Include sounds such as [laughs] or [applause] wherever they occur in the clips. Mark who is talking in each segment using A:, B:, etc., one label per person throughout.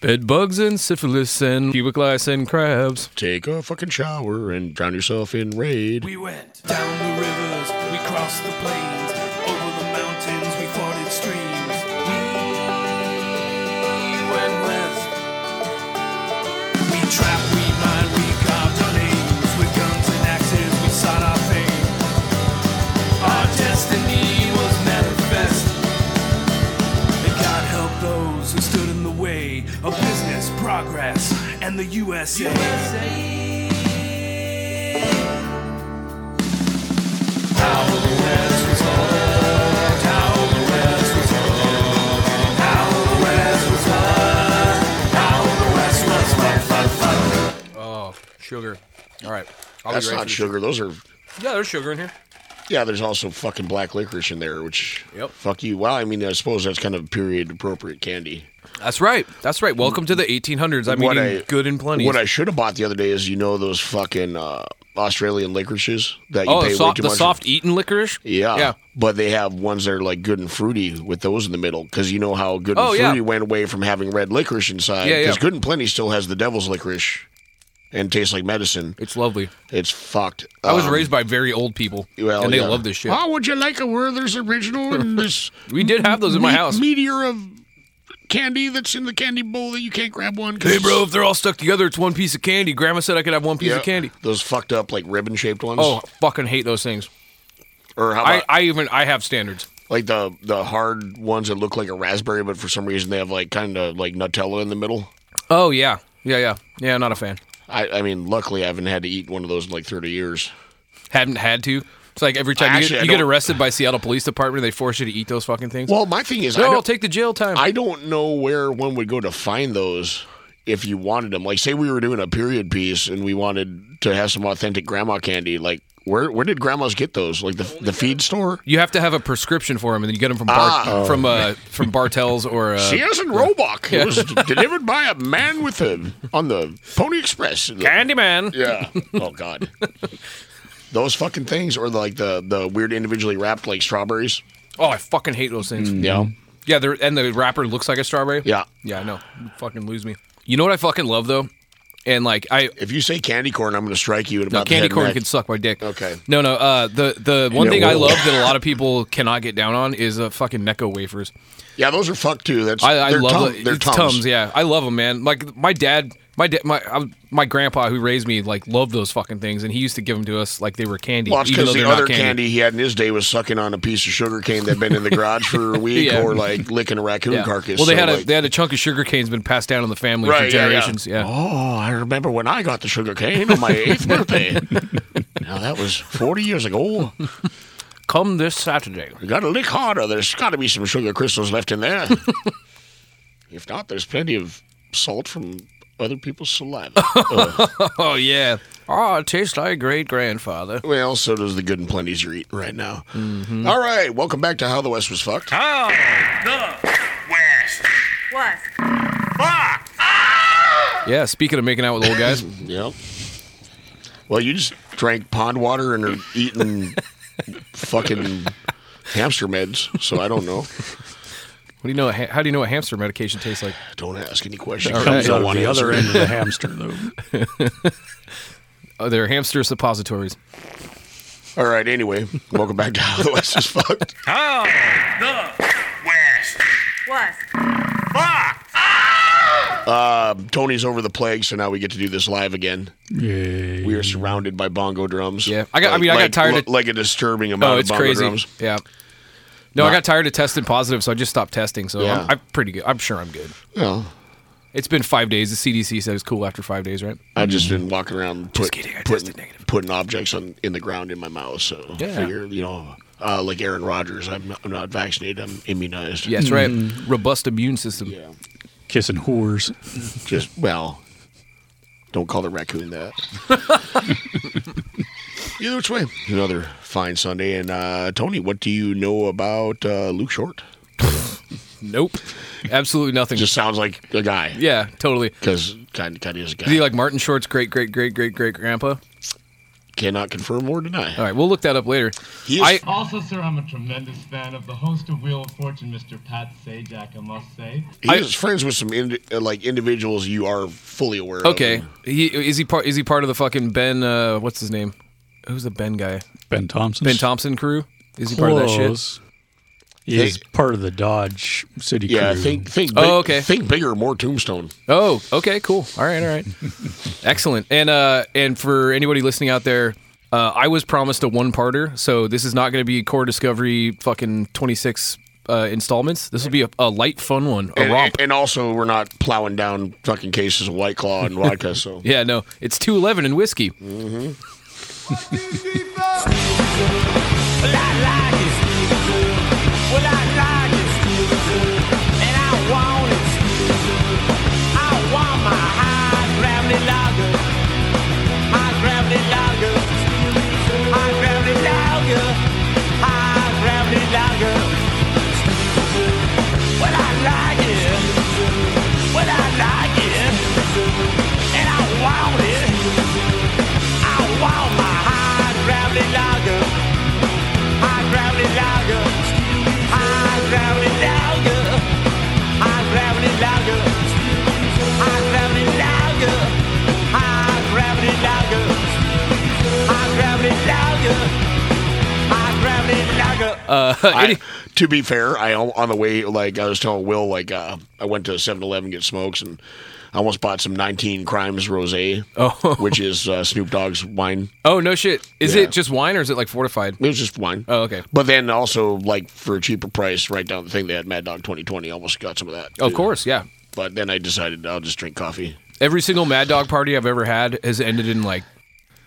A: Bed bugs and syphilis and pubic lice and crabs.
B: Take a fucking shower and drown yourself in raid.
C: We went down the rivers, we crossed the plains, over the mountains, we forded streams. We went west. We trapped, we mined, we carved our names with guns and axes. We sought our fame. Our destiny was manifest. And God help those who stood in the way of business, progress, and the USA.
A: Oh, sugar. All right. I'll be
B: That's
A: right
B: not
A: for you.
B: sugar. Those are.
A: Yeah, there's sugar in here.
B: Yeah, there's also fucking black licorice in there, which.
A: Yep.
B: Fuck you. Well, I mean, I suppose that's kind of period appropriate candy.
A: That's right. That's right. Welcome to the 1800s. I'm
B: What
A: eating
B: I-
A: good and plenty.
B: What I should have bought the other day is, you know, those fucking uh, Australian licorices that you
A: oh,
B: pay
A: the,
B: way
A: soft,
B: too
A: the
B: much.
A: soft eaten licorice.
B: Yeah.
A: Yeah.
B: But they have ones that are like good and fruity with those in the middle because you know how good and
A: Oh, yeah.
B: fruity went away from having red licorice inside.
A: Yeah, yeah.
B: Because good and plenty still has the devil's licorice and tastes like medicine.
A: It's lovely.
B: It's fucked.
A: I was
B: Um,
A: raised by very old people,
B: well,
A: and they
B: yeah.
A: love this shit.
B: Oh, would you like a Werther's original
A: [laughs]
B: and this
A: We did have those in my
B: me-
A: house.
B: meteor of candy that's in the candy bowl that you can't grab one? 'cause
A: Hey, bro, if they're all stuck together, it's one piece of candy. Grandma said I could have one piece
B: Yeah.
A: of candy.
B: Those fucked up like ribbon shaped ones.
A: Oh, fucking hate those things.
B: or how
A: I,
B: about
A: I even I have standards.
B: like the the hard ones that look like a raspberry, but for some reason they have like kind of like Nutella in the middle.
A: Oh yeah, yeah, yeah, yeah. Not a fan.
B: I, I mean, luckily, I haven't had to eat one of those in like 30 years.
A: Haven't had to. It's like every time you,
B: Actually, I
A: get, you get
B: don't-
A: arrested by Seattle Police Department, they force you to eat those fucking things.
B: Well, my thing is, I,
A: no, I'll
B: don't,
A: take the jail time.
B: I don't know where one would go to find those if you wanted them. Like, say we were doing a period piece and we wanted to have some authentic grandma candy. Like, where where did grandmas get those? Like the the feed store?
A: you have to have a prescription for them, and then you get them from Bar-
B: Ah.
A: from uh, from Bartels or uh,
B: See us in Roebuck. It was delivered by a man with a on the
A: [laughs]
B: Pony Express.
A: Candyman.
B: Yeah. Oh God. Those fucking things, or like the the weird individually wrapped like strawberries.
A: Oh, I fucking hate those things.
B: Yeah.
A: Yeah, they're, and the wrapper looks like a strawberry.
B: Mm. Yeah.
A: yeah, I know. You fucking lose me. You know what I fucking love though, and like I
B: If you say candy corn, I'm going to strike you in about
A: no,
B: the
A: candy
B: head and
A: corn
B: neck.
A: can suck my dick.
B: Okay.
A: No, no. Uh, the the one
B: Yeah,
A: thing I
B: whoa.
A: love that a lot of people cannot get down on is uh, fucking Necco wafers.
B: Yeah, those are fucked too. That's
A: I, I
B: they're
A: love
B: tum-
A: the
B: they're
A: it's
B: tums.
A: tums. Yeah, I love them, man. Like my dad, my dad, my I, my grandpa who raised me, like loved those fucking things, and he used to give them to us like they were candy,
B: Well, it's
A: even though
B: because
A: they're
B: the
A: not
B: other
A: candy.
B: candy. he had in his day was sucking on a piece of sugar cane that'd been in the garage
A: [laughs]
B: for a week,
A: Yeah.
B: or like licking a raccoon
A: Yeah.
B: carcass.
A: Well, they
B: So,
A: had a
B: like-
A: they had a chunk of sugar cane's been passed down in the family
B: Right, yeah,
A: for
B: yeah.
A: generations. Yeah.
B: Oh, I remember when I got the sugar cane on my eighth
A: [laughs]
B: birthday. Now that was forty years ago.
A: Come this Saturday.
B: You got to lick harder. There's got to be some sugar crystals left in there. if not, there's plenty of salt from other people's saliva.
A: [laughs]
B: Ugh.
A: [laughs] Oh yeah. Oh, it tastes like great grandfather.
B: Well, so does the good and plenties you're eating right now.
A: Mm-hmm.
B: All right, welcome back to How the West Was Fucked.
D: Was.
A: Yeah. Speaking of making out with old guys, [laughs]
B: Yep. Well, you just drank pond water and are
A: [laughs]
B: eating fucking hamster meds, so I don't know.
A: what do you know? How do you know what hamster medication tastes like?
B: Don't ask any questions.
E: Comes
B: I
E: out
B: don't
E: of
B: want
E: the
B: to
E: other
B: answer.
E: end of the hamster loop.
A: Oh, they're hamster suppositories.
B: All right, anyway, welcome back to How the West Was Fucked.
D: Was.
B: Tony's over the plague, so now we get to do this live again.
E: Yay.
B: We are surrounded by bongo drums.
A: Yeah. I got- I mean, I got tired
B: like,
A: of-
B: like a disturbing amount
A: Oh,
B: of
A: it's
B: bongo
A: crazy.
B: drums.
A: Yeah. No, I
B: Nah.
A: got tired of testing positive, so I just stopped testing. So
B: Yeah.
A: I'm, I'm pretty good. I'm sure I'm good.
B: Well,
A: It's been five days. The CDC said it's cool after five days, right?
B: I've just been walking around put,
A: kidding, I
B: putting,
A: tested negative.
B: putting objects on in the ground in my mouth. So
A: Yeah.
B: figure, you know, uh, like Aaron Rodgers, I'm not, I'm not vaccinated. I'm immunized.
A: Yeah, that's right. Robust immune system.
B: Mm-hmm. Yeah.
E: Kissing whores.
B: Just well, don't call the
A: [laughs]
B: raccoon that. Either which way, another fine Sunday. And uh, Tony, what do you know about uh, Luke Short?
A: Nope. Absolutely nothing.
B: Just sounds like a guy.
A: yeah, totally.
B: Because kind kind of is a guy.
A: Is he like Martin Short's great great great great great grandpa?
B: Cannot confirm or deny.
A: All right, we'll look that up later.
B: He is-
A: I
F: Also, sir, I'm a tremendous fan of the host of Wheel of Fortune, Mr. Pat Sajak, I must say.
B: He
A: I-
B: is friends with some indi- uh, like individuals you are fully aware
A: okay.
B: of.
A: He is he part is he part of the fucking Ben? Uh, what's his name? Who's the Ben guy?
E: Ben Thompson.
A: Ben Thompson crew? Is he part of that shit?
E: Close. He is
B: They-
E: part of the Dodge City
B: Yeah,
E: crew.
B: think think
A: Oh,
B: big-
A: okay.
B: think bigger, more tombstone.
A: Oh, okay, cool. All right, all
B: [laughs]
A: right. Excellent. And uh and for anybody listening out there, uh, I was promised a one parter, so this is not going to be core discovery fucking 26 uh, installments. This will be a, a light fun one, a
B: And,
A: romp.
B: and also we're not plowing down fucking cases of white claw and vodka, [laughs] so
A: Yeah, no. It's 211 in whiskey.
B: I, to be fair, I al- on the way, like I was telling Will, like uh, I went to 7-Eleven to get smokes, and I almost bought some Nineteen Crimes Rosé, [laughs]
A: Oh.
B: which is uh, Snoop Dogg's wine.
A: Oh, no shit. Is
B: Yeah.
A: it just wine or is it like fortified?
B: It was just wine.
A: Oh, okay.
B: But then also, like for a cheaper price, right down the thing they had Mad Dog 2020. Almost got some of that.
A: Of
B: too.
A: course, yeah.
B: But then I decided I'll just drink coffee.
A: Every single Mad Dog party I've ever had has ended in like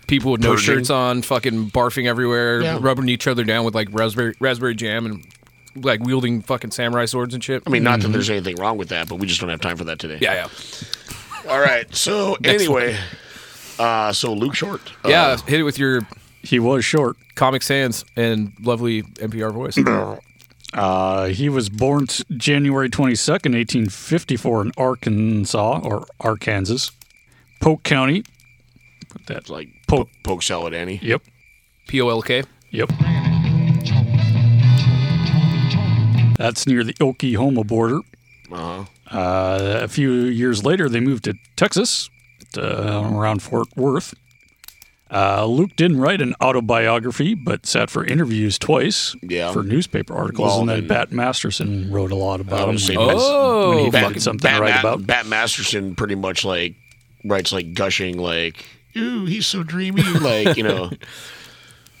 A: people with no
B: Purging.
A: shirts on, fucking barfing everywhere,
B: Yeah.
A: rubbing each other down with like raspberry raspberry jam and like wielding fucking samurai swords and shit.
B: I mean, not that there's anything wrong with that, but we just don't have time for that today.
A: yeah, yeah,
B: All right. So
A: [laughs] Next
B: anyway, uh, so Luke Short. Uh,
A: yeah. hit it with your
E: he was short.
A: Comic Sans and lovely NPR
B: [clears throat]
A: voice.
E: Uh, he was born s- January 22nd, 1854, in Arkansas or Arkansas, Polk County. Put that
B: like
E: Polk.
B: poke salad Annie.
E: Yep.
A: P O L K.
E: Yep. That's near the Oklahoma border.
B: Uh-huh.
E: Uh, a few years later, they moved to Texas, uh, around Fort Worth. Uh, Luke didn't write an autobiography, but sat for interviews twice
B: Yeah.
E: for newspaper articles.
B: Well,
E: and then
B: and-
E: Bat Masterson wrote a lot about him
B: was
E: when,
B: saying
E: he was-
A: Oh,
E: when he
A: Bat-
E: wanted something to write
B: Ma-
E: about.
B: Bat Masterson pretty much like writes like gushing like, ooh, he's so dreamy, like
A: [laughs]
B: you know.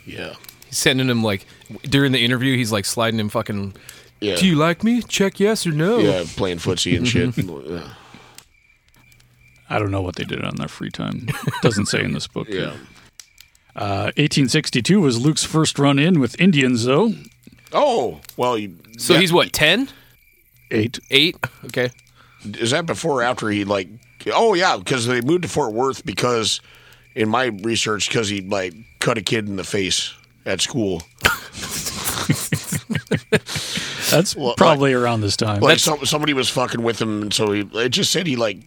B: Yeah.
A: He's sending him like during the interview. He's like sliding him fucking.
B: Yeah.
A: Do you Mm-hmm. like me? Check yes or no.
B: yeah, playing footsie and shit. Yeah.
E: I don't know what they did on their free time. Doesn't say in this
B: [laughs]
E: book.
B: Yeah.
E: Uh, 1862 was Luke's first run in with Indians, though.
B: Oh, well, you,
A: So
B: yeah.
A: he's what 10?
E: Eight.
A: 8? Okay. [laughs]
B: is that before or after he like? Oh yeah, because they moved to Fort Worth because, in my research, because he like cut a kid in the face at school.
E: That's
B: Well,
E: probably around this time.
B: Like some, somebody was fucking with him, and so he it just said he like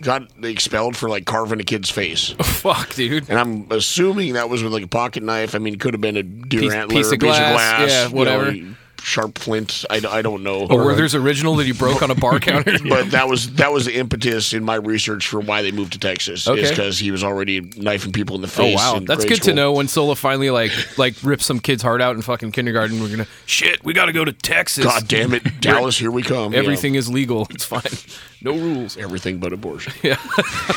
B: got expelled for like carving a
A: [laughs]
B: kid's face.
A: Fuck, dude.
B: And I'm assuming that was with like a pocket knife. I mean, it could have been a deer
A: Piece-
B: antler,
A: piece
B: a
A: of glass, yeah,
B: you know,
A: whatever.
B: sharp flint. I, I don't know.
A: Or Werther's original that he broke on a
B: [laughs]
A: bar counter.
B: but that was that was the impetus in my research for why they moved to Texas.
A: Okay.
B: Is because he was already knifing people in
A: Oh
B: the face.
A: wow,
B: in
A: that's
B: grade
A: good
B: school.
A: to know. When Sola finally like like rips some kid's heart out in fucking kindergarten, we're gonna shit. We got to go to Texas.
B: God
A: [laughs]
B: damn it, Dallas, here we come. Yeah.
A: Everything is legal. It's
B: [laughs]
A: fine. No rules.
B: everything
A: [laughs]
B: but abortion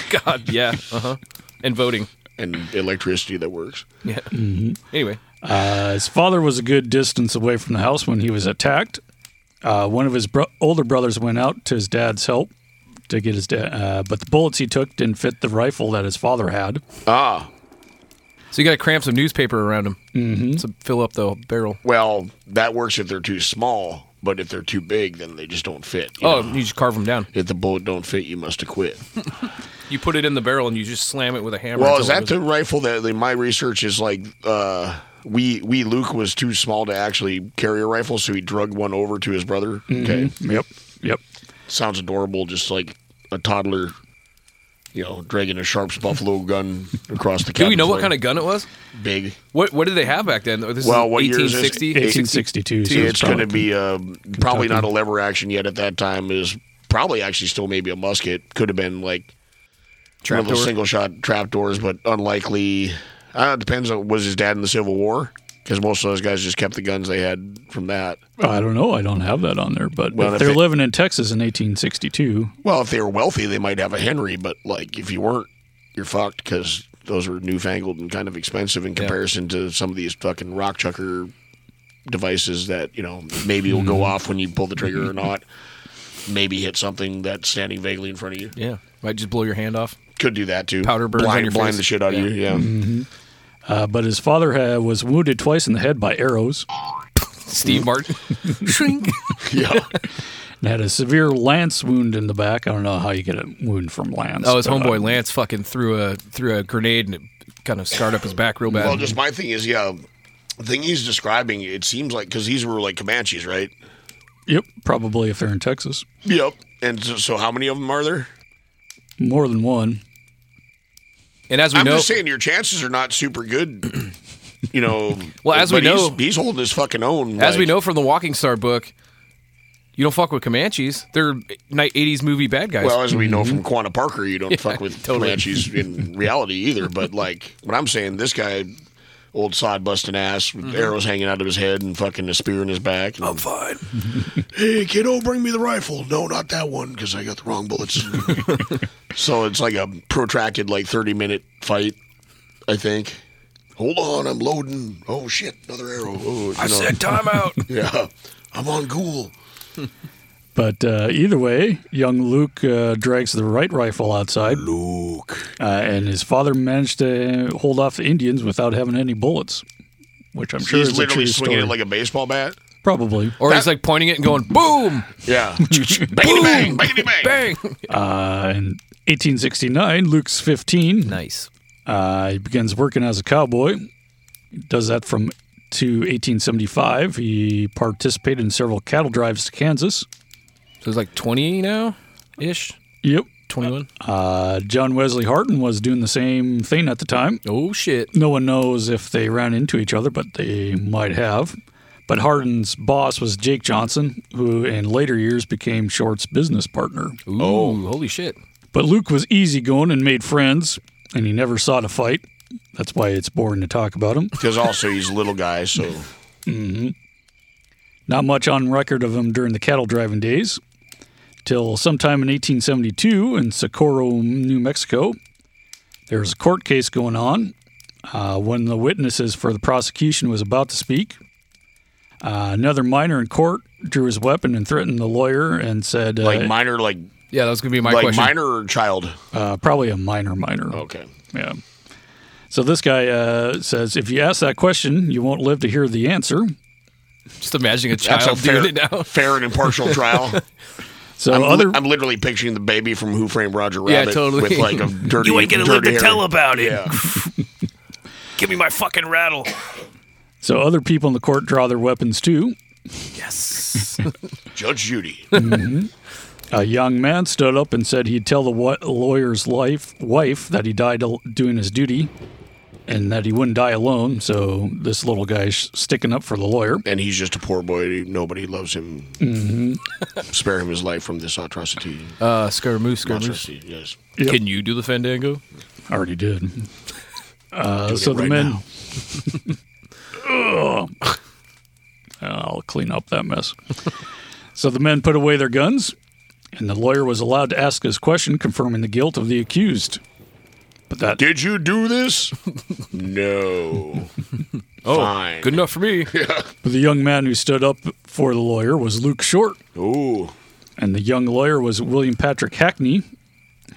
A: God, yeah. Uh huh. And voting.
B: and electricity that works.
A: Yeah.
B: Mm-hmm.
A: Anyway,
E: Uh, his father was a good distance away from the house when he was attacked. Uh, one of his bro- older brothers went out to his dad's help to get his dad, uh, but the bullets he took didn't fit the rifle that his father had.
B: Ah,
A: so you got to cram some newspaper around him
B: Mm-hmm.
A: to fill up the barrel.
B: well, that works if they're too small, but if they're too big, then they just don't fit. you
A: Oh,
B: know.
A: you just carve them down.
B: if the bullet don't fit, you
A: [laughs]
B: must acquit.
A: You put it in the barrel and you just slam it with a hammer.
B: Well,
A: until
B: is
A: it
B: that
A: goes-
B: the rifle that in my research is like? Uh, we we Luke was too small to actually carry a rifle, so he drugged one over to his brother.
A: Mm-hmm.
B: Okay,
E: Yep, yep.
B: sounds adorable, just like a toddler you know, dragging a Sharps buffalo gun across the.
A: Do we
B: cabin
A: know what
B: floor.
A: kind of gun it was?
B: big?
A: What What did they have back then? This
B: Well,
A: is
B: what year is this?
A: 1860?
E: 1862. so
B: it's going to
E: probably-
B: be um, probably not a lever action yet at that time. Is probably actually still maybe a musket. Could have been like one of those
A: Trapdoor?
B: single shot trap doors, but unlikely. Uh, it depends on was his dad in the Civil War because most of those guys just kept the guns they had from that.
E: I don't know. I don't have that on there, but
B: Well,
E: if
B: if
E: they're
B: they-
E: living in Texas in 1862,
B: Well, if they were wealthy, they might have a Henry, but like if you weren't, you're fucked because those were newfangled and kind of expensive in comparison to some of these fucking rock chucker devices that you know maybe will
A: Mm-hmm.
B: go off when you pull the trigger or not. Maybe hit something that's standing vaguely in front of you.
A: Yeah, might just blow your hand off.
B: Could do that too.
A: Powder burns on
B: blind,
A: your
B: blind
A: face.
B: the shit out
A: Yeah. Mm-hmm.
B: of you. Yeah.
E: uh, but his father had, was wounded twice in the head by arrows
A: Steve
B: [laughs]
A: Martin. Shrink.
B: yeah.
E: and had a severe lance wound in the back. I don't know how you get a wound from lance.
A: Oh, his
E: but,
A: homeboy
E: uh,
A: Lance fucking threw a threw a grenade and it kind of scarred up his back real bad.
B: Well, just my thing is, yeah, the thing he's describing, it seems like because these were like Comanches, right?
E: Yep, probably if they're in Texas.
B: Yep. And so, so how many of them are there?
E: More than one.
A: and as we
B: I'm
A: know,
B: just saying your chances are not super good. [clears throat] You know.
A: Well, as we
B: but he's-
A: know-
B: he's, holding his fucking own.
A: as
B: like-
A: we know from the Walking Star book, you don't fuck with Comanches. They're night '80s movie bad guys.
B: Well, as we know
E: [laughs]
B: from Quanta Parker, you don't fuck with
A: totally.
B: Comanches in reality either. But like what I'm saying, this guy, old sod busting ass
E: Mm-hmm.
B: with arrows hanging out of his head and fucking a spear in his back. I'm [laughs] fine. hey kiddo, bring me the rifle. No, not that one because I got the wrong bullets. [laughs] so it's like a protracted, like 30 minute fight. I think. Hold on, I'm loading. Oh shit, another arrow. Oh, I
A: timeout.
B: Yeah, I'm on Ghoul.
E: But uh, either way, young Luke uh, drags the right rifle outside,
B: Luke.
E: uh, and his father managed to hold off the Indians without having any bullets, which I'm sure
B: He's
E: is
B: literally
E: a true
B: swinging
E: story.
B: it like a baseball bat.
E: probably.
A: or he's like pointing it and going boom, [laughs]
B: Yeah. bangity [laughs] bang, bangity bang.
A: bang.
E: Uh, in 1869, Luke's 15.
A: nice.
E: Uh, he begins working as a cowboy. He does that from to 1875. He participated in several cattle drives to Kansas.
A: So he's like 20 now, ish,
E: Yep.
A: 21.
E: Uh, John Wesley Harton was doing the same thing at the time.
A: Oh shit.
E: No one knows if they ran into each other, but they might have. But Harden's boss was Jake Johnson, who in later years became Short's business partner.
B: oh.
A: Ooh, holy shit.
E: But Luke was easygoing and made friends, and he never sought a fight. That's why it's boring to talk about him.
B: Because also he's a little guy, so
E: Not much on record of him during the cattle driving days, till sometime in 1872 in Socorro, New Mexico. There was a court case going on. Uh, when the witnesses for the prosecution was about to speak, uh, another minor in court drew his weapon and threatened the lawyer and said, uh,
B: like minor, like
A: Yeah, that was gonna be my
B: like
A: question.
B: minor or child.
E: uh, probably a minor, minor.
B: Okay.
E: Yeah. So this guy uh, says, if you ask that question, you won't live to hear the answer.
A: Just imagining a
B: That's
A: child
B: a
A: doing
B: fair,
A: it [laughs] now.
B: fair and
A: [laughs]
B: impartial trial.
E: So
B: I'm, li-
E: other
B: I'm literally picturing the baby from Who Framed Roger Rabbit
A: Yeah, totally. [laughs]
B: with like a dirty. You ain't gonna live to tell about it. [laughs] Yeah.
E: so other people in the court draw their weapons too.
B: Judge
A: [laughs]
B: Judy.
E: A young man stood up and said he'd tell the wa- lawyer's life, wife that he died al- doing his duty and that he wouldn't die alone. So this little guy's sticking up for the lawyer.
B: and he's just a poor boy. Nobody loves him. [laughs] Spare him his life from this atrocity.
A: Mm-hmm. Uh, Scaramouche, Scaramouche.
B: atrocity yes.
E: Yep.
A: Can you do the fandango?
E: Already did. Uh, so
B: it
E: the
B: right
E: men.
B: now.
E: [laughs] Ugh. I'll clean up that mess. so the men put away their guns, and the lawyer was allowed to ask his question, confirming the guilt of the accused. But that
B: Did you do this? [laughs] no.
A: Oh,
B: Fine.
A: good enough for
B: [laughs]
A: me.
E: but the young man who stood up for the lawyer was Luke Short,
B: Ooh.
E: and the young lawyer was William Patrick Hackney,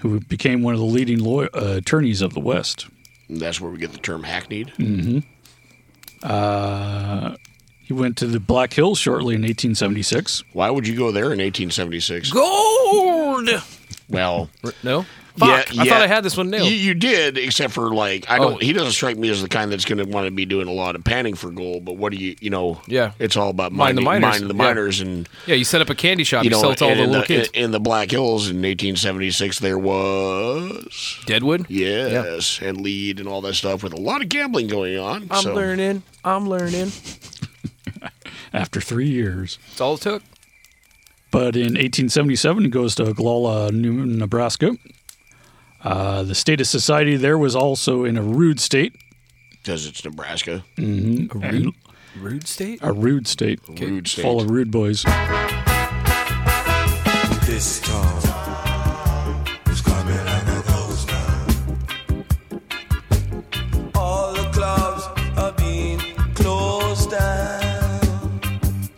E: who became one of the leading law- uh, attorneys of the West.
B: And that's where we get the term hackneyed.
E: He went to the Black Hills shortly in 1876.
B: Why would you go there in 1876?
A: Gold.
B: Well,
A: No, [laughs] Fuck, I thought I had this one nailed.
B: You, you did, except for like I don't.
A: Oh.
B: He doesn't strike me as the kind that's going to want to be doing a lot of panning for goal. But what do you, you know?
A: Yeah.
B: it's all about
A: Mind the
B: minding,
A: minors,
B: minding the
A: yeah.
B: minors, and
A: yeah, you set up a candy shop, you,
B: you know,
A: sell it to all
B: and uh,
A: the
B: in
A: little kids.
B: in the Black Hills in 1876, there was
A: Deadwood.
B: yes, and lead and all that stuff with a lot of gambling going on.
A: I'm
B: so
A: learning. I'm learning.
E: after three years.
A: It's all it took.
E: But in 1877, he goes to Oglala, New Nebraska. Uh, the state of society there was also in a rude state.
B: because it's Nebraska,
A: A rude, rude state.
E: A rude state.
B: rude state.
E: Full of rude boys.
G: This time is coming like a ghost town. All the clubs are being closed down.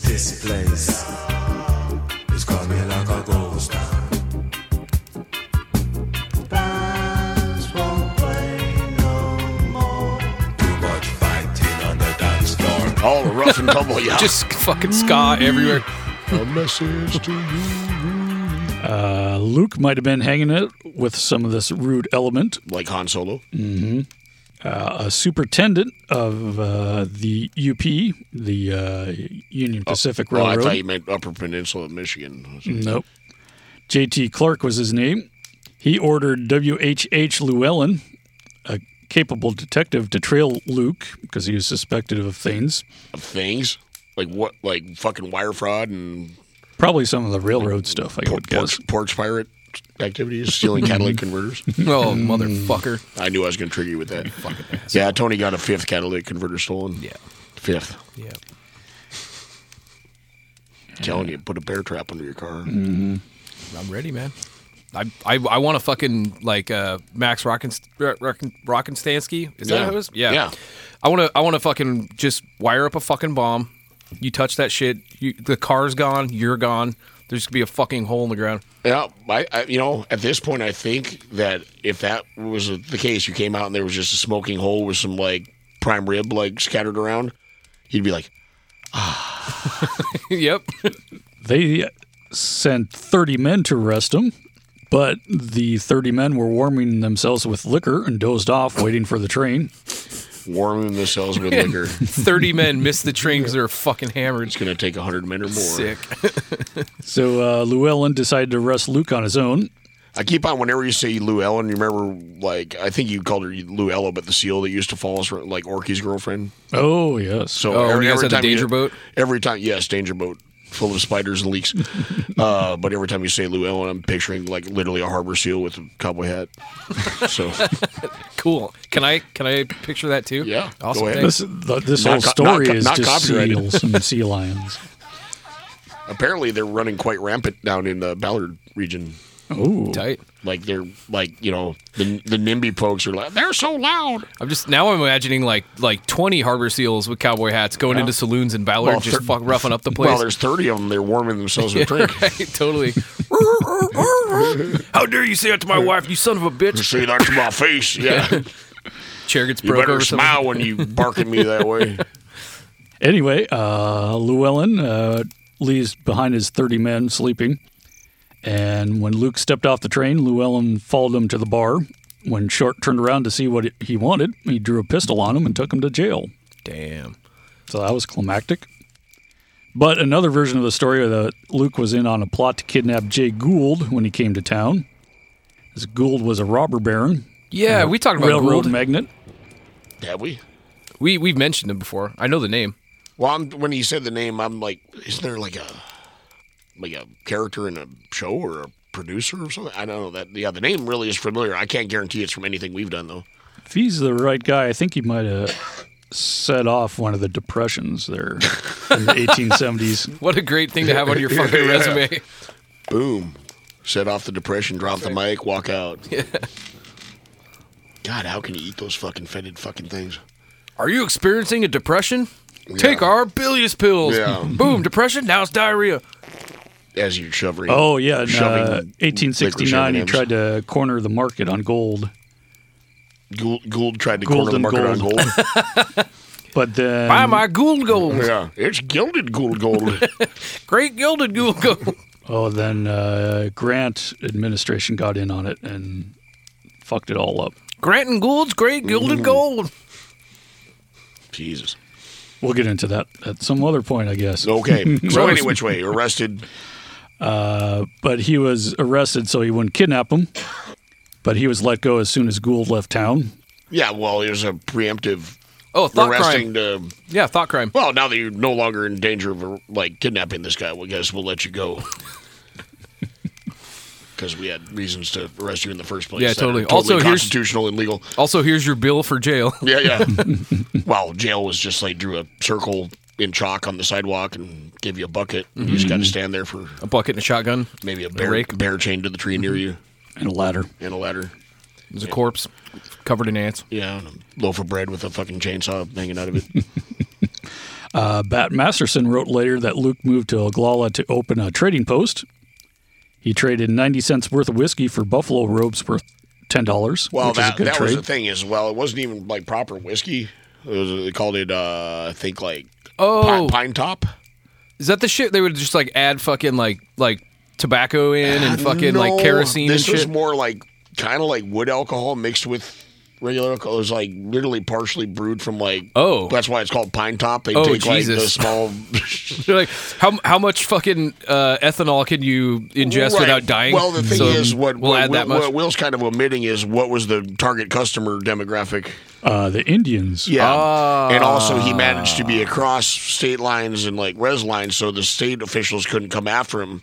G: This place is coming like a ghost town. Bands won't play no more. Too much fighting on the dance floor.
B: all the rough and
A: [laughs]
B: tumble. Yeah,
A: Just fucking ska everywhere.
B: a message to you,
E: Uh, Luke might have been hanging it with some of this rude element.
B: like Han Solo.
E: A superintendent of uh, the UP, the uh, Union Pacific
B: Oh, Well, I
E: Railroad.
B: thought you meant Upper Peninsula of Michigan.
E: Nope. J.T. Clark was his name. He ordered W.H.H. Llewellyn, a capable detective, to trail Luke because he was suspected of things.
B: Of things like what, like fucking wire fraud and
E: Probably some of the railroad stuff, I
B: por-
E: would guess.
B: porch, porch pirate activities,
A: [laughs]
B: stealing catalytic converters.
A: Oh motherfucker.
B: I knew I was going to trigger you with that. yeah, Tony got a fifth catalytic converter stolen.
A: Yeah.
B: fifth.
A: Yeah.
B: Telling you, put a bear trap under your car.
A: Mm. I'm ready, man. I I, I want to fucking like uh, Max Rockenst- Rocken, Rockenstansky. Is
B: Yeah.
A: that who it was? Yeah.
B: Yeah.
A: I want to I want to fucking just wire up a fucking bomb. You touch that shit, you, the car's gone. You're gone. There's gonna be a fucking hole in the ground. [laughs]
B: Yeah, I, I, you know, at this point, I think that if that was the case, you came out and there was just a smoking hole with some like prime rib like scattered around, you'd be like,
A: yep.
E: They sent 30 men to arrest him, but the 30 men were warming themselves with liquor and dozed off, waiting for the train.
B: warming
A: [laughs]
B: themselves with liquor. It's
A: Thirty men miss the train because they're fucking hammered.
B: going to take hundred men or more.
A: Sick. [laughs]
E: So uh, Llewellyn decided to arrest Luke on his own.
B: I keep on whenever you say Lou Ellen, you remember like I think you called her Lou Ella, but the seal that used to follow us like Orky's girlfriend.
E: Oh, yes.
B: So
A: Oh, you guys had the
B: you-
A: danger boat?
B: Every time, yes, danger boat full of spiders
A: [laughs]
B: and leaks. uh, but every time you say Lou Ellen, I'm picturing like literally a harbor seal with a cowboy hat.
A: [laughs]
B: So
A: Cool. Can I can I picture that too?
B: Yeah, go
A: Awesome.
B: ahead.
A: Thanks.
E: this, th this
B: Not
E: whole
B: co-
E: story
B: not co-
E: is
B: not
E: just
B: copyrighted.
E: seals
B: [laughs]
E: and sea lions.
B: apparently they're running quite rampant down in the Ballard region.
E: Oh,
A: Tight.
B: Like they're like you know the the NIMBY folks are like they're so loud.
A: I'm just now. I'm imagining like like 20 harbor seals with cowboy hats going into saloons in Ballard,
B: Well,
A: just
B: thir-
A: fuck roughing up the
B: Well,
A: place.
B: there's thirty of them. They're warming themselves with drink.
A: [laughs] Right, totally. How dare you say that to my wife, you son of a bitch?
B: Say that to my face, yeah.
A: Chair gets
B: You
A: broke
B: better
A: over something.
B: smile when
E: [laughs]
B: you bark at me that way.
E: Anyway, uh, Llewellyn uh, leaves behind his 30 men sleeping. And when Luke stepped off the train, Llewellyn followed him to the bar. When Short turned around to see what he wanted, he drew a pistol on him and took him to jail.
A: Damn.
E: So that was climactic. But another version of the story that Luke was in on a plot to kidnap Jay Gould when he came to town. This Gould was a robber baron,
A: Yeah, we talked about
E: railroad
A: Gould.
E: magnate.
B: Have we?
A: we we've mentioned him before. I know the name.
B: Well, I'm, when he said the name, I'm like, is there like a like a character in a show or a producer or something? I don't know that. Yeah, the name really is familiar. I can't guarantee it's from anything we've done though.
E: If he's the right guy, I think he might have set off one of the depressions there
B: [laughs]
E: in the 1870s.
A: What a great thing to have on your fucking resume.
B: Boom, set off the depression, drop the mic, walk out. God, how can you eat those fucking fetid fucking things?
A: Are you experiencing a depression? Take
B: Yeah.
A: our bilious pills.
B: Yeah.
A: Boom, depression, now it's diarrhea.
B: As you're shoving.
E: Oh yeah, in,
B: Shoving
E: uh,
B: liquor
E: 1869 he
B: M&Ms.
E: tried to corner the market on gold,
B: Gould, Gould tried to corner
E: Gould
B: the
E: and
B: market on
E: gold.
B: gold.
E: [laughs] but then
A: Buy my ghoul gold.
B: yeah, it's gilded Gould gold.
A: [laughs] Great gilded ghoul gold.
E: Oh, then uh, Grant administration got in on it and fucked it all up.
A: Grant and Gould's great gilded gold.
B: Jesus.
E: We'll get into that at some other point, I guess.
A: [laughs]
B: Okay. so any which way, arrested.
E: But he was arrested so he wouldn't kidnap him. But he was let go as soon as Gould left town.
B: Yeah. Well, there's a preemptive
A: Oh, thought
B: arresting
A: crime.
B: to.
A: Yeah, thought crime.
B: Well, now that you're no longer in danger of like kidnapping this guy, well, I guess we'll let you go.
A: [laughs]
B: Because we had reasons to arrest you in the first place.
A: Yeah,
B: that are
A: totally.
B: totally
A: Also, here's-
B: constitutional and legal.
A: Also, here's your bill for jail. [laughs]
B: Yeah, yeah. well, jail was just like drew a circle in chalk on the sidewalk and gave you a bucket. and You just got to stand there for
A: A bucket and Mm-hmm. a shotgun.
B: maybe a bear,
A: rake. Mm-hmm.
B: bear chained to the tree near you
E: And a ladder.
B: and a ladder.
A: There's a corpse covered in ants.
B: Yeah, and a loaf of bread with a fucking chainsaw hanging out of it.
E: Uh, Bat Masterson wrote later that Luke moved to Oglala to open a trading post. He traded 90 cents worth of whiskey for buffalo robes worth $10.
B: [laughs] Well,
E: which is
B: that,
E: a good
B: that
E: trade.
B: was the thing is, well, it wasn't even like proper whiskey. It was, they called it, uh, I think, like
A: Oh.
B: pi- pine top.
A: Is that the shit they would just like add fucking like like tobacco in and fucking
B: Ah, No,
A: like kerosene and
B: This was
A: shit?
B: more like kind of like wood alcohol mixed with regular alcohol. It was like literally partially brewed from like.
A: Oh.
B: that's why it's called pine top. They
A: Oh,
B: take like the
A: Jesus. [laughs]
B: small.
A: [laughs] They're like, how how much fucking uh, ethanol can you ingest
B: Right.
A: without dying?
B: Well, the thing
A: So
B: is, what
A: we'll
B: what,
A: add that
B: Will-
A: much.
B: what Will's kind of omitting is what was the target customer demographic.
E: Uh, the Indians.
B: Yeah. um, and also, he managed to be
A: Ah.
B: across state lines and like res lines, so the state officials couldn't come after him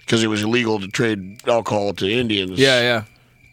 B: because it was illegal to trade alcohol to Indians.
A: yeah, yeah.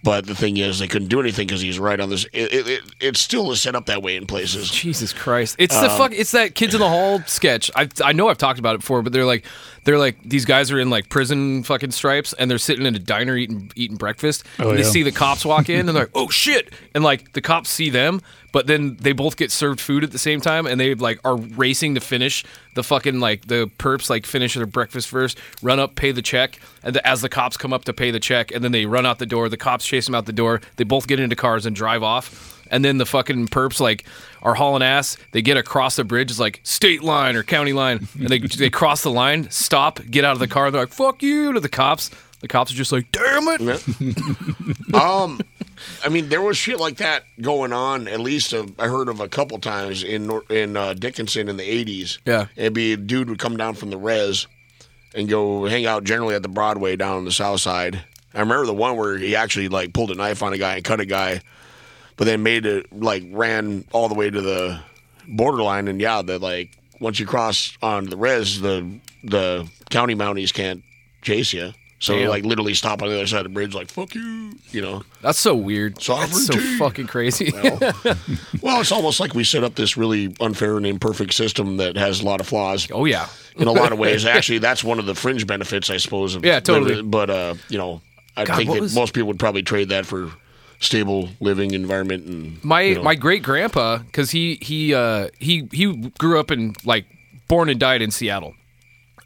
B: But the thing is, they couldn't do anything because he's right on this. It, it, it, it still is set up that way in places.
A: Jesus Christ! It's the fuck. It's that kids in the hall sketch. I I know I've talked about it before, but they're like they're like these guys are in like prison fucking stripes, and they're sitting in a diner eating eating breakfast.
E: Oh,
A: and they
E: yeah.
A: see the cops walk in, and they're like, "Oh shit!" And like the cops see them, but then they both get served food at the same time, and they like are racing to finish the fucking like the perps like finish their breakfast first, run up, pay the check, and the, as the cops come up to pay the check, and then they run out the door. The cops chase them out the door. They both get into cars and drive off. And then the fucking perps like are hauling ass. They get across the bridge, it's like state line or county line, and they they cross the line, stop, get out of the car. They're like "fuck you" to the cops. The cops are just like "damn it."
B: um, I mean, there was shit like that going on. At least uh, I heard of a couple times in Nor- in uh, Dickinson in the eighties.
A: Yeah.
B: it'd be a dude would come down from the res and go hang out generally at the Broadway down on the South Side. I remember the one where he actually like pulled a knife on a guy and cut a guy, but then made it like ran all the way to the borderline. And yeah, that like once you cross on the res, the the county mounties can't chase you. So they,
A: Damn.
B: like literally stop on the other side of the bridge, like fuck you, you know.
A: That's so weird. That's so
B: Sovereignty.
A: fucking crazy.
B: Well, it's almost like we set up this really unfair and imperfect system that has a lot of flaws
A: [laughs] oh yeah.
B: in a lot of ways. Actually, that's one of the fringe benefits, I suppose. Of,
A: Yeah, totally.
B: But uh, you know, I
A: God,
B: think
A: what
B: that
A: was-
B: most people would probably trade that for stable living environment and
A: My
B: you know.
A: my great grandpa, because he he uh, he he grew up in like born and died in Seattle.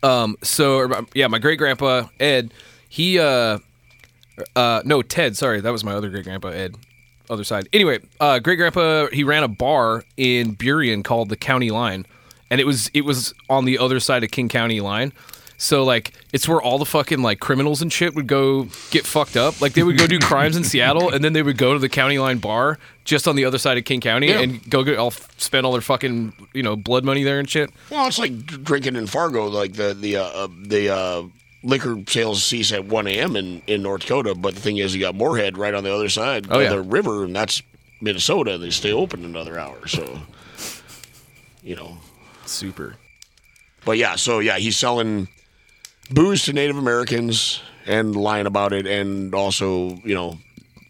A: Um, so or, yeah, my great grandpa Ed, he uh, uh, no Ted, sorry, that was my other great grandpa Ed, other side. Anyway, uh, great grandpa he ran a bar in Burien called the County Line, and it was it was on the other side of King County Line. So like it's where all the fucking like criminals and shit would go get fucked up. Like they would go
B: [laughs]
A: do crimes in Seattle, and then they would go to the county line bar just on the other side of King County
B: Yeah.
A: and go get all spend all their fucking you know blood money there and shit.
B: Well, it's like drinking in Fargo, like the the uh, uh, the uh, liquor sales cease at one a.m. in in North Dakota. But the thing is, you got Moorhead right on the other side
A: Oh,
B: of
A: yeah.
B: the river, and that's Minnesota. They stay open another hour, so you know.
A: Super.
B: But yeah, so yeah, he's selling booze to Native Americans and lying about it, and also you know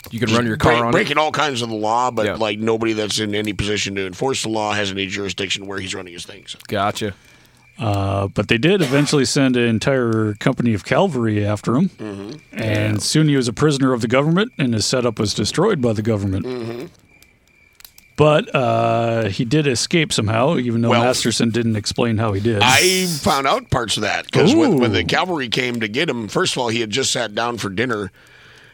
A: You can run your car
B: break-
A: on it.
B: breaking all kinds of the law. But
A: Yeah.
B: like nobody that's in any position to enforce the law has any jurisdiction where he's running his thing. So.
A: Gotcha.
E: Uh, but they did eventually send an entire company of cavalry after him.
B: Mm-hmm.
E: And soon he was a prisoner of the government, and his setup was destroyed by the government.
B: Mm-hmm.
E: But uh, he did escape somehow, even though
B: Well-
E: Masterson didn't explain how he did.
B: I found out parts of that because when, when the
E: Ooh.
B: cavalry came to get him, first of all, he had just sat down for dinner.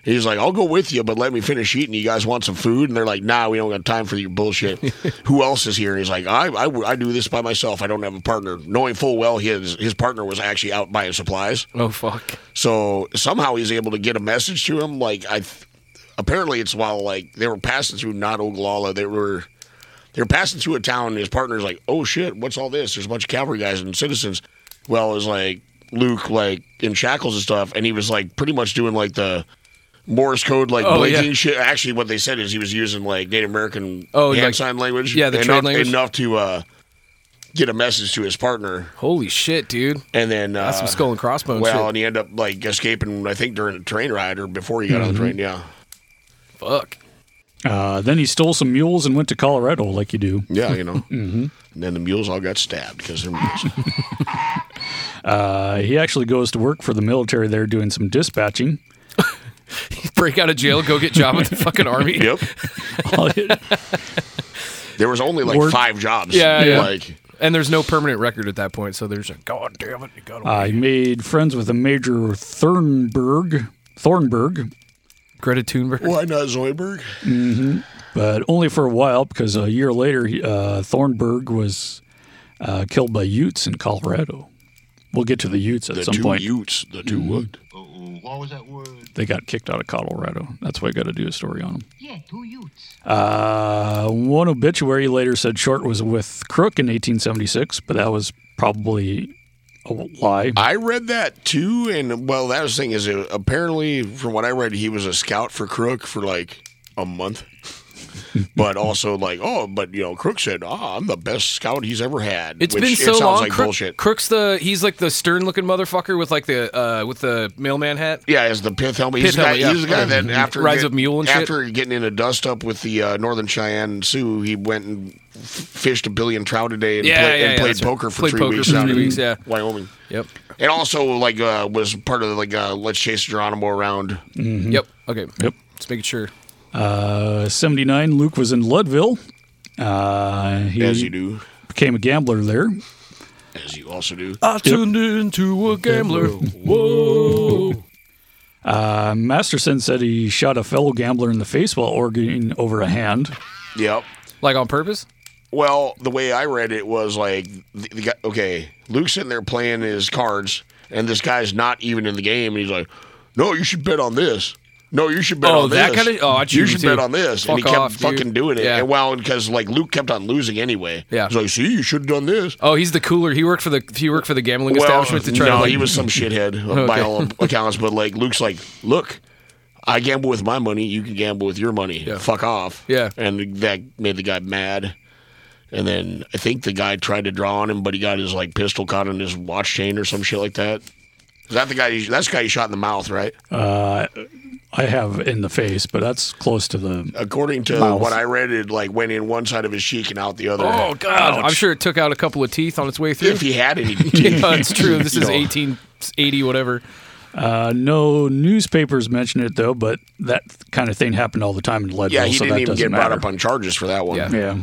B: He's like, I'll go with you, but let me finish eating. You guys want some food? And they're like, Nah, we don't got time for your bullshit. Who else is here? And he's like, I, I, I do this by myself. I don't have a partner. Knowing full well his his partner was actually out buying supplies.
A: Oh fuck.
B: So somehow he's able to get a message to him. Like I, th- apparently it's while like they were passing through not Oglala, they were they were passing through a town. and His partner's like, "Oh shit, what's all this? There's a bunch of cavalry guys and citizens." Well, it was like Luke like in shackles and stuff, and he was like pretty much doing like the Morse code like
A: Oh,
B: blinking
A: yeah.
B: shit. Actually, what they said is he was using like Native American
A: Oh,
B: hand
A: like-
B: sign language.
A: yeah, the
B: enough,
A: trade language.
B: enough to uh, get a message to his partner,
A: Holy shit, dude.
B: and then uh,
A: That's some skull and crossbones.
B: well,
A: Oh, shit.
B: and he ended up like escaping. I think during a train ride or before he got
A: Mm-hmm.
B: on the train. Yeah,
A: fuck.
E: Uh, then he stole some mules and went to Colorado, like you do.
B: yeah, you know.
A: [laughs] Mm-hmm.
B: And then the mules all got stabbed because they're mules.
E: Uh, he actually goes to work for the military there doing
B: [laughs]
E: some dispatching.
A: Break out of jail, go get job with the fucking army.
B: yep. There was only like
E: Work-
B: five jobs.
A: Yeah, yeah.
B: Like
A: And there's no permanent record at that point, so there's a god damn it, you got
B: Uh,
A: away.
E: [laughs] I made friends with a Major Thornburg, Thornburg,
A: Greta Thunberg.
B: why not Zoidberg?
E: but only for a while because a year later, he- uh, Thornburg was uh, killed by Utes in Colorado. We'll get to the Utes at
B: The
E: some
B: two
E: point.
B: Utes, the 2
A: Mm-hmm.
B: wood.
H: What was that word?
E: They got kicked out of Colorado. That's why I got to do a story on them.
H: Yeah, two youths.
E: Uh, one obituary later said Short was with Crook in 1876, but that was probably a lie.
B: I read that too, and well, that was the thing is uh, apparently from what I read, he was a scout for Crook for like
A: [laughs]
B: a month. but also like, oh, but you know, Crook said, "Ah, I'm the best scout he's ever had."
A: It's
B: which
A: been
B: it
A: so
B: sounds
A: long.
B: Like
A: Crook-
B: bullshit.
A: Crook's the he's like the stern looking motherfucker with like the uh with the mailman hat.
B: Yeah, as the pith helmet.
A: Pith
B: He's the guy,
A: helmet, yeah.
B: he's the guy that after
A: Rise of Mule and shit.
B: after getting in a dust up with the uh, Northern Cheyenne Sioux, he went and f- fished a billion trout a day and,
A: Yeah,
B: play-
A: yeah,
B: and
A: yeah,
B: played
A: that's right.
B: poker for
A: Played
B: three
A: poker
B: weeks
A: for
B: out
A: three
B: in
A: weeks, yeah.
B: Wyoming.
A: Yep.
B: And also, like, uh, was part of like uh, let's chase Geronimo around.
A: Yep. Okay.
E: Yep.
A: Just making sure.
E: Uh, 79, Luke was in Ludville. Uh, he
B: As you do,
E: became a gambler there.
B: as you also do.
A: I turned into a gambler. Whoa.
E: Uh, Masterson said he shot a fellow gambler in the face while arguing over a hand.
B: Yep.
A: Like on purpose?
B: Well, the way I read it was like the, the guy. Okay, Luke's sitting there playing his cards, and this guy's not even in the game, and he's like, "No, you should bet on this. No, you should bet
A: Oh,
B: on this.
A: that kinda- oh, I
B: you
A: choose
B: should
A: you
B: bet
A: too.
B: on this."
A: Fuck
B: and he kept
A: off, dude.
B: fucking doing it.
A: Yeah.
B: And well, because like Luke kept on losing anyway.
A: Yeah.
B: He's like, "See, you should have done this."
A: Oh, he's the cooler. He worked for the he worked for the gambling establishment to try
B: no,
A: to like,
B: he was some shithead
A: [laughs]
B: by
A: Okay.
B: all accounts. But like Luke's like, look, I gamble with my money. You can gamble with your money. Fuck off.
A: Yeah.
B: And that made the guy mad. And then I think the guy tried to draw on him, but he got his like pistol caught in his watch chain or some shit like that. Is that the guy? You, that's the guy you shot in the mouth, right?
A: Uh,
E: I have in the face, but that's close to the.
B: According to
E: Mouth.
B: what I read, it like went in one side of his cheek and out the other.
A: Oh god. I'm sure it took out a couple of teeth on its way through.
B: if he had any.
A: [laughs] yeah,
B: [laughs]
A: it's true. This
B: You
A: is
B: know.
A: 1880 whatever.
E: Uh, no newspapers mention it though, but that kind of thing happened all the time in Leadville,
B: Yeah, he
E: so
B: didn't
E: that
B: even
E: doesn't
B: get
E: matter.
B: brought up on charges for that one.
A: Yeah.
E: Yeah.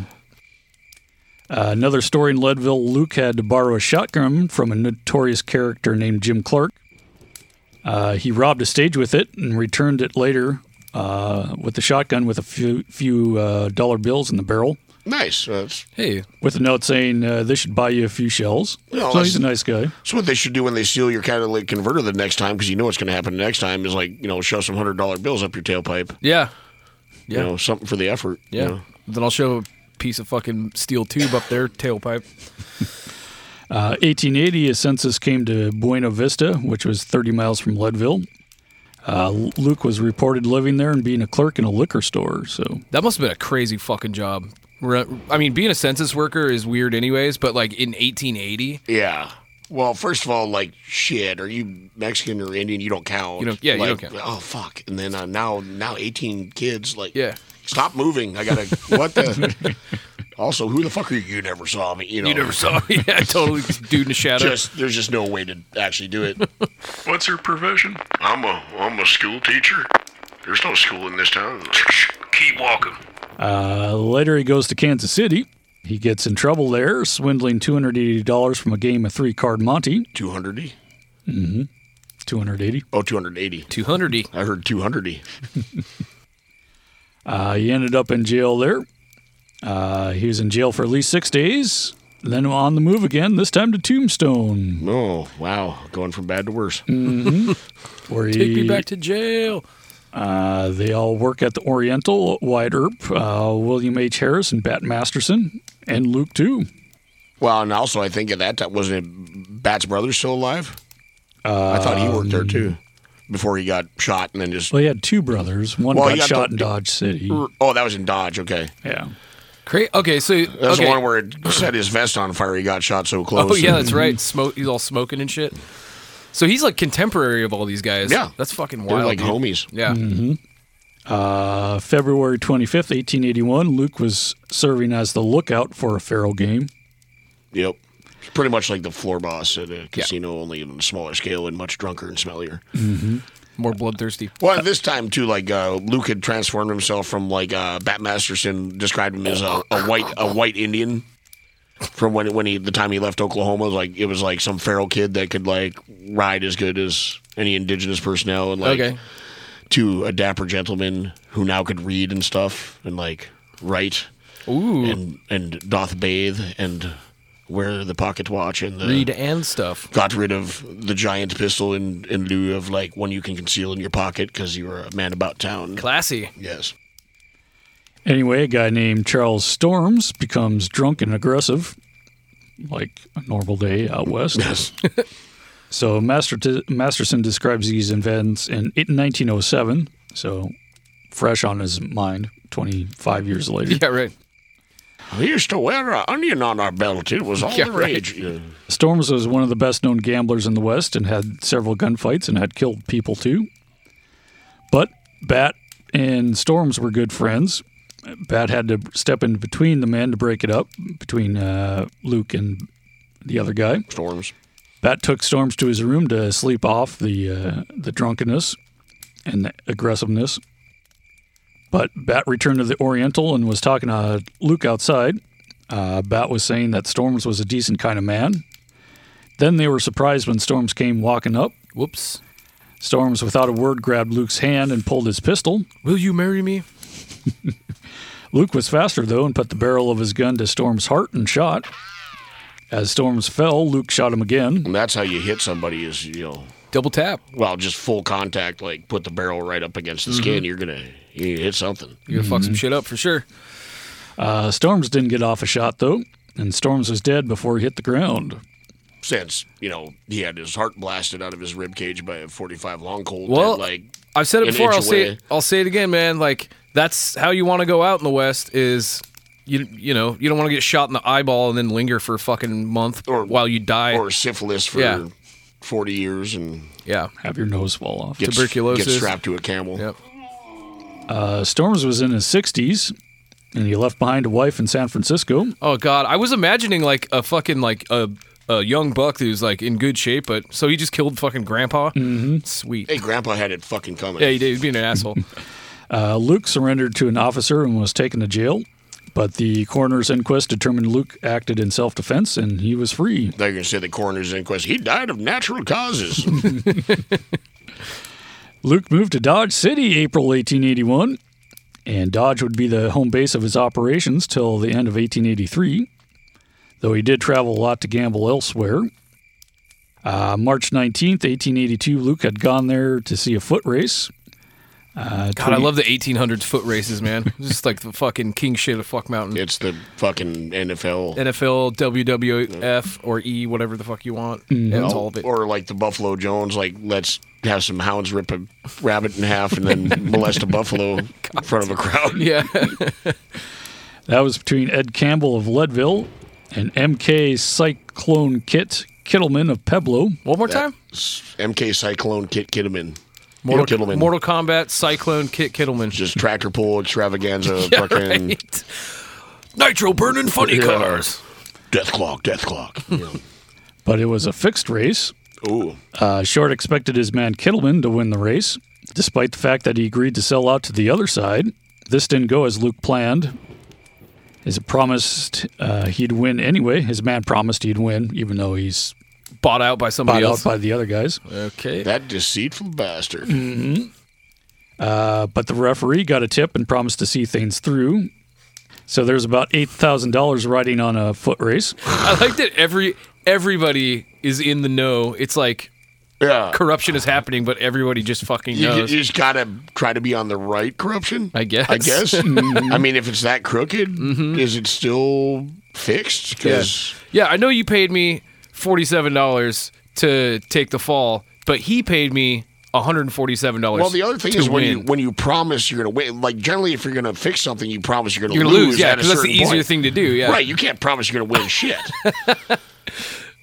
E: Uh, another story in Leadville Luke had to borrow a shotgun from a notorious character named Jim Clark. Uh, he robbed a stage with it and returned it later uh, with the shotgun with a few, few uh, dollar bills in the barrel
B: Nice. That's
A: Hey,
E: with a note saying uh, this should buy you a few shells.
B: No,
E: so
B: that's-
E: he's a nice guy.
B: That's what they should do when they steal your catalytic converter the next time, because you know what's going to happen next time is like you know shove some hundred dollar bills up your tailpipe,
A: yeah.
B: you know something for the effort. you
A: Yeah.
B: know.
A: Then I'll shove a piece of fucking steel tube up their tailpipe.
E: Uh, 1880, a census came to Buena Vista, which was 30 miles from Leadville. Uh, Luke was reported living there and being a clerk in a liquor store. So
A: That must have been a crazy fucking job. Re- I mean, being a census worker is weird, anyways. But like in 1880,
B: Yeah. Well, first of all, like shit, are you Mexican or Indian? You don't count.
A: You don't- yeah, you
B: Like,
A: don't count.
B: Oh fuck! And then uh, now, now eighteen kids. Like,
A: Yeah.
B: Stop moving! I gotta. what the? [laughs] Also, who the fuck are you? You never saw me. You know.
A: you never saw. [laughs] yeah,
B: [laughs]
A: totally, dude in the shadow.
B: Oh. Just there's just no way to actually do [laughs] it.
I: What's your profession?
B: I'm a I'm a school teacher. There's no school in this town.
I: [laughs] Keep walking.
E: Uh, later, he goes to Kansas City. He gets in trouble there, swindling $280 from a game of three card Monty.
B: Two hundred.
E: 280.
B: Oh, 280.
A: 200
B: I heard 200.
E: Uh, he ended up in jail there. Uh, he was in jail for at least six days. Then on the move again, this time to Tombstone,
B: Oh, wow. Going from bad to worse.
E: where he,
A: Take me back to jail.
E: uh, they all work at the Oriental, Wyatt Earp, uh, William H. Harris, and Bat Masterson, and Luke too.
B: Well, and also, I think at that time, wasn't it Bat's brother still alive? I thought he worked there too before he got shot and then just.
E: Well, he had two brothers. One
B: Well, he
E: got
B: got
E: shot
B: the-
E: in Dodge City.
B: Oh, that was in Dodge. Okay.
E: Yeah.
A: Cra- okay, so
B: That's
A: okay.
B: the one where it set his vest on fire. He got shot so close.
A: Oh yeah,
B: And-
A: that's right. Smoke. He's all smoking and shit. So he's like contemporary of all these guys.
B: Yeah.
A: that's fucking wild.
B: They're like Mm-hmm.
A: dude.
B: homies.
A: Yeah,
E: Uh, February 25th, 1881, Luke was serving as the lookout for a Faro game.
B: Yep. It's pretty much like the floor boss at a casino, only on a smaller scale and much drunker
A: [laughs]
B: and smellier.
A: more bloodthirsty.
B: Well, at this time too, like uh, Luke had transformed himself from like uh, Bat Masterson described him as a, a white a white Indian. From when when he the time he left Oklahoma, like it was like some feral kid that could like ride as good as any indigenous personnel, and like
A: okay,
B: to a dapper gentleman who now could read and stuff and like write
A: ooh,
B: and and doth bathe and wear the pocket watch and the
A: read and stuff.
B: got rid of the giant pistol in in lieu of like one you can conceal in your pocket because you were a man about town.
A: Classy.
B: Yes.
E: Anyway, a guy named Charles Storms becomes drunk and aggressive, like a normal day out west.
B: Yes.
E: So Master Masterson describes these events in 1907, so fresh on his mind 25 years later.
A: Yeah, right.
B: We used to wear an onion on our belt. It was all
A: Yeah,
B: the
A: right.
B: rage. Yeah.
E: Storms was one of the best known gamblers in the West and had several gunfights and had killed people too. But Bat and Storms were good friends. Bat had to step in between the men to break it up between uh, Luke and the other guy.
B: Storms.
E: Bat took Storms to his room to sleep off the uh, the drunkenness and the aggressiveness. But Bat returned to the Oriental and was talking to uh, Luke outside. Uh, Bat was saying that Storms was a decent kind of man. Then they were surprised when Storms came walking up.
A: Whoops.
E: Storms, without a word, grabbed Luke's hand and pulled his pistol.
A: Will you marry me?
E: Luke was faster, though, and put the barrel of his gun to Storms' heart and shot. As Storms fell, Luke shot him again.
B: And that's how you hit somebody is, you know,
A: Double tap.
B: well, just full contact, like put the barrel right up against the
A: Mm-hmm.
B: skin. You're going to you hit something.
A: You're gonna fuck some shit up for sure.
E: Uh, Storms didn't get off a shot though, and Storms was dead before he hit the ground.
B: Since, you know, he had his heart blasted out of his rib cage by a 45 long cold.
A: Well,
B: that, like,
A: I've said it
B: An
A: before.
B: inch
A: I'll say
B: away.
A: it, I'll say it again, man. Like that's how you want to go out in the West is. You, you know you don't want to get shot in the eyeball and then linger for a fucking month
B: Or-
A: while you die.
B: or syphilis for
A: Yeah.
B: 40 years and
A: yeah,
E: Have your nose fall off.
B: gets,
A: Tuberculosis.
B: gets strapped to a camel.
A: yep.
E: Uh, Storms was in his 60s, and he left behind a wife in San Francisco.
A: Oh god, I was imagining like a fucking like a a young buck who's like in good shape, but so he just killed fucking grandpa. Mm-hmm. Sweet.
B: Hey, Grandpa had it fucking coming.
A: Yeah, he did. He's being an asshole.
E: Uh, Luke surrendered to an officer and was taken to jail, but the coroner's inquest determined Luke acted in self-defense, and he was free.
B: They're going to say the coroner's inquest. He died of
A: [laughs]
B: natural causes.
E: Luke moved to Dodge City April 1881, and Dodge would be the home base of his operations till the end of 1883, though he did travel a lot to gamble elsewhere. Uh, March 19th, 1882, Luke had gone there to see a foot race. Uh,
A: God, I love the 1800s foot races, man. just like the fucking king shit of fuck mountain.
B: it's the fucking NFL.
A: NFL, WWF, or E, whatever the fuck you want.
E: Mm-hmm.
A: Yeah, it's all of it.
B: Or like the Buffalo Jones, like let's have some hounds rip a rabbit in half
A: [laughs]
B: and then molest a buffalo in front of a crowd.
A: yeah. [laughs]
E: That was between Ed Campbell of Leadville and MK Cyclone Kit Kittleman of Pueblo.
A: One more time.
B: MK Cyclone Kit Kitteman.
A: Mortal,
B: Kit Kittleman.
A: Mortal Kombat Cyclone Kit Kittleman. [laughs]
B: Just tractor pull extravaganza, fucking
A: Right. Nitro burning funny
B: Yeah.
A: cars.
B: death clock, death clock.
E: But it was a fixed race,
B: Ooh,
E: Uh, Short expected his man Kittleman to win the race, despite the fact that he agreed to sell out to the other side. This didn't go as Luke planned. As promised, uh, he'd win anyway. His man promised he'd win, even though he's
A: bought out by somebody
E: bought out
A: else.
E: by the other guys.
A: okay.
B: That deceitful bastard.
A: Mm.
E: Uh, but the referee got a tip and promised to see things through. So there's about eight thousand dollars riding on a foot race.
A: I like that every everybody is in the know. It's like
B: Yeah.
A: corruption is happening, but everybody just fucking
B: [laughs] You, you
A: knows.
B: just gotta try to be on the right corruption.
A: I guess. Mm-hmm. [laughs]
B: I guess. I mean, if it's that crooked, is it still fixed? Because
A: yeah, I know you paid me forty seven dollars to take the fall, but he paid me one hundred and forty seven dollars.
B: well, the other thing
A: to
B: is when
A: win.
B: you when you promise you're gonna win. Like generally, if you're gonna fix something, you promise you're gonna
A: you're gonna
B: lose.
A: lose, yeah,
B: at a
A: because that's the
B: certain
A: easier
B: point.
A: thing to do. Yeah,
B: Right. You can't promise
A: [laughs]
B: you're gonna win shit.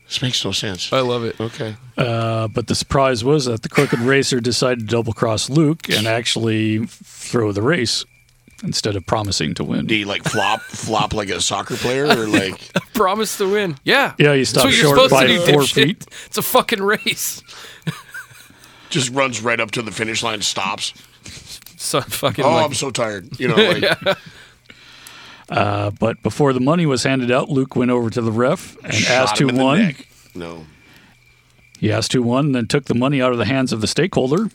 B: this makes no sense.
A: I love it.
B: Okay.
E: Uh, but the surprise was that the crooked racer decided to double cross Luke and actually throw the race instead of promising to win.
B: Do you like flop flop like a soccer player or like?
A: Promise to win. Yeah,
E: Yeah, you
A: That's
E: stop
A: what you're
E: short
A: supposed to
E: by
A: do,
E: four
A: dipshit.
E: feet.
A: It's a fucking race.
B: just runs right up to the finish
A: [laughs]
B: line, stops.
A: [laughs] So fucking.
B: Oh,
A: like-
B: I'm so
A: [laughs]
B: tired. You know, like,
E: Uh, but before the money was handed out, Luke went over to the ref and
B: shot
E: asked
B: him
E: who
B: in the
E: won.
B: neck. No,
E: He asked who won, then took the money out of the hands of the stakeholder.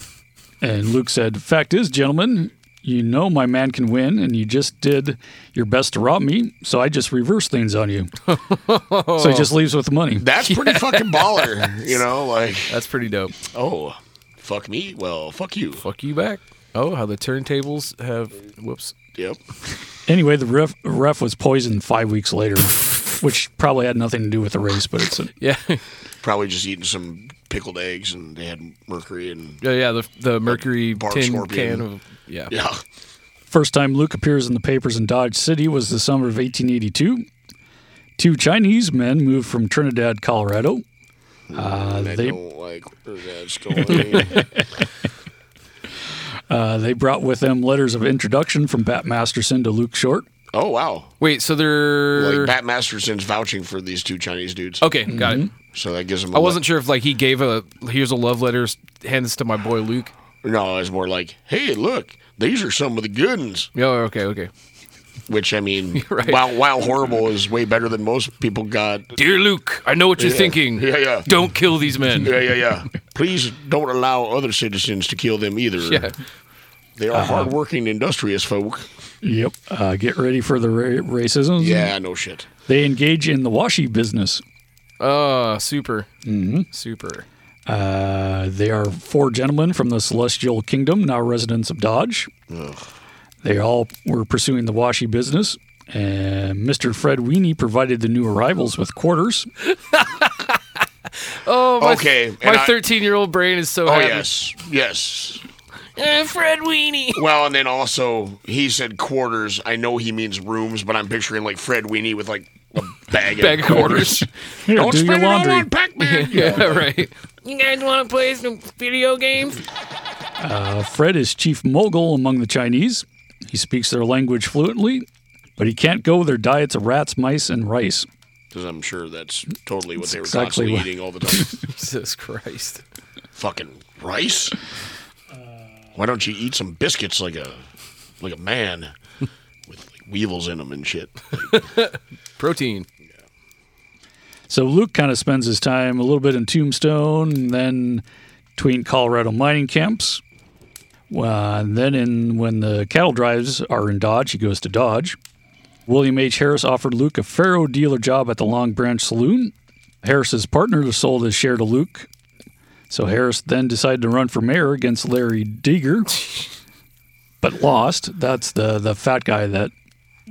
E: And Luke said, Fact is, gentlemen, you know my man can win, and you just did your best to rob me, so I just reverse things
B: [laughs]
E: on you. so he just leaves with the money.
B: that's
A: [laughs]
B: pretty fucking baller. You know, like
A: that's pretty dope.
B: oh, fuck me. Well, fuck you.
A: Fuck you back. Oh, how the turntables have. Whoops. [laughs]
B: Yep.
E: Anyway, the ref, ref was poisoned five weeks later, which probably had nothing to do with the race, but it's a,
A: Yeah, yeah,
B: Probably just eating some pickled eggs, and they had mercury and
A: yeah. The the mercury
B: Barb
A: tin
B: scorpion.
A: can of yeah.
B: yeah.
E: First time Luke appears in the papers in Dodge City was the summer of 1882. Two Chinese men moved from Trinidad, Colorado. Uh,
B: I
E: they,
B: don't like where
A: [laughs]
B: that's going.
E: uh, they brought with them letters of introduction from Bat Masterson to Luke Short.
B: oh wow,
A: Wait, so they're
B: like Bat Masterson's vouching for these two Chinese dudes.
A: okay. Got it.
E: Mm-hmm.
B: So that gives them.
A: I wasn't sure if like he gave a here's a love letter hands to my boy Luke.
B: No, it's more like, hey, look, these are some of the good ones.
A: Yeah. Okay. Okay.
B: Which
A: [laughs]
B: I mean,
A: right.
B: while while horrible is way better than most people got.
A: Dear Luke, I know what you're thinking.
B: Yeah, yeah.
A: Don't kill these men.
B: Yeah,
A: [laughs]
B: yeah, yeah. Please don't allow other citizens to kill them either.
A: Yeah.
B: They are hardworking, industrious folk.
E: Yep. Uh, get ready for the ra- racism.
B: Yeah, no shit.
E: They engage in the washi business.
A: Oh, super.
E: Mm-hmm.
A: Super.
E: Uh, they are four gentlemen from the Celestial Kingdom, now residents of Dodge. They all were pursuing the washi business, and Mr. Fred Weenie provided the new arrivals with quarters.
A: Oh, my,
B: Okay, and
A: My
B: I-
A: 13 year old brain is so
B: Oh
A: happy.
B: yes, yes.
A: Eh, Fred Weenie.
B: Well, and then also he said quarters. I know he means rooms, but I'm picturing like Fred Weenie with like a
A: [laughs]
B: bag,
A: Bag
B: of
A: of
B: quarters.
E: Here,
B: don't
E: do your
B: spend it all
E: laundry.
B: on Pac-Man.
A: [laughs] Yeah,
E: [laughs]
A: right. You guys want to play some video games?
E: Uh, Fred is chief mogul among the Chinese. He speaks their language fluently, but he can't go with their diets of rats, mice, and rice.
B: Because I'm sure that's totally what they were
E: exactly
B: constantly
E: what-
B: eating all the
A: [laughs] [laughs]
B: time.
A: Jesus Christ.
B: fucking rice? Why don't you eat some biscuits like a like a man with like weevils in them and shit?
A: Protein.
E: So Luke kind of spends his time a little bit in Tombstone, and then between Colorado mining camps. Uh, and then in, when the cattle drives are in Dodge, he goes to Dodge. William H. Harris offered Luke a faro dealer job at the Long Branch Saloon. Harris's partner sold his share to Luke. So Harris then decided to run for mayor against Larry Deeger, but lost. That's the, the fat guy that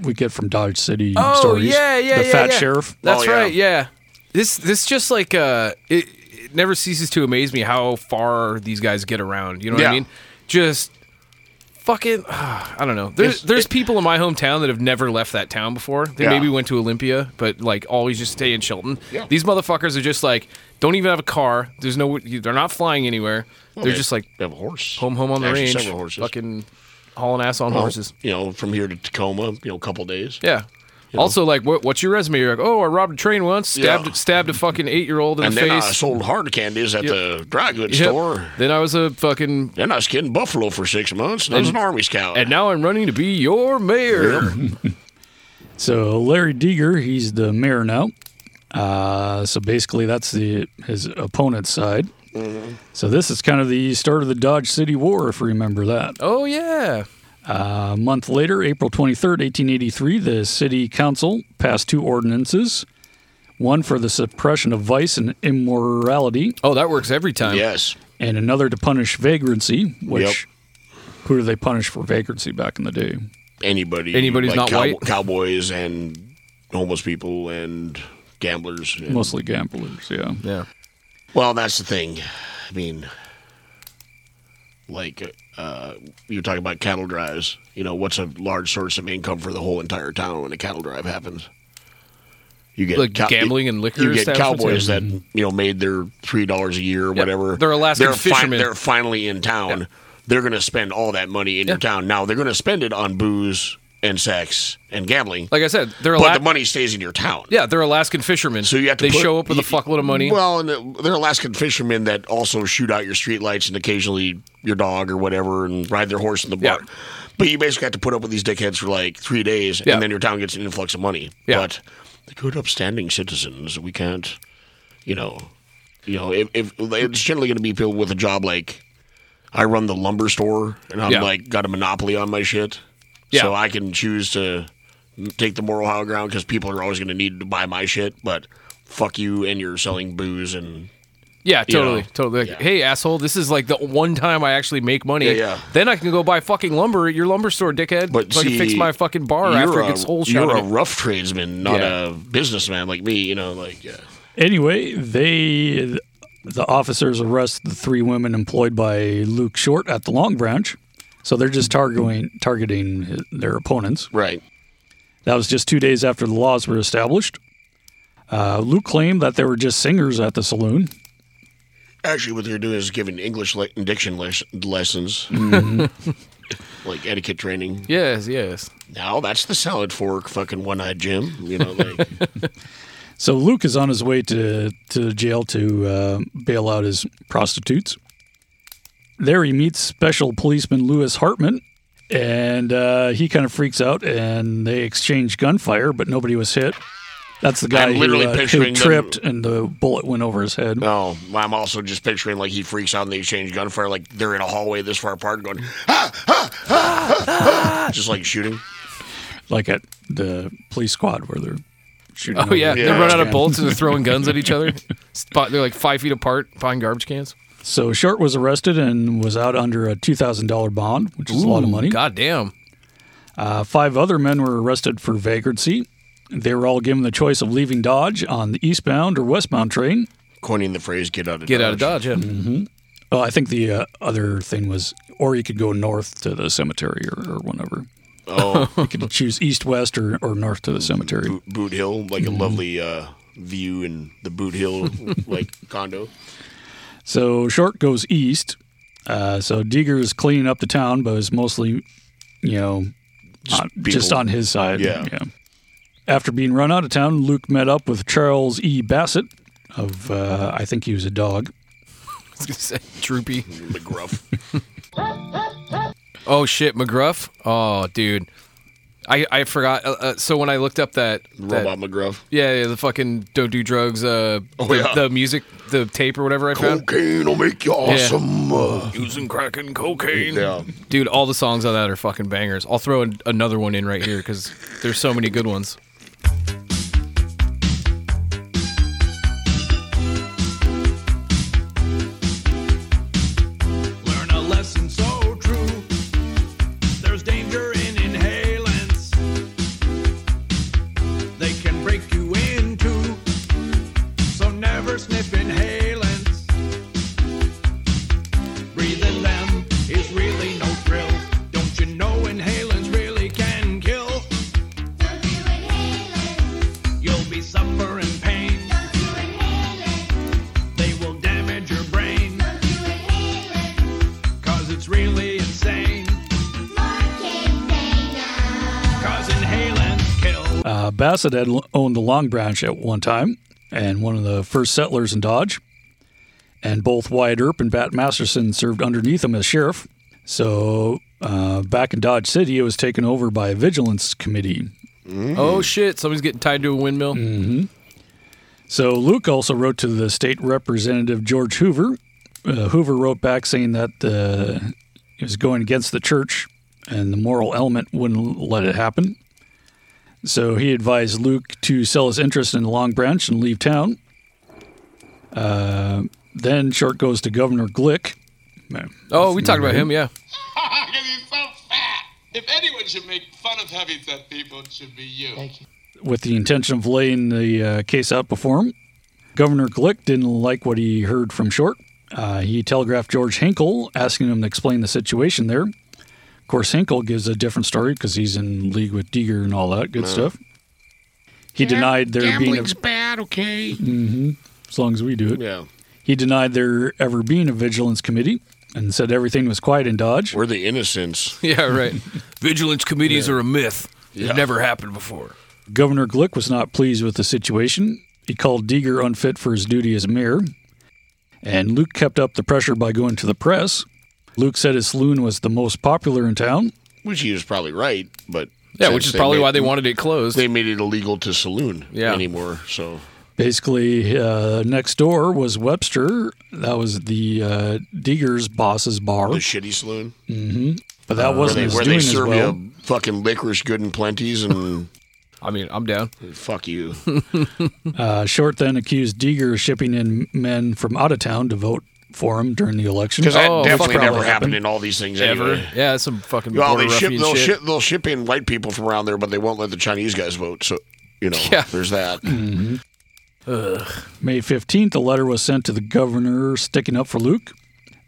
E: we get from Dodge City
A: Oh,
E: stories. The fat sheriff.
A: That's
B: Oh, yeah.
A: right. Yeah. This this just like uh, it, it never ceases to amaze me how far these guys get around. You know what
B: Yeah.
A: I mean? Just fucking. [sighs] I don't know. There's there's people in my hometown that have never left that town before. They
B: Yeah.
A: maybe went to Olympia, but like always just stay in Shelton.
B: Yeah.
A: These motherfuckers are just like don't even have a car. There's no. They're not flying anywhere. they're
B: They
A: just like
B: have a horse.
A: home home on the
B: Actually,
A: range.
B: Several horses.
A: Fucking hauling ass on
B: Well,
A: horses.
B: You know, from here to Tacoma, you know, a couple days.
A: Yeah. Also, like, what, what's your resume? You're like, oh, I robbed a train once, stabbed
B: Yeah.
A: stabbed a fucking eight year old in
B: And
A: the
B: then I
A: face.
B: sold hard candies at the dry goods
A: Yep.
B: store.
A: Then I was a fucking,
B: Then I skinned buffalo for six months. And I was an army scout.
A: and now I'm running to be your mayor.
E: So Larry Deeger, he's the mayor now. Uh, so basically, that's the his opponent's side. So this is kind of the start of the Dodge City War, if you remember that.
A: Oh yeah.
E: A month later, April 23rd, 1883, the city council passed two ordinances one for the suppression of vice and immorality,
A: Oh, that works every time.
B: Yes.
E: and another to punish vagrancy, which who do they punish for vagrancy back in the day?
B: Anybody.
A: Anybody's
B: like
A: not
B: cow-
A: white?
B: Cowboys and homeless people and gamblers. and-
E: Mostly gamblers, yeah.
A: Yeah.
B: Well, that's the thing. I mean, like uh, you're talking about cattle drives. You know, what's a large source of income for the whole entire town when a cattle drive happens? You get
A: Like gambling
B: you-
A: and liquor
B: You get
A: establishments? Mm-hmm.
B: cowboys that you know made their three dollars a year or whatever.
A: They're Alaskan fishermen.
B: they're finally in town. They're going to spend all that money in your town. Now they're going to spend it on booze and sex and gambling,
A: Like I said, they're
B: but
A: Ala-
B: the money stays in your town.
A: Yeah, they're Alaskan fishermen.
B: So you have to
A: They
B: put-
A: show up with a fuckload of money.
B: Well, and they're Alaskan fishermen that also shoot out your streetlights and occasionally your dog or whatever and ride their horse in the
A: Yeah.
B: bar. But you basically have to put up with these dickheads for like three days
A: Yeah.
B: and then your town gets an influx of money.
A: Yeah.
B: But the good upstanding citizens, we can't, you know, you know, if, if it's generally going to be people with a job like I run the lumber store and I'm
A: Yeah.
B: like got a monopoly on my shit.
A: Yeah.
B: So I can choose to take the moral high ground because people are always going to need to buy my shit, but fuck you and you're selling booze and
A: yeah,
B: you
A: totally,
B: know,
A: totally. Like,
B: yeah.
A: Hey, asshole, this is like the one time I actually make money.
B: Yeah, yeah.
A: Then I can go buy fucking lumber at your lumber store, dickhead.
B: but
A: so I
B: see,
A: can fix my fucking bar after
B: you're
A: it
B: a,
A: gets whole shot.
B: You're a
A: in it.
B: rough tradesman, not
A: Yeah.
B: a businessman like me. You know, like yeah,
E: Anyway, they the officers arrest the three women employed by Luke Short at the Long Branch. So they're just targeting targeting hi- their opponents.
B: right.
E: That was just two days after the laws were established. Uh, Luke claimed that they were just singers at the saloon.
B: Actually, what they're doing is giving English le- diction les- lessons,
A: Mm-hmm.
B: [laughs] like etiquette training.
A: Yes, yes.
B: Now that's the salad fork, fucking one-eyed Jim. You know, like
E: So Luke is on his way to to jail to uh, bail out his prostitutes. There he meets Special Policeman Lewis Hartman, and uh, he kind of freaks out, and they exchange gunfire, but nobody was hit. That's the guy
B: I'm
E: who,
B: literally
E: uh, who
B: picturing them-
E: tripped, and the bullet went over his head.
B: No, I'm also just picturing like he freaks out and they exchange gunfire, like they're in a hallway this far apart, going ah, ah, ah, ah, ah," just like shooting.
E: Like at the police squad where they're shooting.
A: Oh yeah, they
B: Yeah.
A: run out of bullets and they're throwing guns at each other. Spot, they're like five feet apart behind garbage cans.
E: So Short was arrested and was out under a two thousand dollar bond, which is a lot of money.
A: God damn.
E: Uh, five other men were arrested for vagrancy. They were all given the choice of leaving Dodge on the eastbound or westbound train.
B: Coining the phrase "get out of
A: Get
B: dodge.
A: out of dodge. Yeah.
E: Oh, I think the uh, other thing was, or you could go north to the cemetery or, or whatever.
B: Oh,
A: [laughs]
B: [laughs]
E: You could choose east, west, or, or north to the cemetery.
B: Boot, Boot Hill, like a lovely uh, view in the Boot Hill like condo.
E: So Short goes east. Uh, so Deeger is cleaning up the town, but is mostly, you know,
B: Just
E: on-
B: people.
E: just on his side.
B: Yeah.
E: After being run out of town, Luke met up with Charles E. Bassett of, uh, I think he was a dog.
A: [laughs] I was gonna say droopy.
B: McGruff.
A: Oh shit, McGruff. Oh dude, I I forgot. Uh, uh, so when I looked up that, [laughs] that-
B: Robot McGruff.
A: yeah, yeah, the fucking don't do drugs. Uh,
B: Oh,
A: the,
B: yeah.
A: the music, the tape or whatever I found.
B: Cocaine will make you awesome. uh,
A: Using crack and cocaine.
B: yeah.
A: Dude, all the songs on that are fucking bangers. I'll throw an, another one in right here because there's so many good ones.
C: Learn a lesson so true. There's danger in inhalants. They can break you in two. So never sniff inhalants. Breathing them is really no thrill. Don't you know inhalants really can kill?
J: Don't do inhalants.
C: You'll be suffering pain.
J: Don't do inhalants.
C: They will damage your brain.
J: Don't do inhalants.
C: Cause it's really insane.
J: More kids say no.
C: Cause inhalants kill.
E: Uh, Bassett had l- owned the Long Branch at one time and one of the first settlers in Dodge. And both Wyatt Earp and Bat Masterson served underneath him as sheriff. So uh, back in Dodge City, it was taken over by a vigilance committee.
B: Mm.
A: Oh shit, somebody's getting tied to a windmill.
E: So Luke also wrote to the state representative George Hoover. Uh, Hoover wrote back saying that uh, it was going against the church and the moral element wouldn't let it happen. So he advised Luke to sell his interest in Long Branch and leave town. Uh, then Short goes to Governor Glick. Uh,
A: Oh, we talked about him. Yeah.
K: Because he's so fat. If anyone should make fun of heavyset people, it should be you. Thank you.
E: with the intention of laying the uh, case out before him. Governor Glick didn't like what he heard from Short. Uh, he telegraphed George Hinkle, asking him to explain the situation there. Of course, Hinkle gives a different story because he's in league with Deeger and all that good stuff. He denied there being a,
B: Gambling's bad, okay?
E: hmm as long as we do it.
B: Yeah.
E: He denied there ever being a vigilance committee and said everything was quiet in Dodge.
B: We're the innocents.
A: [laughs] Yeah. Right. Vigilance committees are a myth. It never happened before.
E: Governor Glick was not pleased with the situation. He called Deeger unfit for his duty as mayor, and Luke kept up the pressure by going to the press. Luke said his saloon was the most popular in town.
B: Which he was probably right, but.
A: Yeah, which
B: since
A: is probably
B: made-
A: why they wanted it closed.
B: They made it illegal to saloon
A: Yeah.
B: anymore, so.
E: Basically, uh, next door was Webster. That was the uh, Deeger's boss's bar,
B: The shitty saloon.
E: but that
B: Where
E: wasn't
B: they,
E: his
B: where
E: doing
B: they
E: as
B: serve
E: well.
B: you fucking licorice good and plenties and [laughs]
A: I mean, I'm down.
B: fuck you.
E: Uh, Short then accused Deeger of shipping in men from out of town to vote for him during the election.
B: Because that
A: Oh, that's
B: definitely
E: probably
B: never happened
E: happened.
B: in all these things
A: Ever.
B: Anyway.
A: Yeah. That's some fucking.
B: Well,
A: border
B: they ship,
A: ruffian
B: they'll
A: shit.
B: ship, they'll ship in white people from around there, but they won't let the Chinese guys vote. So you know,
A: Yeah.
B: there's that.
E: May 15th, a letter was sent to the governor sticking up for Luke.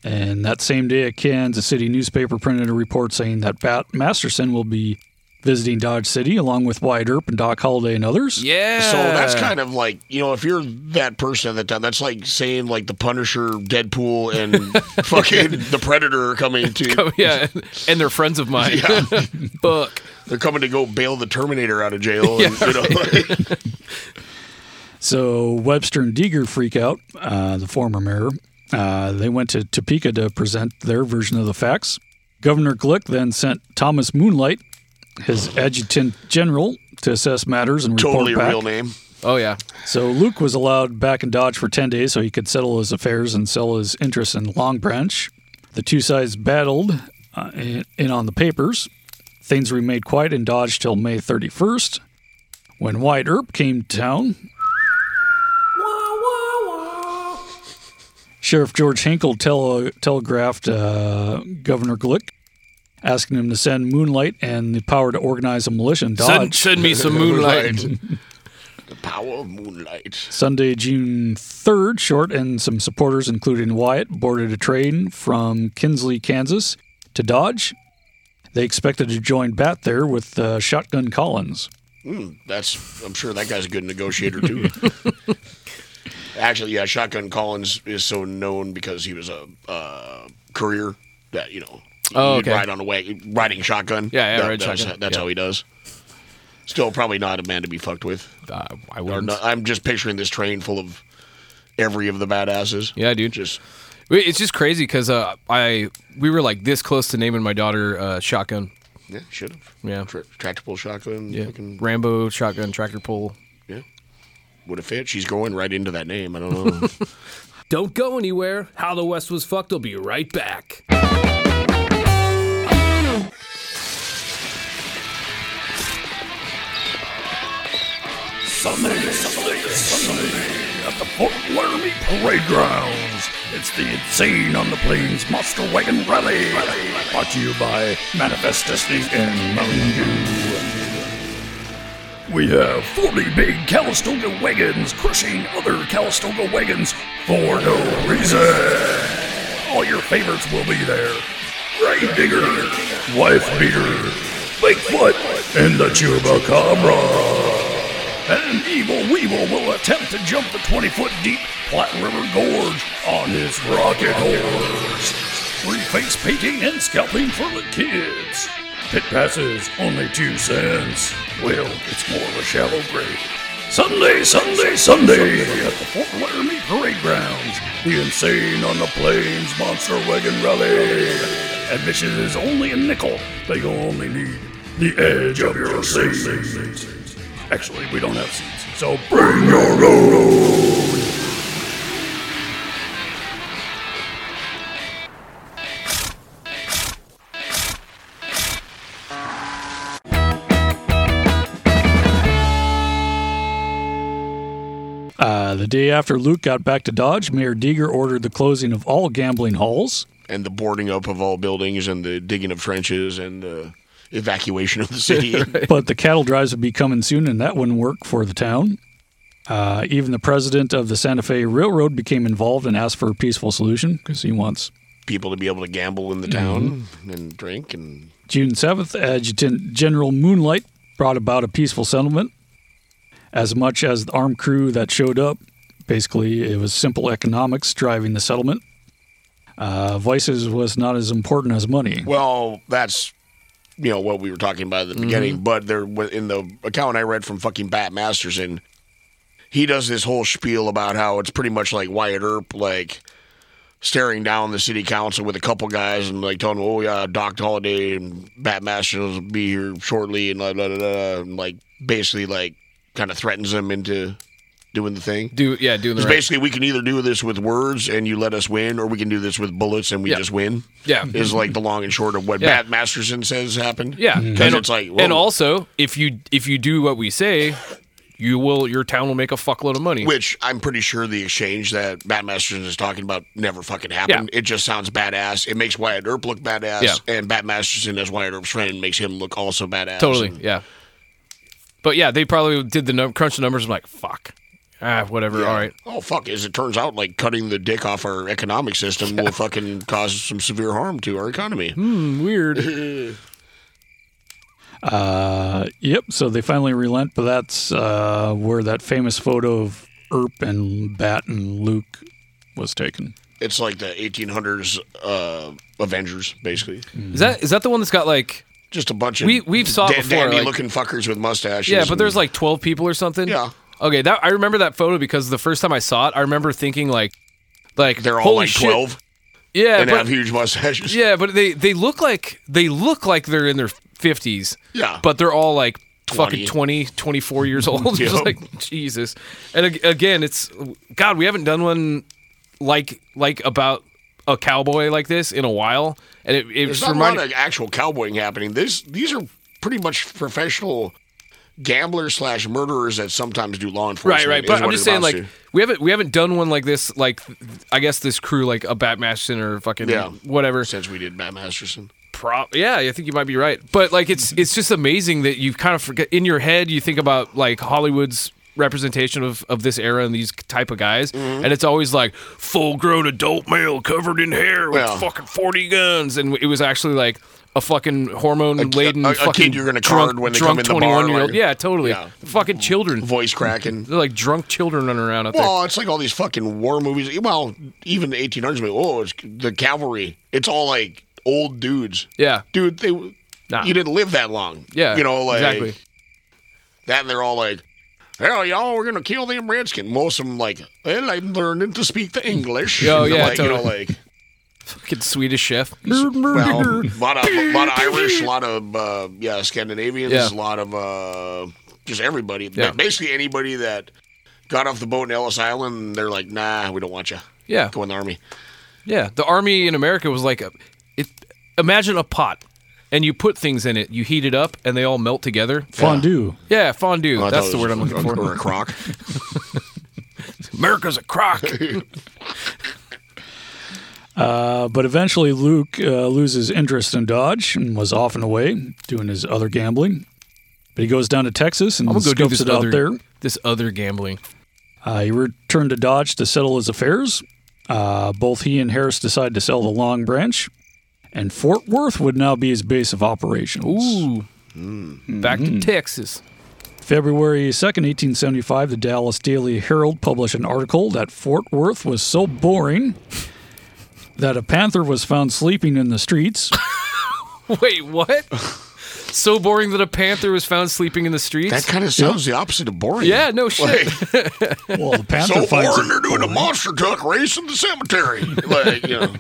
E: And that same day, a Kansas City newspaper printed a report saying that Pat Masterson will be visiting Dodge City along with Wyatt Earp and Doc Holliday and others.
A: Yeah.
B: So that's
A: [laughs]
B: kind of like you know, if you're that person at the time, that's like saying like the Punisher, Deadpool, and fucking the Predator are coming to
A: Oh, yeah, and they're friends of mine. [laughs] Fuck.
B: they're coming to go bail the Terminator out of jail. And, you know, [laughs]
E: So Webster and Deeger freak out, uh, the former mayor. Uh, they went to Topeka to present their version of the facts. Governor Glick then sent Thomas Moonlight, his adjutant general, to assess matters and report
B: totally a
E: back.
B: real name.
A: Oh yeah.
E: So Luke was allowed back in Dodge for 10 days so he could settle his affairs and sell his interests in Long Branch. The two sides battled uh, in in on the papers. Things remained quiet in Dodge till May 31st when White Earp came to town. Sheriff George Hinkle tele- telegraphed uh, Governor Glick asking him to send Moonlight and the power to organize a militia in
A: Send,
E: Dodge.
A: send me
B: [laughs]
A: some moonlight.
B: The power of moonlight.
E: Sunday, June 3rd, Short and some supporters, including Wyatt, boarded a train from Kinsley, Kansas to Dodge. They expected to join Bat there with uh, Shotgun Collins.
B: That's I'm sure that guy's a good negotiator
A: [laughs]
B: too. Actually, yeah, Shotgun Collins is so known because he was a uh, career that you know
A: Oh,
B: he'd
A: okay.
B: ride on a wagon, riding shotgun.
A: Yeah, yeah,
B: That-
A: ride
B: that's,
A: shotgun,
B: That's
A: yeah.
B: how he does. Still, probably not a man to be fucked with.
A: Uh, I
B: Or
A: wouldn't.
B: not, I'm just picturing this train full of every of the badasses.
A: Yeah, dude.
B: Just
A: Wait, It's just crazy because uh, I we were like this close to naming my daughter uh, shotgun.
B: yeah, should have
A: Yeah.
B: Tra- tractable shotgun.
A: Yeah.
B: fucking-
A: Rambo shotgun tractor pull.
B: yeah. Would have fit. She's going right into that name. I
A: [laughs]
B: don't know.
L: Don't go anywhere. How the West was fucked. I'll be right back.
M: Sunday, Sunday, Sunday at the Fort Laramie Parade Grounds. It's the Insane on the Plains Monster Wagon Rally, brought to you by Manifest Destiny and Mountain Dew. We have 40 big Calistoga wagons crushing other Calistoga wagons for no reason. All your favorites will be there. Grave Digger, Wife Beater, Bigfoot, and the Chupacabra. An evil weevil will attempt to jump the 20 foot deep Platte River Gorge on his rocket horse. Free face painting and scalping for the kids. Pit passes only two cents. Well, it's more of a shallow grave. Sunday, Sunday, Sunday at the Fort Laramie Parade Grounds. The Insane on the Plains Monster Wagon Rally. Admission is only a nickel, but you'll only need the edge of your seat. Actually, we don't have seats, so bring your own.
E: Uh, the day after Luke got back to Dodge, Mayor Deeger ordered the closing of all gambling halls.
B: and the boarding up of all buildings and the digging of trenches and the evacuation of the city.
E: but the cattle drives would be coming soon, and that wouldn't work for the town. Uh, even the president of the Santa Fe Railroad became involved and asked for a peaceful solution because he wants.
B: People to be able to gamble in the town and drink and
E: June 7th, Adjutant General Moonlight brought about a peaceful settlement. As much as the armed crew that showed up, basically it was simple economics driving the settlement. Uh, vices was not as important as money.
B: well, that's you know what we were talking about at the
A: Mm-hmm.
B: beginning. But there wa- in the account I read from fucking Bat Masterson, he does this whole spiel about how it's pretty much like Wyatt Earp, like staring down the city council with a couple guys and like telling them, "Oh yeah, Doc Holliday and Bat Masterson will be here shortly," and blah, blah, blah, blah, and like basically like kind of threatens them into doing the thing.
A: Do yeah, doing the
B: It's
A: right.
B: basically we can either do this with words and you let us win, or we can do this with bullets and we
A: Yeah.
B: just win.
A: Yeah.
B: is like the long and short of what
A: Yeah.
B: Bat Masterson says happened.
A: Yeah,
B: because it's like well,
A: and also if you if you do what we say, you will your town will make a fuckload of money.
B: which I'm pretty sure the exchange that Bat Masterson is talking about never fucking happened. It just sounds badass. It makes Wyatt Earp look badass,
A: Yeah.
B: and Bat Masterson as Wyatt Earp's friend makes him look also badass.
A: totally,
B: And
A: yeah. But yeah, they probably did the num- crunch the numbers. and like fuck, ah, whatever. All right,
B: Oh fuck! As it turns out, like cutting the dick off our economic system will fucking cause some severe harm to our economy.
A: Hmm, weird.
B: Mm-hmm.
E: Uh, yep. So they finally relent, but that's uh, where that famous photo of Erp and Bat and Luke was taken.
B: It's like the 1800s uh, Avengers, basically.
A: is that is that the one that's got like
B: just a bunch of
A: Hmm. we we've saw it
B: da-
A: before
B: dandy
A: like-
B: looking fuckers with mustaches.
A: Yeah, but there's
B: and-
A: like 12 people or something. Yeah. Okay, that I remember that photo because the first time I saw it, I remember thinking like, like
B: they're all
A: holy
B: like
A: shit.
B: 12.
A: Yeah,
B: and
A: but-
B: have huge mustaches.
A: Yeah, but they they look like they look like they're in their 50s.
B: Yeah.
A: but they're all like
B: 20.
A: fucking 20, 24
B: [laughs]
A: years old. [laughs] It's
B: Yep.
A: Just like Jesus. And ag- again, it's God. We haven't done one like like about a cowboy like this in a while, and it
B: [laughs] There's
A: it's
B: not
A: reminding
B: a lot of actual cowboying happening. This these are pretty much professional gamblers slash murderers that sometimes do law enforcement.
A: Right, right.
B: is
A: But I'm
B: what
A: just
B: it
A: saying,
B: amounts
A: like, we haven't we haven't done one like this. Like, I guess this crew, like a Bat Masterson or fucking
B: to. yeah,
A: whatever.
B: Since we did Matt Masterson,
A: Pro- yeah, I think you might be right. But like, it's it's just amazing that you kind of forget in your head. You think about like Hollywood's representation of, of this era and these type of guys,
B: Mm-hmm.
A: and it's always like full grown adult male covered in hair with
B: Well.
A: fucking forty guns, and it was actually like. A fucking hormone laden
B: a- a
A: fucking
B: kid you're gonna
A: drunk,
B: card when they
A: drunk
B: come in the bar,
A: 21 year old.
B: like-
A: yeah, totally.
B: Yeah.
A: Fucking children.
B: voice
A: [laughs]
B: cracking.
A: They're like drunk children running around out there.
B: Well, it's like all these fucking war movies. Well, even the 1800s. movie, Oh, it's the cavalry. It's all like old dudes.
A: Yeah.
B: dude, they you didn't live that long.
A: Yeah,
B: you know, like
A: exactly.
B: that. And they're all like, "Hell, y'all, we're gonna kill them redskin." Most of them like, "Well, I'm learning to speak the English."
A: Oh,
B: And they're
A: yeah,
B: like, you know,
A: totally.
B: like
A: Fucking Swedish chef.
B: well, a lot of a lot of Irish, a lot of uh, yeah, Scandinavians,
A: Yeah.
B: a lot of uh, just everybody.
A: Yeah.
B: Basically, anybody that got off the boat in Ellis Island, they're like, "Nah, we don't want you."
A: Yeah.
B: go in the army.
A: Yeah, the army in America was like, a, it, imagine a pot, and you put things in it, you heat it up, and they all melt together.
E: Fondue.
A: Yeah, fondue.
B: Oh, I
A: That's
B: thought
A: the
B: it
A: word
B: was
A: I'm looking
B: a-
A: for.
B: Or a [laughs] crock.
A: [laughs] America's a
B: [laughs]
A: crock.
E: Uh, but eventually, Luke uh, loses interest in Dodge and was off and away doing his other gambling. But he goes down to Texas and
A: I'm gonna go do
E: scopes
A: this
E: it out
A: other,
E: there.
A: this other gambling.
E: Uh, he returned to Dodge to settle his affairs. Uh, both he and Harris decide to sell the Long Branch, and Fort Worth would now be his base of operations.
B: Mm.
A: Ooh, back to
E: Mm.
A: Texas. [laughs]
E: February 2nd, 1875, the Dallas Daily Herald published an article that Fort Worth was so boring that a panther was found sleeping in the streets.
A: Wait,
B: [laughs]
A: what? so boring that a panther was found sleeping in the streets.
B: That kind of sounds the opposite of boring.
A: Yeah, no shit.
E: well,
A: [laughs]
E: the panther
B: So
E: finds
B: boring,
E: it
B: they're doing a monster truck race in the [laughs] cemetery. like, you know,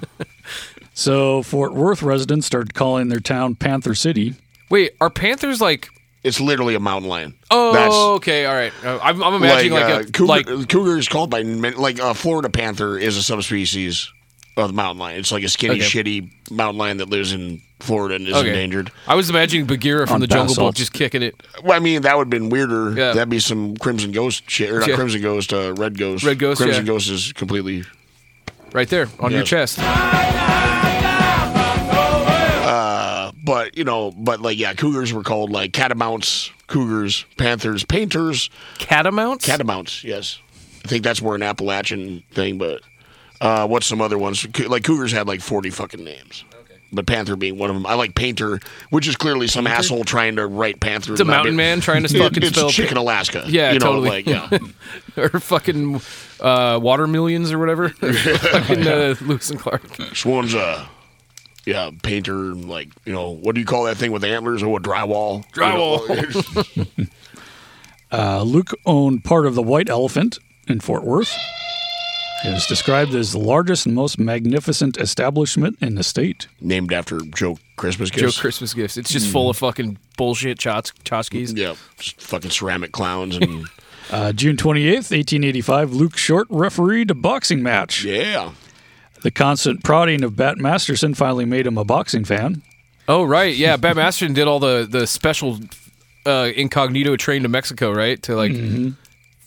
E: So Fort Worth residents started calling their town Panther City.
A: Wait, are panthers like
B: It's literally a mountain lion.
A: Oh,
B: That's-
A: okay, all right. Uh, I'm, I'm imagining like,
B: uh,
A: a
B: cougar,
A: like
B: cougar is called by men- like uh, Florida panther is a subspecies of the mountain lion. It's like a skinny,
A: Okay.
B: shitty mountain lion that lives in Florida and is
A: okay.
B: endangered.
A: I was imagining Bagheera from
B: On
A: the Jungle Book
B: basalts.
A: just kicking it.
B: Well, I mean, that would have been weirder.
A: Yeah.
B: That'd be some Crimson Ghost shit, or not
A: Yeah.
B: Crimson Ghost, uh, Red Ghost.
A: Red Ghost,
B: Crimson
A: yeah.
B: Ghost is completely
A: right there on your
B: Yes.
A: chest.
B: Uh, but you know, but like yeah, cougars were called like catamounts, cougars, panthers, painters.
A: Catamounts.
B: Catamounts. Yes, I think that's more an Appalachian thing. But uh, what's some other ones? Co- Like cougars had like forty fucking names. But Panther being one of them. I like Painter, which is clearly some asshole trying to write Panther.
A: It's a
B: and not
A: mountain
B: be-
A: man
B: [laughs]
A: trying to
B: It-
A: fucking
B: it's
A: spell
B: Chicken Alaska.
A: Yeah,
B: you know,
A: totally. [laughs]
B: like yeah.
A: or fucking uh, water millions or
E: [laughs]
A: whatever. [laughs] fucking uh, Lewis and Clark.
B: Swan's a uh, yeah painter. Like you know, what do you call that thing with antlers? Oh, a drywall. You know, [laughs]
E: Uh, Luke owned part of the White Elephant in Fort Worth. It is described as the largest and most magnificent establishment in the state.
B: Named after Joe Christmas
A: Joe Christmas gifts. It's just
E: Mm.
A: full of fucking bullshit chots, Chotskis.
E: Mm-hmm.
B: Yeah, just fucking ceramic clowns and [laughs]
E: Uh, June 28th, 1885, Luke Short refereed a boxing match.
B: Yeah.
E: The constant prodding of Bat Masterson finally made him a boxing fan.
A: Oh right, yeah. Bat Masterson did all the the special uh, incognito train to Mexico, right? To like
E: Mm-hmm.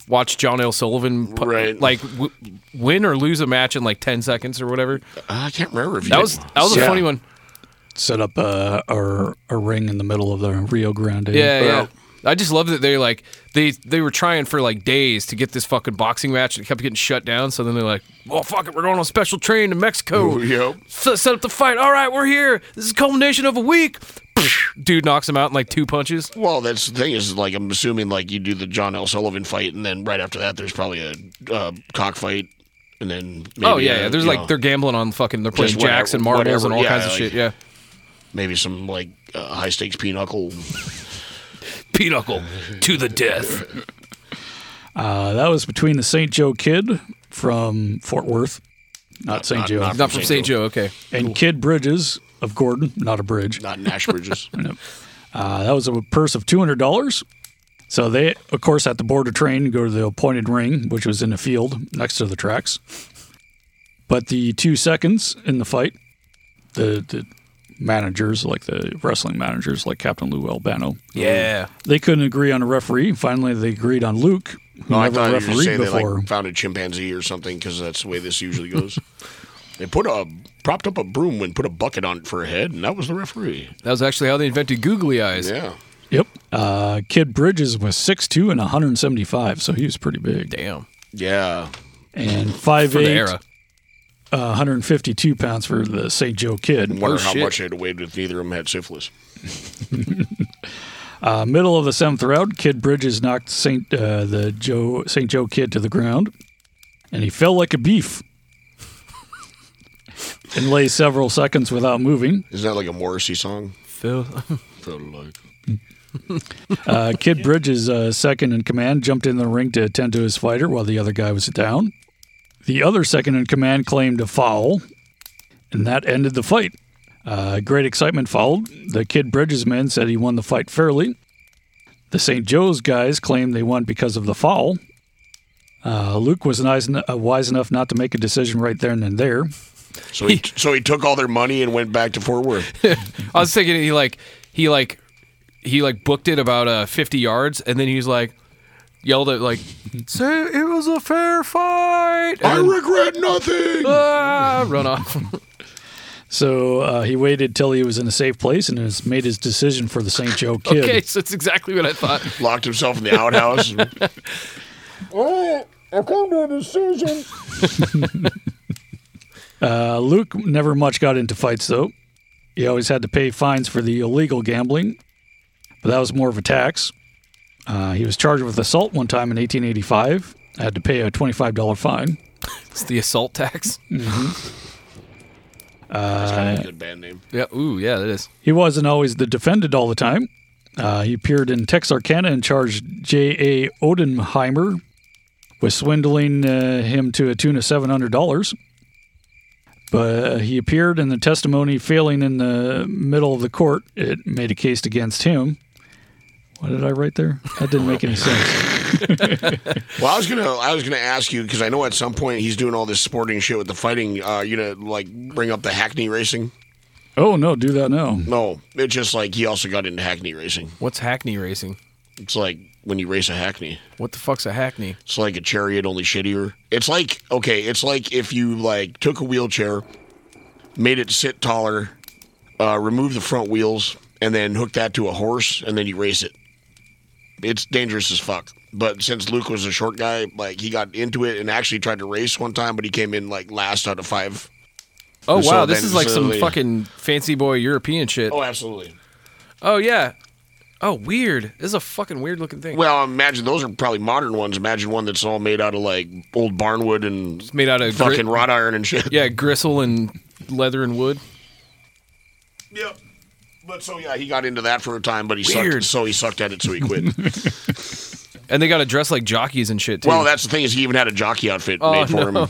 A: watch John L. Sullivan, pu- Like w- win or lose a match in like ten seconds or whatever.
B: I can't remember if you
A: that
B: did.
A: was that was
E: Yeah.
A: a funny one.
E: Set up a, a, a ring in the middle of the Rio Grande.
A: Yeah, yeah. I just love that they like they they were trying for like days to get this fucking boxing match and it kept getting shut down. So then they're like, "Well, fuck it, we're going on a special train to Mexico.
B: Ooh, yep.
A: S- set up the fight. All right, we're here. This is a culmination of a week." [laughs] Dude knocks him out in like two punches.
B: Well, that's the thing is like I'm assuming like you do the John L. Sullivan fight, and then right after that, there's probably a uh, cockfight, and then maybe
A: oh yeah,
B: uh,
A: yeah. There's
B: you
A: like
B: know,
A: they're gambling on fucking they're playing
B: just whatever-
A: jacks and marbles
B: whatever,
A: and all kinds of
B: like,
A: shit. Yeah,
B: maybe some like uh, high stakes pinochle.
A: pinochle to the death.
E: Uh, that was between the St. Joe Kid from Fort Worth, not St. Joe.
A: not, from St. Joe. Okay,
E: And Kid Bridges of Gordon, not a bridge.
A: [laughs]
B: Not Nash Bridges.
E: Nope. uh, that was a purse of $200. So they, of course, at the border train, go to the appointed ring, which was in a field next to the tracks. But the two seconds in the fight, the, the managers, like the wrestling managers, like Captain Lou Albano,
A: Yeah.
E: they couldn't agree on a referee. Finally, they agreed on Luke, who
B: No, Oh, I
E: never
B: thought you were
E: refereed
B: saying they
E: before.
B: like found a chimpanzee or something because that's the way this usually
A: [laughs]
B: goes. they put a propped up a broom and put a bucket on it for a head, and that was the referee.
A: that was actually how they invented googly eyes.
B: Yeah.
E: Yep. Uh, Kid Bridges was 6'2 and 175, so he was pretty big.
A: Damn.
B: Yeah.
E: And 5'8,
A: For the era.
E: Uh, 152 pounds for the St. Joe Kid.
A: Oh,
B: I wonder how much it weighed if neither of them had syphilis.
E: Uh, middle of the seventh round, Kid Bridges knocked St. Uh, the Joe St. Joe Kid to the ground, and he fell like a beef, [laughs] and lay several seconds without moving.
B: Isn't that like a Morrissey song?
A: Phil.
B: Felt like.
E: Uh, Kid Bridges, uh, second in command, jumped in the ring to attend to his fighter while the other guy was down. The other second in command claimed a foul, and that ended the fight. Uh, great excitement followed. The Kid Bridges men said he won the fight fairly. The St. Joe's guys claimed they won because of the foul. Uh, Luke was nice, en- uh, wise enough not to make a decision right then and there.
A: [laughs]
B: So he so he took all their money and went back to Fort Worth.
A: I was thinking he like he like he like booked it about uh 50 yards and then he was like yelled at like say it was a fair fight and
B: I
A: then,
B: regret nothing.
A: ah, run [laughs] off
E: So uh, he waited till he was in a safe place and has made his decision for the St. Joe Kid.
A: okay so that's exactly what I thought
B: Locked himself in the outhouse.
G: Alright, I come to a decision.
E: Uh, Luke never much got into fights, though. He always had to pay fines for the illegal gambling, but that was more of a tax. Uh, he was charged with assault one time in 1885. Had to pay a $25 fine.
A: it's the assault tax
B: That's kind of a good band name.
A: yeah ooh yeah that is
E: He wasn't always the defendant all the time. Uh, he appeared in Texarkana and charged J.A. Odenheimer with swindling uh, him to a tune of $700. But uh, he appeared in the testimony failing in the middle of the court. It made a case against him. What did I write there? That didn't make any sense.
B: Well, I was gonna, I was gonna ask you because I know at some point he's doing all this sporting shit with the fighting. Uh, you know, like bring up the Hackney racing.
E: oh no, do that now.
B: No, it's just like he also got into Hackney racing.
A: What's Hackney racing?
B: It's like when you race a Hackney.
A: What the fuck's a Hackney?
B: It's like a chariot, only shittier. It's like okay, it's like if you like took a wheelchair, made it sit taller, uh, removed the front wheels, and then hooked that to a horse, and then you race it. It's dangerous as fuck. But since Luke was a short guy, like he got into it and actually tried to race one time, but he came in like last out of five.
A: Oh
B: And so
A: wow, this
B: then-
A: is like
B: so
A: some
B: they-
A: fucking fancy boy European shit.
B: Oh, absolutely.
A: Oh yeah. Oh weird. This is a fucking weird looking thing.
B: Well, imagine those are probably modern ones. Imagine one that's all made out of like old barnwood and
A: made out of
B: fucking
A: grit-
B: wrought iron and shit.
A: Yeah, gristle and leather and wood.
B: Yep. But so yeah, he got into that for a time, but he sucked. So he sucked at it, so he quit.
A: [laughs] And they got to dress like jockeys and shit too.
B: well, that's the thing is he even had a jockey outfit
A: Oh,
B: made for
A: no.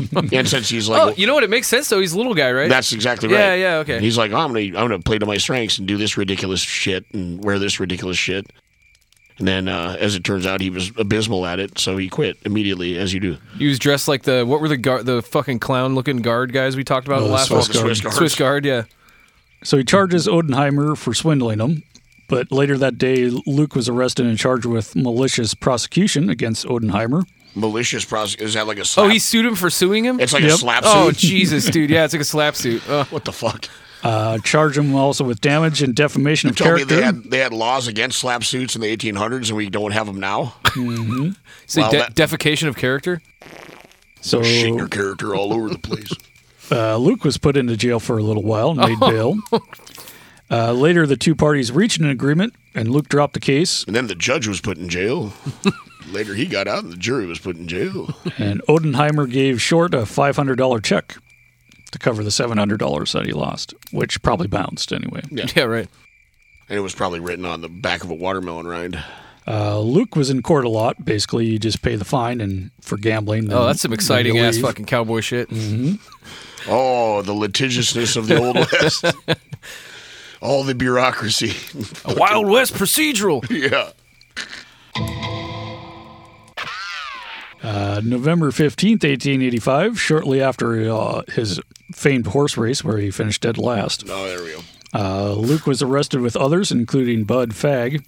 B: him. [laughs] and since he's like,
A: oh, you know what? It makes sense though. He's a little guy, right?
B: that's exactly right.
A: Yeah, yeah, okay.
B: He's like, "Oh, I'm gonna, I'm gonna play to my strengths and do this ridiculous shit and wear this ridiculous shit. And then, uh, as it turns out, he was abysmal at it, so he quit immediately, as you do.
A: He was dressed like the what were the guard, the fucking clown looking guard guys we talked about
E: Oh, the
A: last
E: Swiss
A: one?
E: guard.
A: Swiss guard. Swiss guard, yeah.
E: So he charges Odenheimer for swindling him, but later that day, Luke was arrested and charged with malicious prosecution against Odenheimer.
B: Malicious process is that like a
A: Oh,
B: slap?
A: he sued him for suing him.
B: It's like a Yep. slap
A: Oh
B: suit.
A: Jesus, dude. Yeah, it's like a slap suit. Uh,
B: what the fuck?
E: Uh, charge him also with damage and defamation of
B: Told me
E: character.
B: they had they had laws against slap suits in the 1800s, and we don't have them now.
E: hmm
A: Say
B: Wow,
A: de-
B: that-
A: defecation of character.
E: So
B: shitting your character all over the place.
E: uh, Luke was put into jail for a little while and
B: Oh.
E: made bail. Uh, later, the two parties reached an agreement, and Luke dropped the case.
B: [laughs] And then the judge was put in jail. [laughs] Later, he got out, and the jury was put in jail.
E: And Odenheimer gave Short a five hundred dollar check to cover the seven hundred dollars that he lost, which probably bounced anyway.
A: [laughs]
B: Yeah.
A: right.
B: And it was probably written on the back of a watermelon rind.
E: Uh, Luke was in court a lot. Basically, you just pay the fine and for gambling.
A: Oh,
E: then-
A: that's some
E: then you
A: exciting ass
E: leave.
A: fucking cowboy shit.
B: Oh, the litigiousness of the
A: [laughs]
B: Old West. All the bureaucracy. [laughs]
A: A Wild West procedural.
B: yeah.
E: Uh, November 15th, 1885, shortly after uh, his famed horse race where he finished dead last,
B: Oh, there we go.
E: uh, Luke was arrested with others, including Bud Fagg.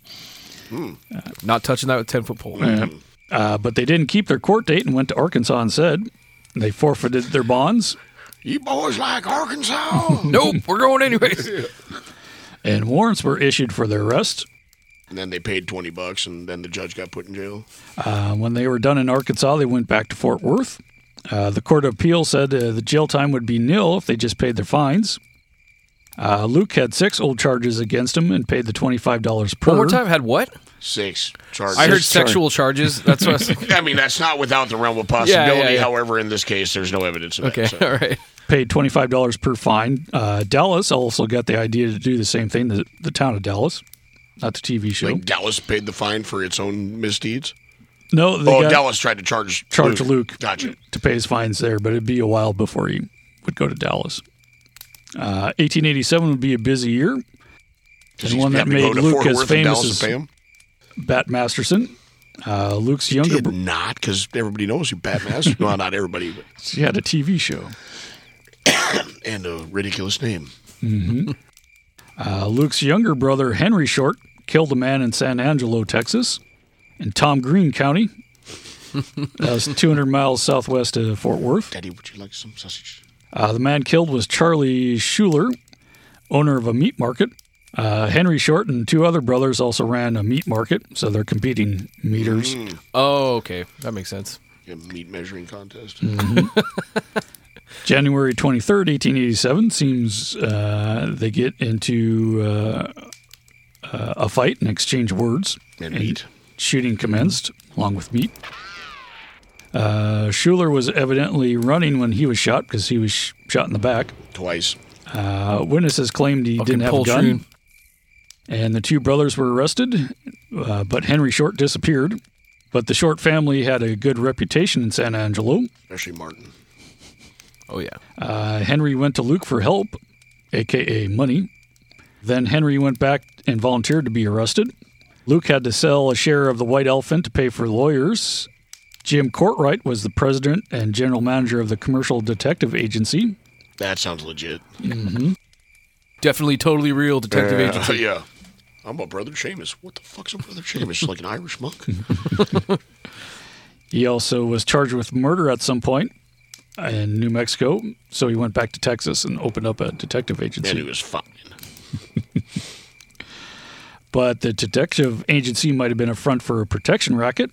A: Not touching that with ten foot pole.
E: Uh, but they didn't keep their court date and went to Arkansas instead. They forfeited their bonds
B: You boys
A: [laughs]
B: like Arkansas?
A: Nope, we're going anyways.
E: and warrants were issued for their arrest.
B: And then they paid 20 bucks, and then the judge got put in jail.
E: Uh, when they were done in Arkansas, they went back to Fort Worth. Uh, the Court of Appeal said uh, the jail time would be nil if they just paid their fines. Uh, Luke had six old charges against him and paid the $25 per.
A: One more time. Had what?
B: Six charges.
A: I heard sexual charges. That's what I
B: [laughs]
A: was
B: I mean, that's not without the realm of possibility.
A: Yeah, yeah, yeah.
B: However, in this case, there's no evidence of
A: Okay,
B: that. so-
A: all right.
E: paid $25 per fine. Uh, Dallas also got the idea to do the same thing, the, the town of Dallas, not the TV show.
B: Like Dallas paid the fine for its own misdeeds.
E: no, they
B: oh,
E: got
B: Dallas tried to charge
E: charged Luke,
B: Gotcha.
E: to pay his fines there, but it'd be a while before he would go to Dallas. Uh, 1887 would be a busy year. And one that
B: Had to go
E: made
B: to
E: Luke
B: Fort
E: as
B: Worth and
E: famous
B: Dallas
E: as
B: to pay him?
E: Bat Masterson. Uh, Luke's younger
B: Did
E: brother.
B: not because everybody knows who Batman
E: [laughs]
B: is. well, not everybody, but
E: She had a TV show.
B: and a ridiculous name.
E: hmm Uh, Luke's younger brother, Henry Short, killed a man in San Angelo, Texas, in Tom
B: [laughs]
E: Green County. That was 200 miles southwest of Fort Worth.
B: Daddy, would you like some sausage?
E: Uh, the man killed was Charlie Schuler, owner of a meat market. Uh, Henry Short and two other brothers also ran a meat market, so they're competing meters.
B: Hmm.
A: Oh, okay, that makes sense.
B: A meat measuring contest.
E: Hmm. January 23rd, 1887, seems uh, they get into uh, uh, a fight and exchange words.
B: And meat.
E: Shooting commenced, along with meat. Uh, Schuler was evidently running when he was shot because he was sh- shot in the back.
B: Twice.
E: Uh, witnesses claimed he
A: Fucking
E: didn't have a
A: poltroon.
E: gun. And the two brothers were arrested, uh, but Henry Short disappeared. But the Short family had a good reputation in San Angelo.
B: Especially Martin.
A: Oh yeah.
E: Uh, Henry went to Luke for help, aka money. Then Henry went back and volunteered to be arrested. Luke had to sell a share of the White Elephant to pay for lawyers. Jim Courtwright was the president and general manager of the Commercial Detective Agency.
B: That sounds legit.
E: hmm
A: Definitely totally real detective
B: Yeah,
A: agency.
B: Yeah. I'm a brother Seamus. What the fuck's a brother
E: [laughs]
B: Seamus? like an Irish monk?
E: He also was charged with murder at some point in New Mexico, so he went back to Texas and opened up a detective agency.
B: Then he was fine.
E: But the detective agency might have been a front for a protection racket.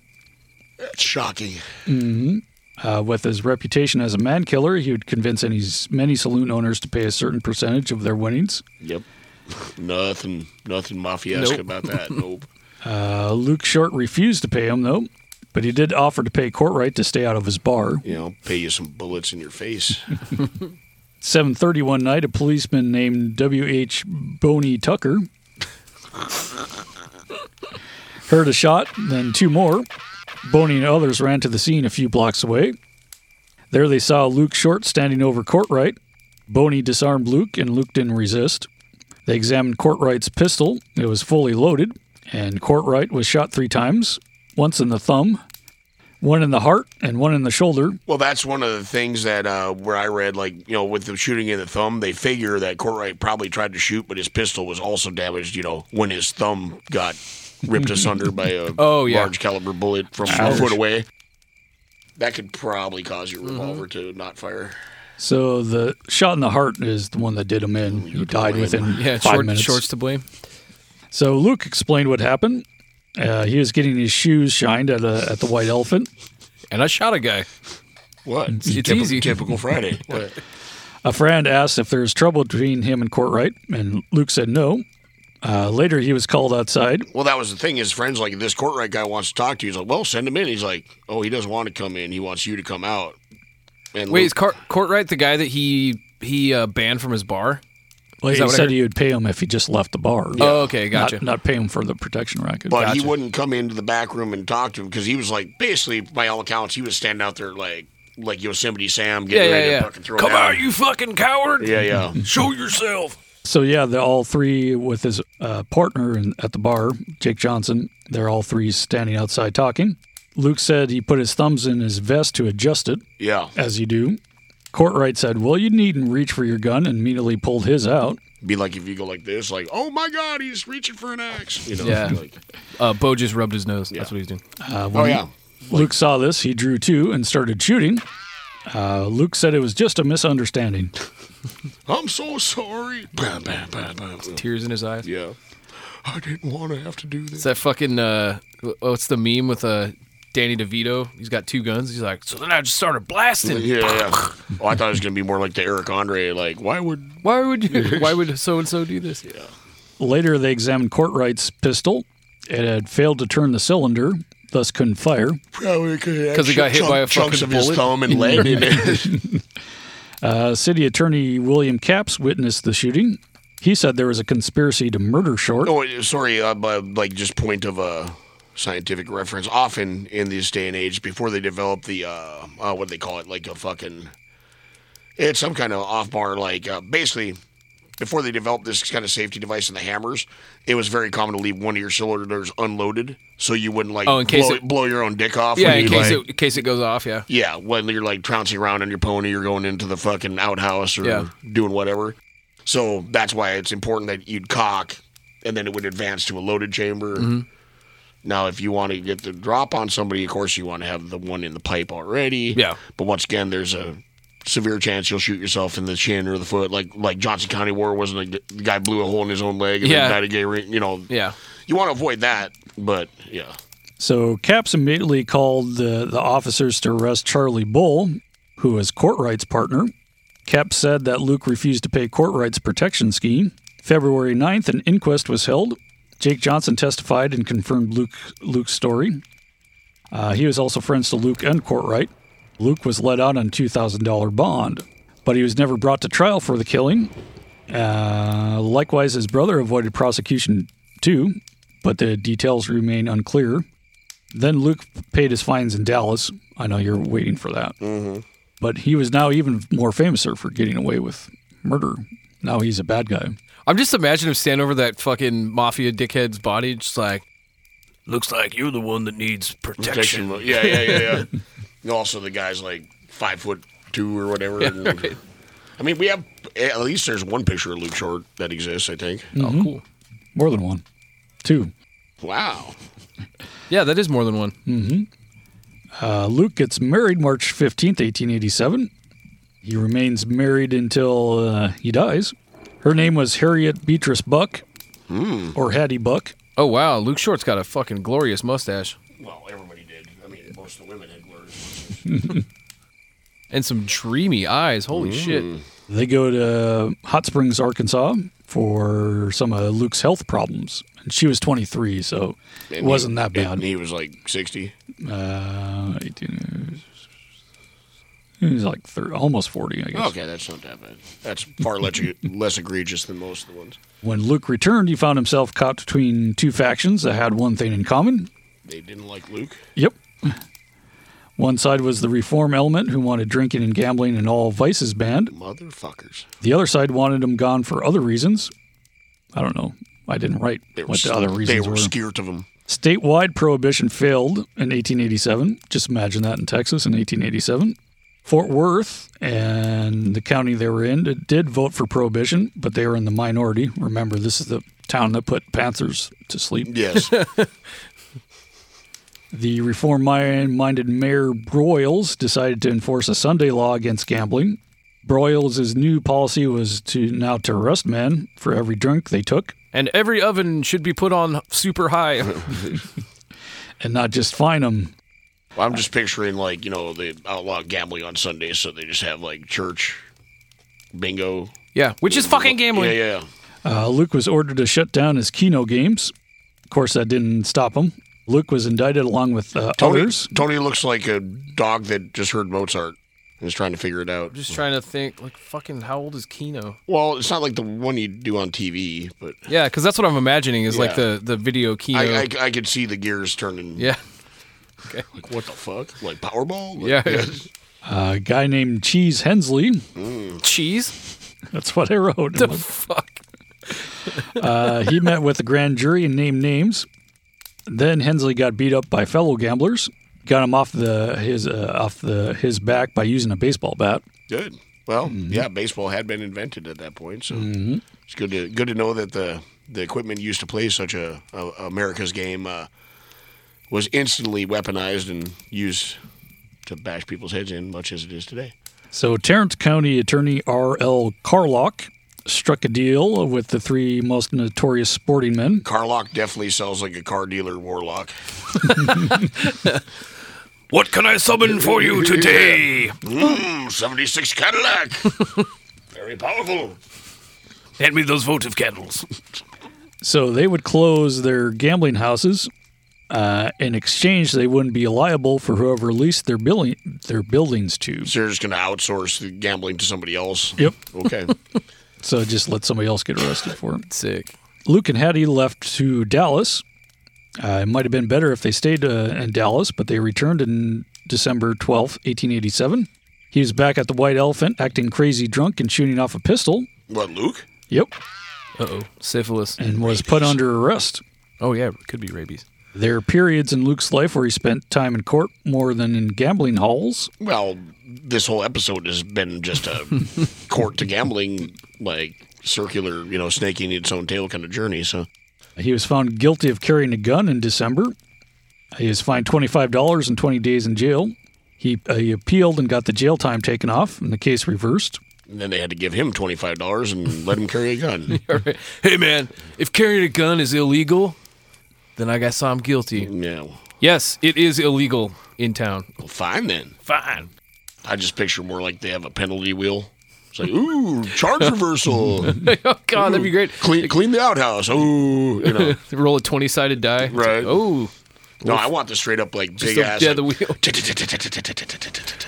B: That's shocking.
E: hmm Uh, with his reputation as a man killer, he would convince any, many saloon owners to pay a certain percentage of their winnings.
B: Yep. nothing, nothing mafia-esque
E: Nope.
B: about [laughs] that. Nope.
E: Uh, Luke Short refused to pay him, though, but he did offer to pay Courtwright to stay out of his bar.
B: You know, pay you some bullets in your face.
E: 7.30 one night, a policeman named W.H. Boney Tucker heard a shot, then two more. Boney and others ran to the scene a few blocks away. There they saw Luke Short standing over Courtwright. Boney disarmed Luke, and Luke didn't resist. They examined Courtwright's pistol. It was fully loaded, and Courtwright was shot three times once in the thumb, one in the heart, and one in the shoulder.
B: Well, that's one of the things that uh, where I read, like you know, with the shooting in the thumb, they figure that Courtwright probably tried to shoot, but his pistol was also damaged. You know, when his thumb got ripped asunder by a
A: [laughs] Oh, yeah.
B: large caliber bullet from
E: Ouch.
B: a foot away, that could probably cause your
A: Mm-hmm.
B: revolver to not fire.
E: So the shot in the heart is the one that did him in. He died within
A: Yeah,
E: five
A: short,
E: minutes.
A: shorts to blame.
E: So Luke explained what happened. Uh, he was getting his shoes shined at, a, at the White Elephant.
A: And I shot a guy. [laughs]
B: What?
A: It's, easy. [laughs]
B: Typical Friday. What?
E: A friend asked if there was trouble between him and Courtwright, and Luke said no. Uh, later, he was called outside.
B: Well, that was the thing. His friends like this Courtwright guy wants to talk to you. He's like, "Well, send him in." He's like, "Oh, he doesn't want to come in. He wants you to come out." And
A: Wait,
B: Luke-
A: is Car- Courtwright the guy that he he uh, banned from his bar?
E: Well,
A: Is
E: he
A: that what I
E: said
A: heard?
E: he would pay him if he just left the bar.
A: Oh, okay, gotcha.
E: Not, not pay him for the protection racket.
B: But he wouldn't come into the back room and talk to him because he was like, basically, by all accounts, he was standing out there like like Yosemite Sam
A: yeah,
B: getting
A: yeah,
B: ready
A: yeah.
B: to fucking throw
A: Come
B: down.
A: out, you fucking coward! [laughs]
B: Yeah, yeah.
A: Show yourself.
E: So yeah, they're all three with his uh, partner in, at the bar, Jake Johnson. They're all three standing outside talking. Luke said he put his thumbs in his vest to adjust it,
B: Yeah.
E: as you do. Courtwright said, "Well, you needn't reach for your gun," and immediately pulled his out.
B: Be like if you go like this, like, oh my God, he's reaching for an axe. You know,
A: Yeah.
B: like,
A: Uh, Bo just rubbed his nose. That's what he's doing.
E: Uh,
B: oh yeah.
E: Luke saw this, he drew two and started shooting. Uh, Luke said it was just a misunderstanding.
B: I'm so sorry. Bam, bam, bam, bam.
A: Tears in his eyes.
B: Yeah. I didn't want to have to do this.
A: It's that fucking uh, wh- what's the meme with uh, Danny DeVito? He's got two guns. He's like, so then I just started
B: Yeah,
A: blasting.
B: yeah. Oh, I thought it was gonna be more like the Eric Andre. Like, why would?
A: [laughs] Why would you? Why would so and so do this? Yeah.
E: Later, they examined Courtwright's pistol. It had failed to turn the cylinder, thus couldn't fire.
B: Probably
A: [laughs]
B: because
A: 'Cause he got hit by a
B: chunks
A: fucking
B: of his
A: bullet. [laughs]
B: thumb and leg in it.
E: Uh, City Attorney William Capps witnessed the shooting. He said there was a conspiracy to murder Short.
B: Oh, wait, sorry, uh, but like just point of uh, scientific reference. Often in this day and age, before they develop the uh, uh what do they call it, like a fucking, it's some kind of off bar. Like uh, basically, before they developed this kind of safety device in the hammers, it was very common to leave one of your cylinders unloaded, so you wouldn't like
A: Oh, in case
B: blow,
A: it-
B: blow your own dick off.
A: Yeah,
B: when
A: in
B: you,
A: case
B: like-
A: it in case it goes off. Yeah.
B: yeah, when you're like trouncing around on your pony, you're going into the fucking outhouse or
A: Yeah.
B: doing whatever. So that's why it's important that you'd cock and then it would advance to a loaded chamber.
A: Mm-hmm.
B: Now, if you want to get the drop on somebody, of course, you want to have the one in the pipe already.
A: Yeah.
B: But once again, there's a severe chance you'll shoot yourself in the shin or the foot. Like like Johnson County War wasn't like the guy blew a hole in his own leg and
A: Yeah.
B: then died of gay, you know.
A: Yeah.
B: You want to avoid that, but yeah.
E: So Capps immediately called the, the officers to arrest Charlie Bull, who was Courtwright's partner. Capps said that Luke refused to pay Courtwright's protection scheme. February 9th, an inquest was held. Jake Johnson testified and confirmed Luke Luke's story. Uh, he was also friends to Luke and Courtwright. Luke was let out on $2,000 bond, but he was never brought to trial for the killing. Uh, likewise, his brother avoided prosecution too, but the details remain unclear. Then Luke paid his fines in Dallas. I know you're waiting for that. But he was now even more famous for getting away with murder. Now he's a bad guy.
A: I'm just imagining him standing over that fucking mafia dickhead's body, just like,
L: Looks like you're the one that needs protection.
B: Protection. Yeah, yeah, yeah,
E: [laughs]
B: yeah. And also, the guy's like five foot two or whatever.
L: Yeah,
B: and- I mean, we have at least there's one picture of Luke Short that exists. I think.
E: Mhm. More than one. Two.
B: Wow.
A: Yeah, that is more than one.
E: hmm Uh, Luke gets married March 15th, 1887. He remains married until uh, he dies. Her name was Harriet Beatrice Buck, or Hattie Buck.
A: Oh wow, Luke Short's got a fucking glorious mustache
B: Well, everybody did. I mean, most of the women had words.
A: and some dreamy eyes. Holy
B: Mm.
A: shit!
E: They go to Hot Springs, Arkansas for some of Luke's health problems. And she was 23, so it
B: And
E: wasn't
B: he-
E: that
B: And
E: bad.
B: he was like sixty.
E: Uh, 18, he was like thir almost 40, I guess.
B: Okay, that's not that bad. That's far less less egregious than most of the ones.
E: When Luke returned, he found himself caught between two factions that had one thing in common.
B: They didn't like Luke.
E: Yep. [laughs] One side was the reform element who wanted drinking and gambling and all vices banned.
B: Motherfuckers.
E: The other side wanted him gone for other reasons. I don't know. I didn't write
B: They
E: what
B: were,
E: the other
B: they
E: reasons
B: were,
E: were.
B: scared of
E: [laughs]
B: him.
E: Statewide prohibition failed in 1887. Just imagine that in Texas in 1887. Fort Worth and the county they were in did- did vote for prohibition, but they were in the minority. Remember, this is the town that put Panthers to sleep.
B: Yes.
E: The reform minded Mayor Broyles decided to enforce a Sunday law against gambling. Broyles' new policy was to now to arrest men for every drink they took
A: And every oven should be put on super high.
B: [laughs]
E: and not just fine them.
B: Well, I'm just picturing like you know they outlaw gambling on Sundays, so they just have like church bingo,
A: yeah, which is fucking gambling.
B: Yeah, yeah.
E: Uh, Luke was ordered to shut down his Keno games. Of course, that didn't stop him. Luke was indicted along with uh,
B: Tony
E: others.
B: Tony looks like a dog that just heard Mozart and is trying to figure it out.
A: Just trying to think, like fucking, how old is Kino?
B: Well, it's not like the one you do on TV, but
A: Yeah, because that's what I'm imagining is like
B: Yeah.
A: the the video Kino.
B: I, I, I could see the gears turning. [laughs]
A: yeah,
B: Like what the fuck? Like Powerball? Like,
A: yeah.
E: Uh, a guy named Cheese Hensley.
A: [laughs]
E: [laughs]
A: Cheese?
E: That's what I wrote.
A: The fuck?
E: Uh, he met with the grand jury and named names. Then Hensley got beat up by fellow gamblers. Got him off the his uh, off the his back by using a baseball bat.
B: Good. Well,
A: Mm-hmm.
B: yeah, baseball had been invented at that point, so it's good to good to know that the the equipment used to play such a, a America's game uh, was instantly weaponized and used to bash people's heads in, much as it is today.
E: So Tarrant County Attorney R. L. Carlock struck a deal with the three most notorious sporting men.
B: Carlock definitely sells like a car dealer warlock.
L: What can I summon for you today?
B: Mmm, seventy six Cadillac, [laughs] very powerful.
L: Hand me those votive candles.
E: So they would close their gambling houses. Uh, in exchange, they wouldn't be liable for whoever leased their building their buildings to.
B: So you're just gonna outsource the gambling to somebody else?
E: Yep.
B: Okay.
E: So just let somebody else get arrested for it.
A: Sick.
E: Luke and Hattie left to Dallas. Uh, it might have been better if they stayed uh, in Dallas, but they returned in December 12th, 1887. He was back at the White Elephant, acting crazy drunk and shooting off a pistol.
B: what, Luke?
E: Yep.
A: Uh oh, syphilis.
E: And was put under arrest.
A: Oh yeah, it could be rabies.
E: There are periods in Luke's life where he spent time in court more than in gambling halls.
B: Well, this whole episode has been just a court to gambling, like circular, you know, snaking its own tail kind of journey. So
E: He was found guilty of carrying a gun in December. He was fined $25 and 20 days in jail. He, uh, he appealed and got the jail time taken off, and the case reversed.
B: and then they had to give him twenty five dollars and let him carry a gun.
A: All right. Hey man, if carrying a gun is illegal, then I guess I'm guilty.
B: yeah.
A: Yes, it is illegal in town. [laughs]
B: Well, fine then.
A: Fine.
B: I just picture more like they have a penalty wheel. It's like, ooh, charge reversal.
A: oh god, that'd be great.
B: clean, clean the outhouse. Ooh, you know.
A: Roll a twenty sided die.
B: Right.
A: Oh.
B: No, I want the straight up like big
A: the-
B: ass.
A: yeah, the wheel.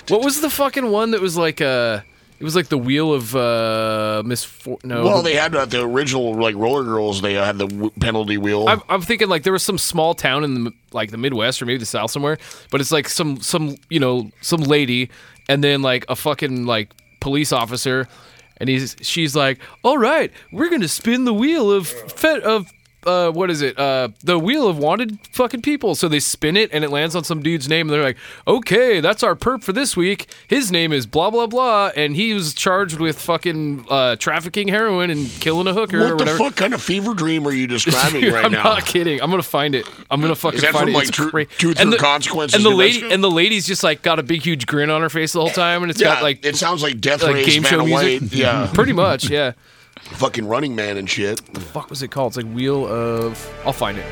A: What was the fucking one that was like uh it was like the wheel of uh misfor no
B: Well, they had uh, the original like roller girls. They uh, had the w- penalty wheel.
A: I'm, I'm thinking like there was some small town in the like the Midwest or maybe the South somewhere, but it's like some some you know some lady and then like a fucking like police officer, and he's she's like, all right, we're gonna spin the wheel of fe- of uh, what is it? Uh, the wheel of wanted fucking people. So they spin it and it lands on some dude's name. And they're like, okay, that's our perp for this week. His name is blah blah blah, and he was charged with fucking uh, trafficking heroin and killing a hooker or
B: What the
A: whatever.
B: fuck kind of fever dream are
A: [laughs]
B: you describing right
A: I'm
B: now?
A: not kidding. I'm gonna find it. I'm gonna fucking
B: that
A: find
B: from,
A: it.
B: like,
A: It's
B: Tru-
A: cra-
B: Truth
A: and
B: or
A: the,
B: Consequence
A: And
B: in
A: the
B: New
A: lady
B: Mexico?
A: and the lady's just like got a big huge grin on her face the whole time, and it's
B: yeah, uh,
A: got like
B: it sounds like Death Race, Man of
A: [laughs]
B: White. Yeah, [laughs]
A: pretty much. Yeah.
B: Fucking Running Man and shit.
A: What the fuck was it called? It's like Wheel of. I'll find it.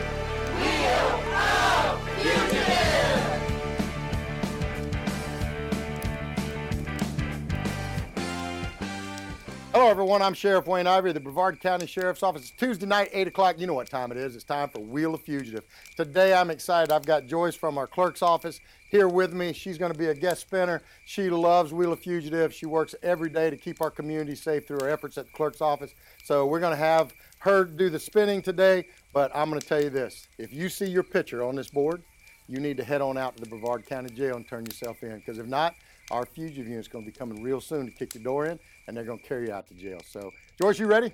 N: Hello, everyone. I'm Sheriff Wayne Ivory, the Brevard County Sheriff's Office. It's Tuesday night, 8 o'clock. You know what time it is. It's time for Wheel of Fugitive. Today, I'm excited. I've got Joyce from our clerk's office here with me. She's going to be a guest spinner. She loves Wheel of Fugitive. She works every day to keep our community safe through her efforts at the clerk's office. So, we're going to have her do the spinning today. But I'm going to tell you this if you see your picture on this board, you need to head on out to the Brevard County Jail and turn yourself in. Because if not, our fugitive unit's going to be coming real soon to kick your door in, and they're going to carry you out to jail. So, George, you ready?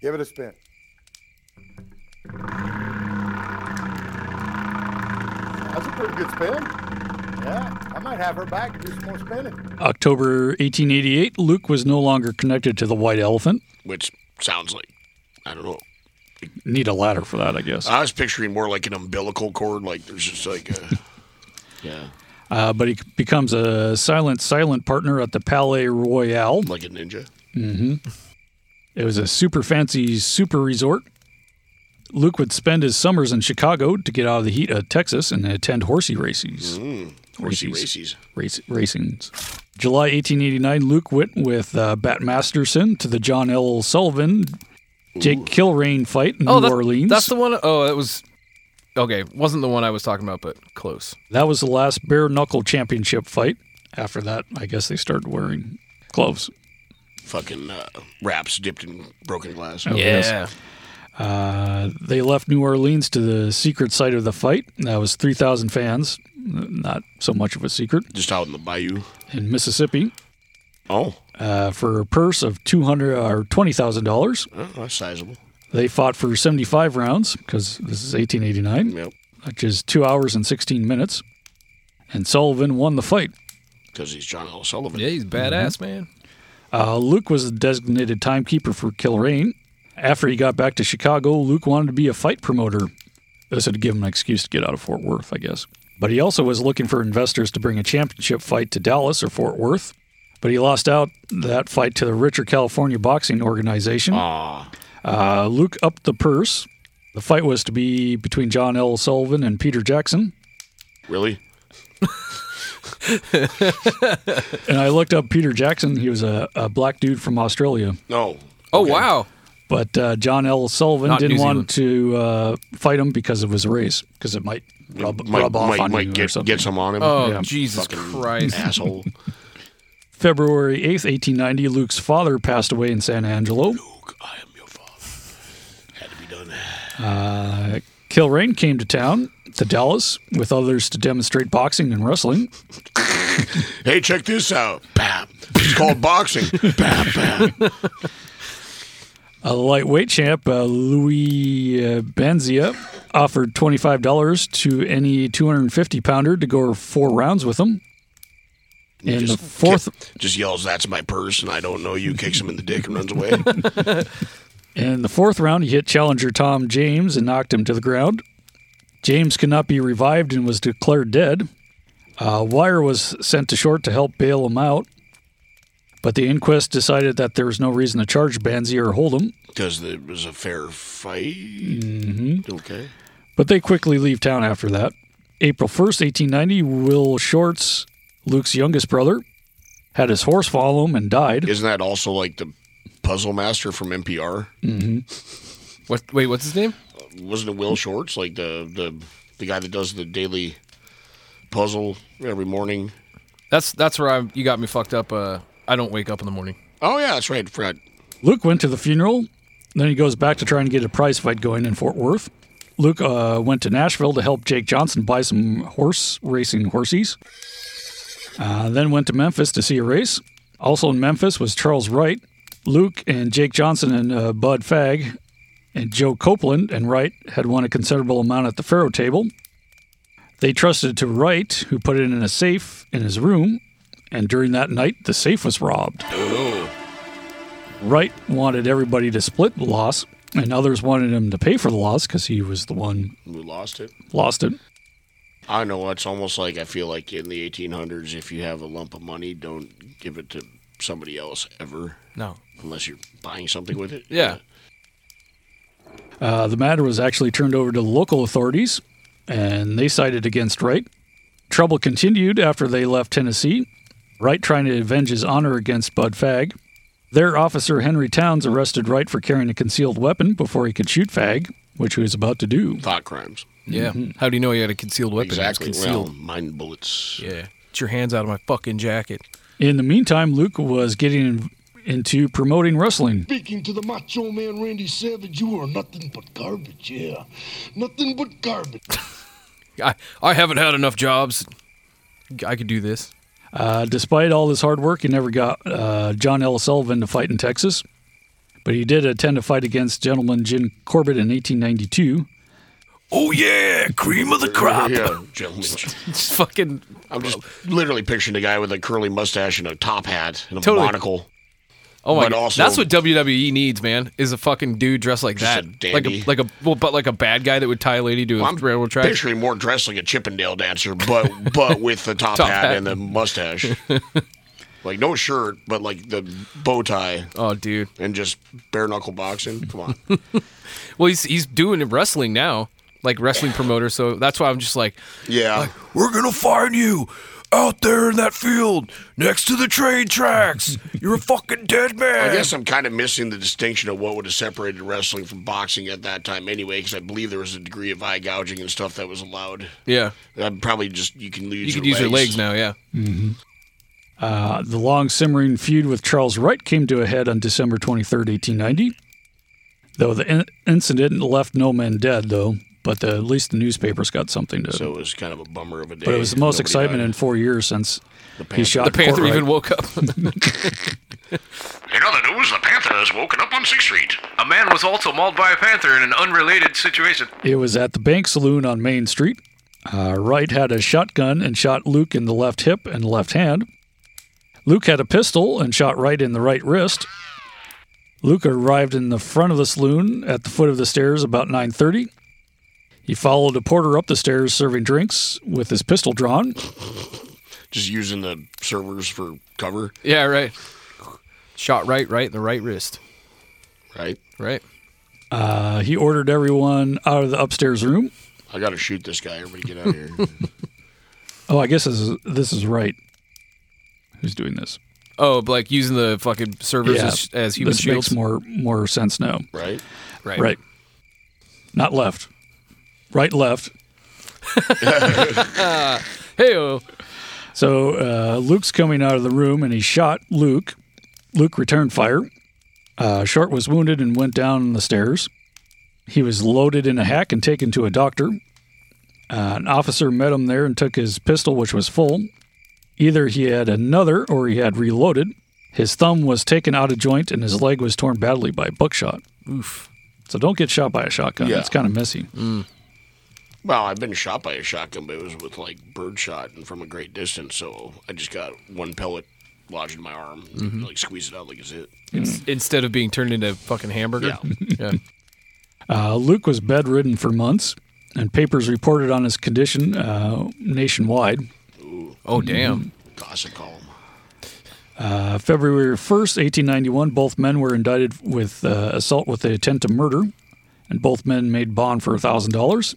N: Give it a spin. That's a pretty good spin. Yeah, I might have her back and do some more spinning.
E: October 1888, Luke was no longer connected to the white elephant.
B: Which sounds like I don't know.
E: Need a ladder for that, I guess.
B: I was picturing more like an umbilical cord. Like there's just like a yeah,
E: Uh, but he becomes a silent, silent partner at the Palais Royal.
B: like a ninja.
E: hmm It was a super fancy super resort. Luke would spend his summers in Chicago to get out of the heat of Texas and attend horsey races.
B: Horsey
E: races. Race, racings. July 1889, Luke went with uh, Bat Masterson to the John L. Sullivan Jake Kilrain fight in New
A: Oh, that's,
E: Orleans.
A: That's the one oh that was. Okay, wasn't the one I was talking about, but close.
E: That was the last bare knuckle championship fight. After that, I guess they started wearing gloves.
B: Fucking uh, wraps dipped in broken glass.
E: Oh, yes. Uh, they left New Orleans to the secret site of the fight. That was 3,000 fans. Not so much of a secret.
B: Just out in the bayou.
E: In Mississippi.
B: Oh.
E: Uh, for a purse of 200 or $20,000.
B: Oh, that's sizable.
E: They fought for 75 rounds because this is 1889, which is two hours and 16 minutes. And Sullivan won the fight.
B: Because he's John L. Sullivan.
A: Yeah, he's badass, man.
E: Uh, Luke was the designated timekeeper for Kilrain. After he got back to Chicago, Luke wanted to be a fight promoter. This would give him an excuse to get out of Fort Worth, I guess. But he also was looking for investors to bring a championship fight to Dallas or Fort Worth. But he lost out that fight to the Richer California Boxing Organization. Uh, Luke upped the purse. The fight was to be between John L. Sullivan and Peter Jackson.
B: Really?
E: And I looked up Peter Jackson. He was a, a black dude from Australia.
B: No.
A: Oh wow.
E: But uh, John L. Sullivan
A: Not
E: didn't
A: New
E: want to uh, fight him because of his race, because it might rub,
B: might
E: rub off
B: might,
E: on
B: might
E: you or
B: get,
E: something.
B: get some on him.
A: Oh Jesus
B: Fucking
A: Christ,
B: asshole!
E: February 8th, 1890, Luke's father passed away in San Angelo.
B: Had to be done.
E: Uh, Kilrain came to town, to Dallas, with others to demonstrate boxing and wrestling.
B: Hey, check this out. Bam. It's
A: [laughs]
B: called boxing. Bam, bam.
E: A lightweight champ, uh, Louis uh, Benzia, offered $25 to any 250 pounder to go four rounds with him. In the fourth,
B: Just yells, "That's my purse," and I don't know you. Kicks him in the dick and
A: [laughs]
B: runs away.
E: In the fourth round, he hit challenger Tom James and knocked him to the ground. James could not be revived and was declared dead. Uh, Wire was sent to short to help bail him out, but the inquest decided that there was no reason to charge Banzi or hold him.
B: Because it was a fair fight.
A: Mm-hmm.
B: Okay.
E: But they quickly leave town after that. April 1st, 1890, Will Shorts, Luke's youngest brother, had his horse follow him and died.
B: Isn't that also like the Puzzle Master from NPR?
E: Mm-hmm.
A: What? Wait, what's his name?
B: Wasn't it Will Shorts, like the the the guy that does the daily puzzle every morning?
A: That's that's where I you got me fucked up. Uh, I don't wake up in the morning.
B: Oh yeah, that's right, Fred.
E: Luke went to the funeral. Then he goes back to trying to get a prize fight going in Fort Worth. Luke uh, went to Nashville to help Jake Johnson buy some horse racing horses. Uh, then went to Memphis to see a race. Also in Memphis was Charles Wright. Luke and Jake Johnson and uh, Bud Fagg and Joe Copeland and Wright had won a considerable amount at the faro table. They trusted to Wright, who put it in a safe in his room, and during that night, the safe was robbed. Wright wanted everybody to split the loss, and others wanted him to pay for the loss because he was the one
B: We lost it.
E: lost it.
B: I know it's almost like I feel like in the 1800s, if you have a lump of money, don't give it to somebody else ever.
A: No.
B: unless you're buying something with it.
A: Yeah.
E: Uh, the matter was actually turned over to the local authorities, and they sided against Wright. Trouble continued after they left Tennessee, Wright trying to avenge his honor against Bud Fagg. Their officer Henry Towns arrested Wright for carrying a concealed weapon before he could shoot Fagg, which he was about to do.
B: Thought crimes.
A: Yeah. How do you know he had a concealed weapon? It was
B: Exactly.
A: concealed.
B: Well, mine bullets.
A: Yeah. Get your hands out of my fucking jacket.
E: In the meantime, Luke was getting in- into promoting wrestling.
O: Speaking to the macho man Randy Savage, you are nothing but garbage, yeah. Nothing but garbage.
A: I, I haven't had enough jobs. I could do this. [laughs]
E: Uh, despite all his hard work, he never got uh, John L. Sullivan to fight in Texas, but he did attend a fight against gentleman Jim Corbett in 1892.
A: Oh yeah, cream of the crop.
B: Yeah, gentlemen.
A: it's fucking.
B: I'm just literally picturing a guy with a curly mustache and a top hat and a
A: Totally.
B: monocle.
A: Oh my
B: But
A: god,
B: also-
A: that's what WWE needs, man. Is a fucking dude dressed like
B: Just
A: that,
B: a
A: like
B: dandy.
A: a like a well, but like a bad guy that would tie a lady to a
B: I'm
A: railroad track.
B: picturing more dressed like a Chippendale dancer, but but with the
A: [laughs]
B: top,
A: Top
B: hat,
A: hat.
B: and the mustache.
A: [laughs]
B: like no shirt, but like the bow tie.
A: Oh, dude.
B: And just bare knuckle boxing. Come on.
A: Well, he's he's doing wrestling now, like
B: [sighs]
A: wrestling promoter. So that's why I'm just like,
B: yeah,
A: we're gonna find you out there in that field next to the train tracks. You're a fucking dead man.
B: I guess I'm kind of missing the distinction of what would have separated wrestling from boxing at that time anyway, because I believe there was a degree of eye gouging and stuff that was allowed.
A: Yeah,
B: I'm probably just you can
A: you
B: lose. your
A: could use your legs now. Yeah.
E: Mm-hmm. Uh, the long simmering feud with Charles Wright came to a head on December 23rd, 1890. Though the in- incident left no men dead, though, but the, at least the newspapers got something to.
B: So it was kind of a bummer of a day.
E: but it was the most
B: Nobody
E: excitement
B: died.
E: in four years since he
B: Panther-
E: shot
A: the Panther
E: Courtright.
A: even woke up. [laughs]
I: In other news, the Panther has woken up on 6th Street.
A: a man was also mauled by a panther in an unrelated situation.
E: It was at the Bank Saloon on Main Street. Uh, Wright had a shotgun and shot Luke in the left hip and left hand. Luke had a pistol and shot Wright in the right wrist. Luke arrived in the front of the saloon at the foot of the stairs about 9:30. He followed a porter up the stairs serving drinks with his pistol drawn.
B: Just using the servers for cover,
A: Yeah, right. Shot right, right in the right wrist.
B: right?
A: Right.
E: Uh, he ordered everyone out of the upstairs room.
B: I got to shoot this guy. Everybody get out of here.
A: [laughs]
E: Oh, I guess this is this is Wright. Who's doing this?
A: Oh, but like using the fucking servers as, as human
E: this
A: shields.
E: makes more more sense now.
B: right?
A: right.
E: Right. Not left. Right, left.
A: hey,
E: So uh, Luke's coming out of the room and he shot Luke. Luke returned fire. Uh, Short was wounded and went down the stairs. He was loaded in a hack and taken to a doctor. Uh, an officer met him there and took his pistol, which was full. Either he had another or he had reloaded. His thumb was taken out of joint and his leg was torn badly by buckshot.
A: oof.
E: So don't get shot by a shotgun.
B: Yeah.
E: It's kind of messy.
B: Well, I've been shot by a shotgun, but it was with like bird shot and from a great distance, so I just got one pellet lodged in my arm,
A: Mm-hmm.
B: and, like squeeze it out like a zit.
A: Ins- Instead of being turned into a fucking hamburger. [laughs] Yeah.
E: Uh, Luke was bedridden for months, and papers reported on his condition uh, nationwide.
A: Oh damn.
B: Gossip column.
E: Uh, February 1st, 1891, both men were indicted with uh, assault with the intent to murder, and both men made bond for $1,000.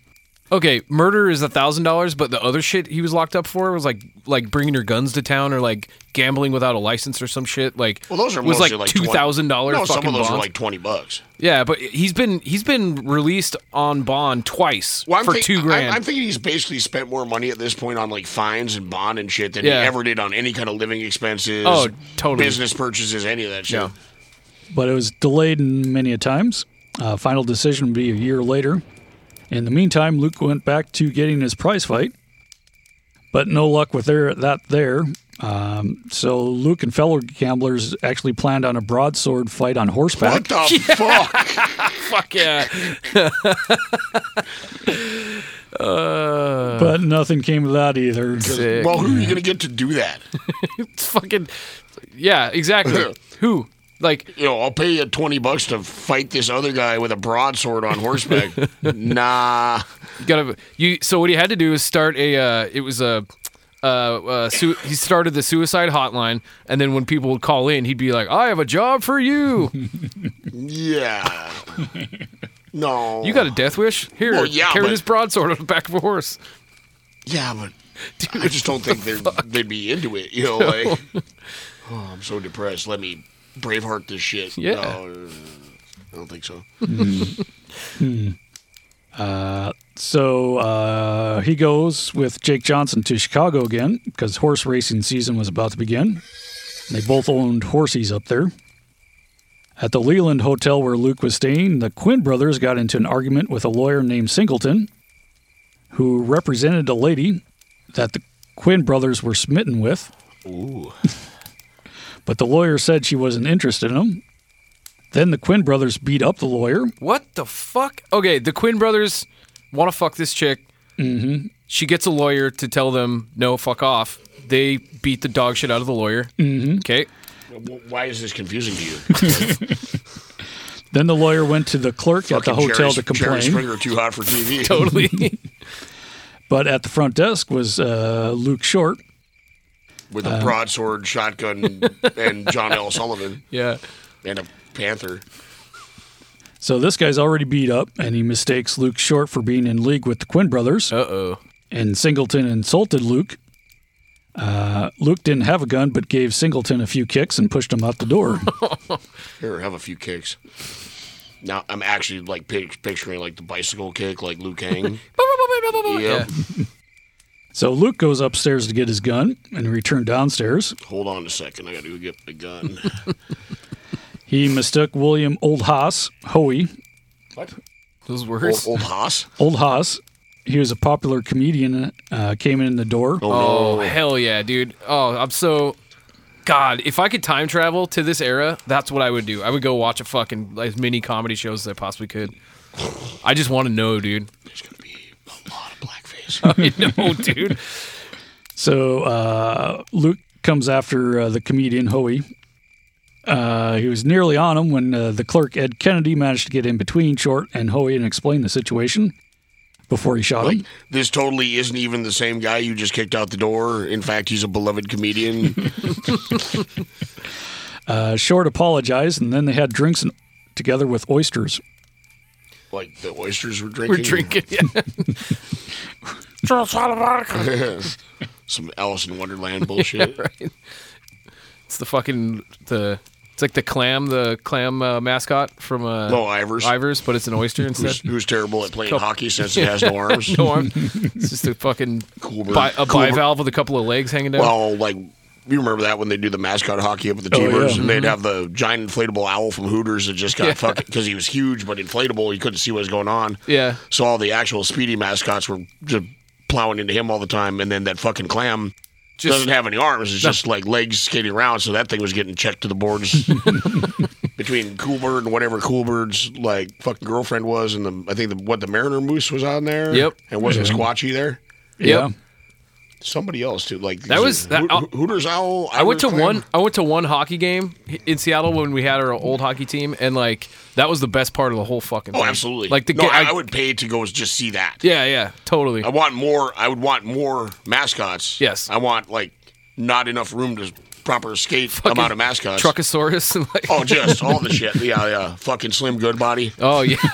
A: Okay, murder is a thousand dollars, but the other shit he was locked up for was like like bringing your guns to town or like gambling without a license or some shit. Like
B: Well, those are
A: was like
B: mostly, like
A: two thousand dollars.
B: No, some of those
A: bonds.
B: are like twenty bucks.
A: yeah, but he's been he's been released on bond twice
B: Well, I'm
A: for
B: think-
A: two grand.
B: I'm, I'm thinking he's basically spent more money at this point on like fines and bond and shit than
A: Yeah.
B: he ever did on any kind of living expenses.
A: Oh, totally.
B: Business purchases, any of that shit.
E: But it was delayed in many a times. Uh, final decision would be a year later. In the meantime, Luke went back to getting his prize fight, but no luck with their, that there. Um, so
B: [laughs]
E: Luke and fellow gamblers actually planned on a broadsword fight on horseback.
B: What the
A: [laughs]
B: fuck?
A: Fuck yeah. uh,
E: but nothing came of that either.
B: Well, who are you gonna get to do that?
A: it's fucking. Yeah,
B: [clears throat]
A: exactly. who? Like,
B: you know, I'll pay you twenty bucks to fight this other guy with a broadsword on [laughs] horseback. nah.
A: You gotta you. So what he had to do is start a. Uh, it was a. Uh, uh, su- he started the suicide hotline, and then when people would call in, he'd be like, "I have a job for you.
B: Yeah. No.
A: You got a death wish? Here,
B: Well, yeah,
A: carry
B: but-
A: this broadsword on the back of a horse."
B: Yeah,
E: [laughs]
B: but I just don't think they're, they'd be into it. You know, like, oh, I'm so depressed. Let me braveheart this shit.
E: Yeah.
B: No, I don't think
E: [laughs]
B: so.
E: Hmm. Uh, so uh, he goes with Jake Johnson to Chicago again because horse racing season was about to begin. They both owned horses up there. At the Leland Hotel where Luke was staying, the Quinn brothers got into an argument with a lawyer named Singleton, who represented a lady that the Quinn brothers were smitten with.
B: Ooh.
E: But the lawyer said she wasn't interested in him. Then the Quinn brothers beat up the lawyer.
A: What the fuck? Okay, the Quinn brothers want to fuck this chick.
E: Mm-hmm.
A: She gets a lawyer to tell them no, fuck off. They beat the dog shit out of the lawyer.
E: Mhm.
A: Okay, [laughs]
B: W- Why is this confusing to you?
E: Then the lawyer went to the clerk at the
B: Fucking
E: hotel
B: Jerry-
E: to complain.
B: Jerry Springer too hot for
E: [laughs]
B: TV.
A: totally.
E: But at the front desk was uh, Luke Short.
B: With a
E: Um,
B: broadsword, shotgun, and John
E: [laughs]
B: L. Sullivan.
A: Yeah.
B: And a panther.
E: So this guy's already beat up, and he mistakes Luke Short for being in league with the Quinn brothers.
A: Uh oh.
E: And Singleton insulted Luke. Uh, Luke didn't have a gun, but gave Singleton a few kicks and pushed him out the door.
B: Here, have a few kicks. Now I'm actually like pic- picturing like the bicycle kick, like Liu
E: [laughs]
B: Kang. yep.
E: so Luke goes upstairs to get his gun and returned downstairs.
B: Hold on a second. I got to go get the gun.
E: He mistook William Old Haas, Hoey,
B: what?
A: Those
B: Old,
A: words.
B: old Haas?
E: Old Haas. He was a popular comedian, uh, came in the door.
A: Oh, hell yeah, dude. Oh, I'm so. God, if I could time travel to this era, that's what I would do. I would go watch a fucking as many comedy shows as I possibly could. I just want to know, dude. There's gonna be a lot of blackface. [laughs] I know, dude.
E: So uh, Luke comes after uh, the comedian Hoey. Uh, he was nearly on him when uh, the clerk Ed Kennedy managed to get in between Short and Hoey and explain the situation before he shot him.
B: This totally isn't even the same guy you just kicked out the door. In fact, he's a beloved
A: [laughs]
B: comedian.
E: Uh, Short apologized, and then they had drinks and, together with oysters.
B: like the oysters were drinking.
A: We're drinking.
B: [laughs]
A: Yeah.
B: Some Alice in Wonderland
A: [laughs]
B: bullshit.
A: right. It's the fucking the. It's like the clam, the clam uh, mascot from uh,
B: No, Ivers.
A: Ivers, but it's an
B: [laughs]
A: oyster instead. [laughs]
B: Who's, who's terrible at playing
A: Couple- [laughs]
B: hockey since he has no arms?
A: no arm. It's just a fucking
B: Cool bird.
A: bi- a
B: Cool bird.
A: bivalve with a couple of legs hanging down.
B: Well, like you remember that when they do the mascot hockey up at the
E: Oh,
B: T Birds,
E: yeah.
B: and they'd have the giant inflatable owl from Hooters that just got
A: Mm-hmm. Yeah.
B: fucked because he was huge but inflatable. He couldn't see what was going on.
A: yeah.
B: So all the actual Speedy mascots were just plowing into him all the time, and then that fucking clam.
A: Just-
B: doesn't have any arms. It's just like legs skating around. So that thing was getting checked to the
A: [laughs]
B: boards between Cool Bird and whatever Cool Bird's like fucking girlfriend was, and the I think the, what the Mariner Moose was on there.
A: Yep. Mm-hmm.
B: and wasn't Squatchy there?
A: Yep.
B: somebody else too. Like
A: That was-
B: Ho-
A: that- uh,
B: Ho- Hooters Owl.
A: I went to
B: Irish
A: one.
B: clam.
A: I went to one hockey game in Seattle when we had our old hockey team, and like that was the best part of the whole fucking.
B: Oh,
A: thing.
B: absolutely.
A: Like the
B: no,
A: game.
B: I, I would pay to go just see that.
A: Yeah, yeah, totally.
B: I want more. I would want more mascots.
A: Yes.
B: I want like not enough room to proper skate amount of mascots.
A: Truckosaurus. And like,
B: Oh, just all the shit. Yeah, yeah. Fucking Slim Goodbody.
A: oh yeah.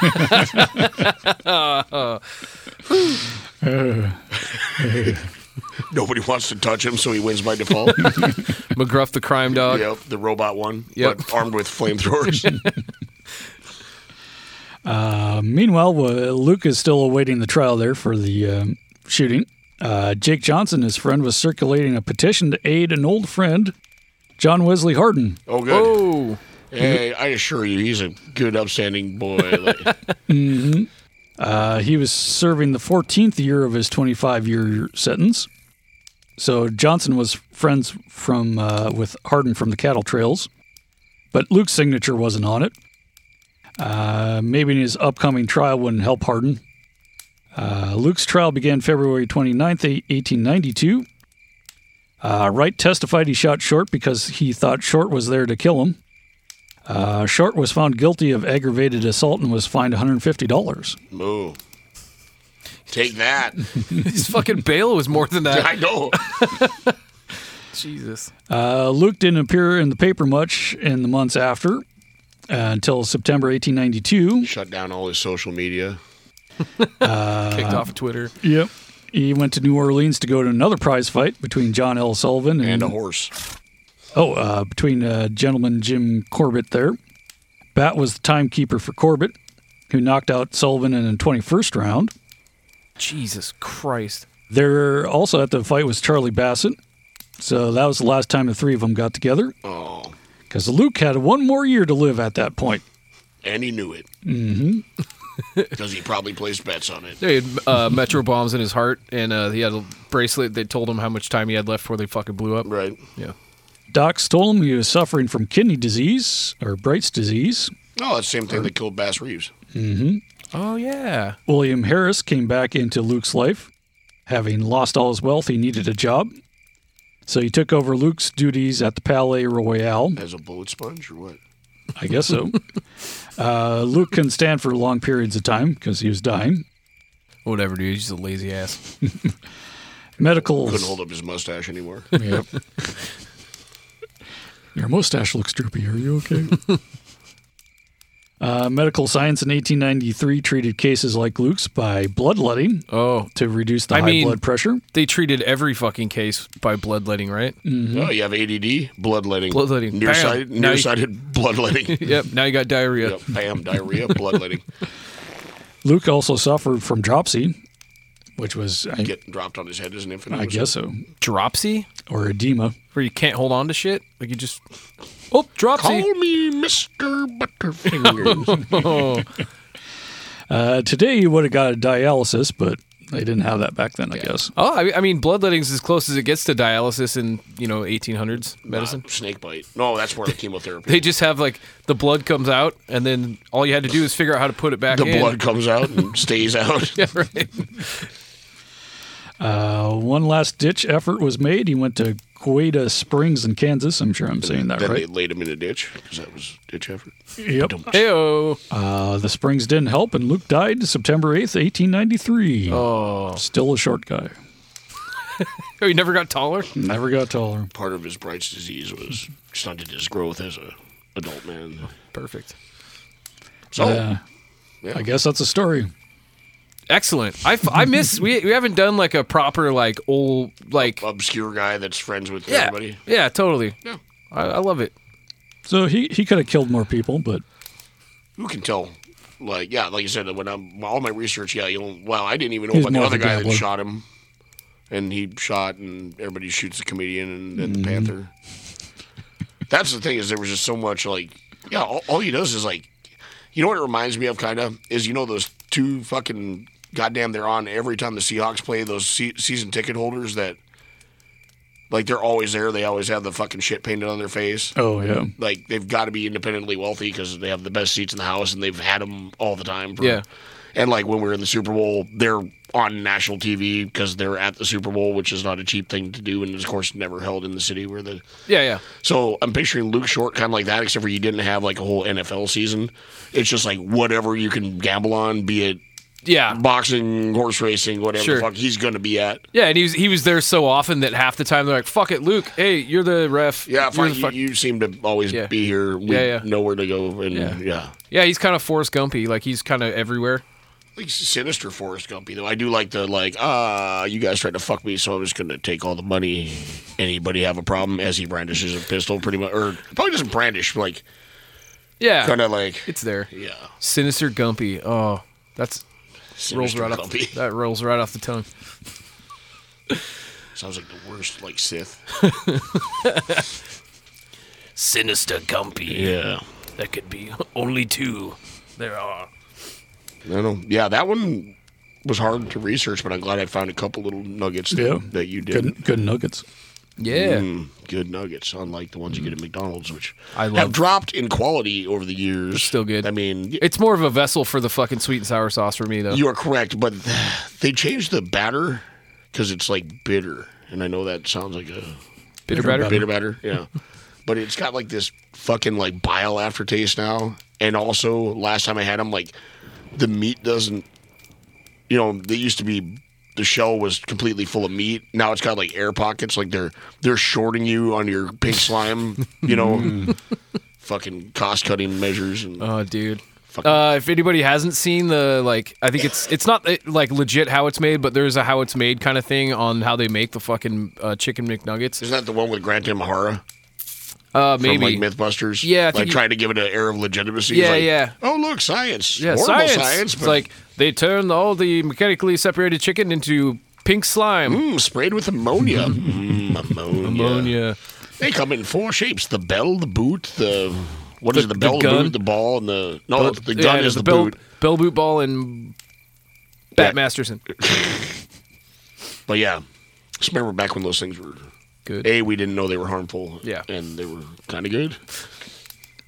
A: [laughs]
B: Nobody wants to touch him, so he wins by default.
A: [laughs] McGruff the crime dog.
B: yep, the robot one.
A: Yep.
B: but armed with flamethrowers.
A: [laughs]
E: Uh, meanwhile, wa- Luke is still awaiting the trial there for the um, shooting. Uh, Jake Johnson, his friend, was circulating a petition to aid an old friend, John Wesley Hardin.
B: oh, good.
A: Oh,
B: Hey, I assure you, he's a good, upstanding boy. Like,
A: [laughs]
E: Uh, he was serving the 14th year of his 25 year sentence. So Johnson was friends from uh, with Hardin from the cattle trails, but Luke's signature wasn't on it. Uh, maybe in his upcoming trial wouldn't help Hardin. Uh, Luke's trial began February 29th, 1892. Uh, Wright testified he shot Short because he thought Short was there to kill him. Uh, Short was found guilty of aggravated assault and was fined $150.
B: Moo. Take
A: [laughs]
B: that.
A: His fucking bail was more than
B: [laughs]
A: that.
B: I know.
A: Jesus.
E: Uh, Luke didn't appear in the paper much in the months after uh, until September 1892.
B: Shut down all his social media.
A: Kicked off of Twitter.
E: Yep. He went to New Orleans to go to another prize fight between John L. Sullivan and,
B: And a horse.
E: Oh, uh, between uh, gentleman Jim Corbett there. Bat was the timekeeper for Corbett, who knocked out Sullivan in the 21st round.
A: Jesus Christ.
E: There also at the fight was Charlie Bassett. So that was the last time the three of them got together.
B: Oh.
E: Because Luke had one more year to live at that point.
B: And he knew it
E: Mm-hmm.
B: [laughs] because he probably placed bets on it.
A: He had uh, metro bombs in his heart, and uh, he had a bracelet that told him how much time he had left before they fucking blew up.
B: Right.
A: Yeah.
E: Docs told him he was suffering from kidney disease or Bright's disease.
B: No, that's Oh, the same thing that killed Bass Reeves.
E: Mm-hmm.
A: Oh yeah.
E: William Harris came back into Luke's life. Having lost all his wealth, he needed a job. So he took over Luke's duties at the Palais Royal.
B: As a bullet sponge or what?
E: I guess so. uh, Luke couldn't stand for long periods of time because he was dying.
A: Whatever, dude. He's just a lazy ass.
E: Medical.
B: Couldn't hold up his mustache anymore.
E: Yep. [laughs] Your mustache looks droopy. Are you okay? [laughs] uh, medical science in 1893 treated cases like Luke's by bloodletting
A: Oh,
E: to reduce the
A: I
E: high
A: mean-
E: blood pressure.
A: they treated every fucking case by bloodletting, right?
E: Mm-hmm.
B: Oh, you have ADD, bloodletting,
A: Bloodletting.
B: nearsighted,
A: Bam. Now you-
B: nearsighted [laughs]
E: [laughs]
B: bloodletting.
A: Yep. Now you got diarrhea.
B: yep. Bam, diarrhea, bloodletting,
E: Luke also suffered from dropsy, which was, I,
B: getting dropped on his head as an infant.
E: I guess so,
A: Dropsy,
E: or edema.
A: where you can't hold on to shit. Like you just. Oh, dropsy.
B: Call me Mister
E: [laughs]
B: Butterfingers.
A: Oh,
E: Uh, today, you would have got a dialysis, but they didn't have that back then, I guess.
A: oh I, I mean, bloodletting's as close as it gets to dialysis in you know 1800s medicine.
B: Not snake bite. Ah, No, that's more like chemotherapy.
A: They just have like the blood comes out, and then all you had to do is figure out how to put it back
B: the
A: in.
B: blood comes out and stays out.
A: [laughs] Yeah, right.
E: Uh, one last ditch effort was made. He went to Queta Springs in Kansas. I'm sure I'm [laughs] saying that
B: then they
E: right.
B: laid him in a ditch because that was ditch effort.
E: Yep.
A: Heyo.
E: Uh, the springs didn't help, and Luke died September 8th, 1893.
A: Oh,
E: Still a short guy.
A: you never got taller.
E: Never got taller.
B: Part of his Bright's disease was stunted his growth as a adult man.
A: Perfect.
B: So
E: Uh,
B: yeah.
E: I guess that's a story.
A: Excellent. I, f- I miss we we haven't done like a proper like old like
B: obscure guy that's friends with
A: yeah
B: everybody.
A: yeah totally.
B: Yeah.
A: I, I love it.
E: So he, he could have killed more people, but
B: Who can tell? Like yeah, like you said, when I'm all my research, yeah, you know, wow, I didn't even know
E: He's
B: about the
E: more of
B: other
E: a
B: guy that
E: dabbler.
B: shot him, and he shot, and everybody shoots the comedian and, and the
E: Mm-hmm.
B: panther. That's the thing is there was just so much like yeah, all, all he does is like, you know what it reminds me of kind of is you know those two fucking goddamn they're on every time the Seahawks play those se- season ticket holders that. Like they're always there. They always have the fucking shit painted on their face.
E: oh yeah.
B: like they've got to be independently wealthy because they have the best seats in the house and they've had them all the time. for-
A: Yeah.
B: And like when we were in the Super Bowl, they're on national TV because they're at the Super Bowl, which is not a cheap thing to do, and is of course never held in the city where the.
A: Yeah yeah.
B: So I'm picturing Luke Short kind of like that, except for you didn't have like a whole NFL season. It's just like whatever you can gamble on, be it
A: Yeah.
B: boxing, horse racing, whatever
A: Sure.
B: the fuck he's gonna be at.
A: Yeah, and he was he was there so often that half the time they're like, "Fuck it, Luke. Hey, you're the ref."
B: Yeah,
A: You're
B: fine.
A: the
B: You,
A: fuck-"
B: you seem to always
A: Yeah.
B: be here. We
A: Yeah, yeah.
B: know where to go, and
A: Yeah.
B: yeah.
A: yeah, he's kind of Forrest Gumpy. Like he's kind of everywhere.
B: like sinister Forrest Gumpy though. I do like the like ah, you guys tried to fuck me, so I'm just gonna take all the money. Anybody have a problem? As he brandishes a pistol, pretty much, or probably doesn't brandish, but, like
A: Yeah,
B: kind of like
A: it's there.
B: yeah,
A: Sinister Gumpy. Oh, that's rolls
B: sinister
A: right off
B: Gumpy.
A: that rolls right off the tongue.
B: [laughs] Sounds like the worst like Sith.
L: Sinister Gumpy.
B: Yeah,
L: There could be only two. There are.
B: I don't. Yeah, that one was hard to research, but I'm glad I found a couple little nuggets that,
E: Yeah.
B: that you did.
E: Good good nuggets.
A: Yeah.
B: Mm, good nuggets, unlike the ones you get at McDonald's, which
A: I love-
B: have dropped in quality over the years. still
A: good.
B: I mean,
A: It's more of a vessel for the fucking sweet and sour sauce for me, though.
B: You are correct, but they changed the batter because it's like bitter, and I know that sounds like a
A: Bitter batter?
B: Bitter batter, yeah.
A: [laughs]
B: but it's got like this fucking like bile aftertaste now, and also last time I had them, like the meat doesn't, you know, they used to be the shell was completely full of meat. Now it's got like air pockets, like they're they're shorting you on your pink slime,
A: [laughs]
B: you know,
A: Mm.
B: fucking cost cutting measures and
A: Oh, dude. Uh, if anybody hasn't seen the like, I think it's it's not eh, like legit how it's made, but there's a how it's made kind of thing on how they make the fucking uh, chicken McNuggets.
B: Isn't that the one with Grant Imahara?
A: Uh, maybe
B: from like MythBusters.
A: Yeah, I think
B: like
A: you-
B: trying to give it an air of legitimacy.
A: Yeah,
B: like,
A: yeah.
B: Oh, look, science.
A: Yeah,
B: Horrible
A: science.
B: science.
A: it's
B: but
A: like they turn all the mechanically separated chicken into pink slime.
B: Mm, sprayed with
A: [laughs]
B: ammonia. mm, ammonia.
A: Ammonia.
B: They come in four shapes: the bell, the boot, the what
A: The-
B: is it? The
A: the
B: bell,
A: gun.
B: boot, the ball, and the no,
A: Bell-
B: Oh, the
A: yeah,
B: gun is the,
A: bell,
B: boot.
A: Bell boot ball and Bat Masterson.
B: But yeah, just remember back when those things were
A: good.
B: A, we didn't know they were harmful.
A: Yeah.
B: and they were kind of good.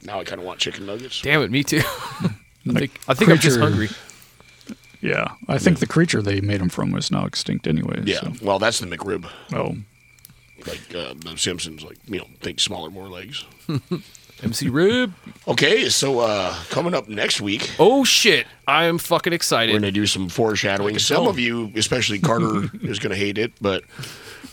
B: Now I kind of want chicken nuggets.
A: Damn it, me
B: [laughs]
A: too. I think, I think I'm just
E: creature-
A: hungry.
E: Yeah, I think the creature they made them from is now extinct anyway.
B: Yeah.
E: so-
B: Well, that's the McRib.
E: Oh,
B: Like uh, the Simpsons, like you know, think smaller, more legs.
A: MC Rib.
B: Okay, so uh coming up next week,
A: Oh shit! I am fucking excited.
B: we're gonna do some foreshadowing. Some of you,
A: [laughs]
B: especially Carter, is gonna hate it, but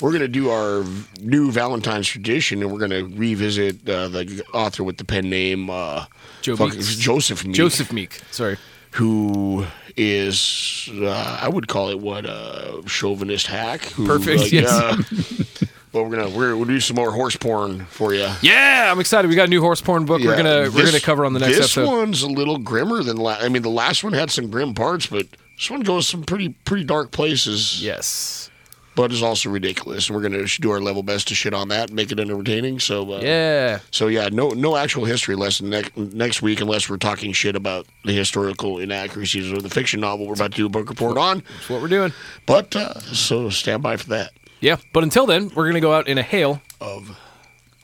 B: we're gonna do our v- new Valentine's tradition, and we're gonna revisit uh, the author with the pen name uh,
A: Joe
B: fuck-
A: Meeks.
B: Joseph Meek,
A: Joseph Meek. Sorry.
B: who is uh, I would call it what a chauvinist hack. who,
A: Perfect,
B: like, uh,
A: yes.
B: but we're gonna we're, we'll do some more horse porn for you.
A: Yeah, Ah, I'm excited. We got a new horse porn book. we're
B: Yeah,
A: gonna we're
B: this-
A: gonna cover on the next
B: this
A: episode.
B: one's a little grimmer than la- I mean, the last one had some grim parts, but this one goes some pretty pretty dark places.
A: Yes,
B: but it's also ridiculous, and we're gonna sh- do our level best to shit on that, make it entertaining. So uh,
A: Yeah.
B: so yeah, no no actual history lesson next next week unless we're talking shit about the historical inaccuracies of the fiction novel we're about to do a book report on. That's
A: what we're doing.
B: But uh, so stand by for that.
A: Yeah, but until then, we're gonna go out in a hail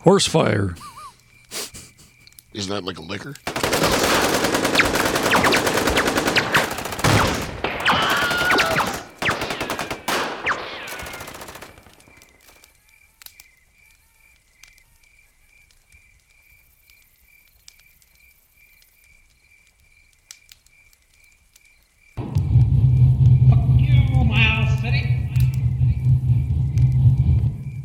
E: horse fire.
B: Isn't that like a liquor?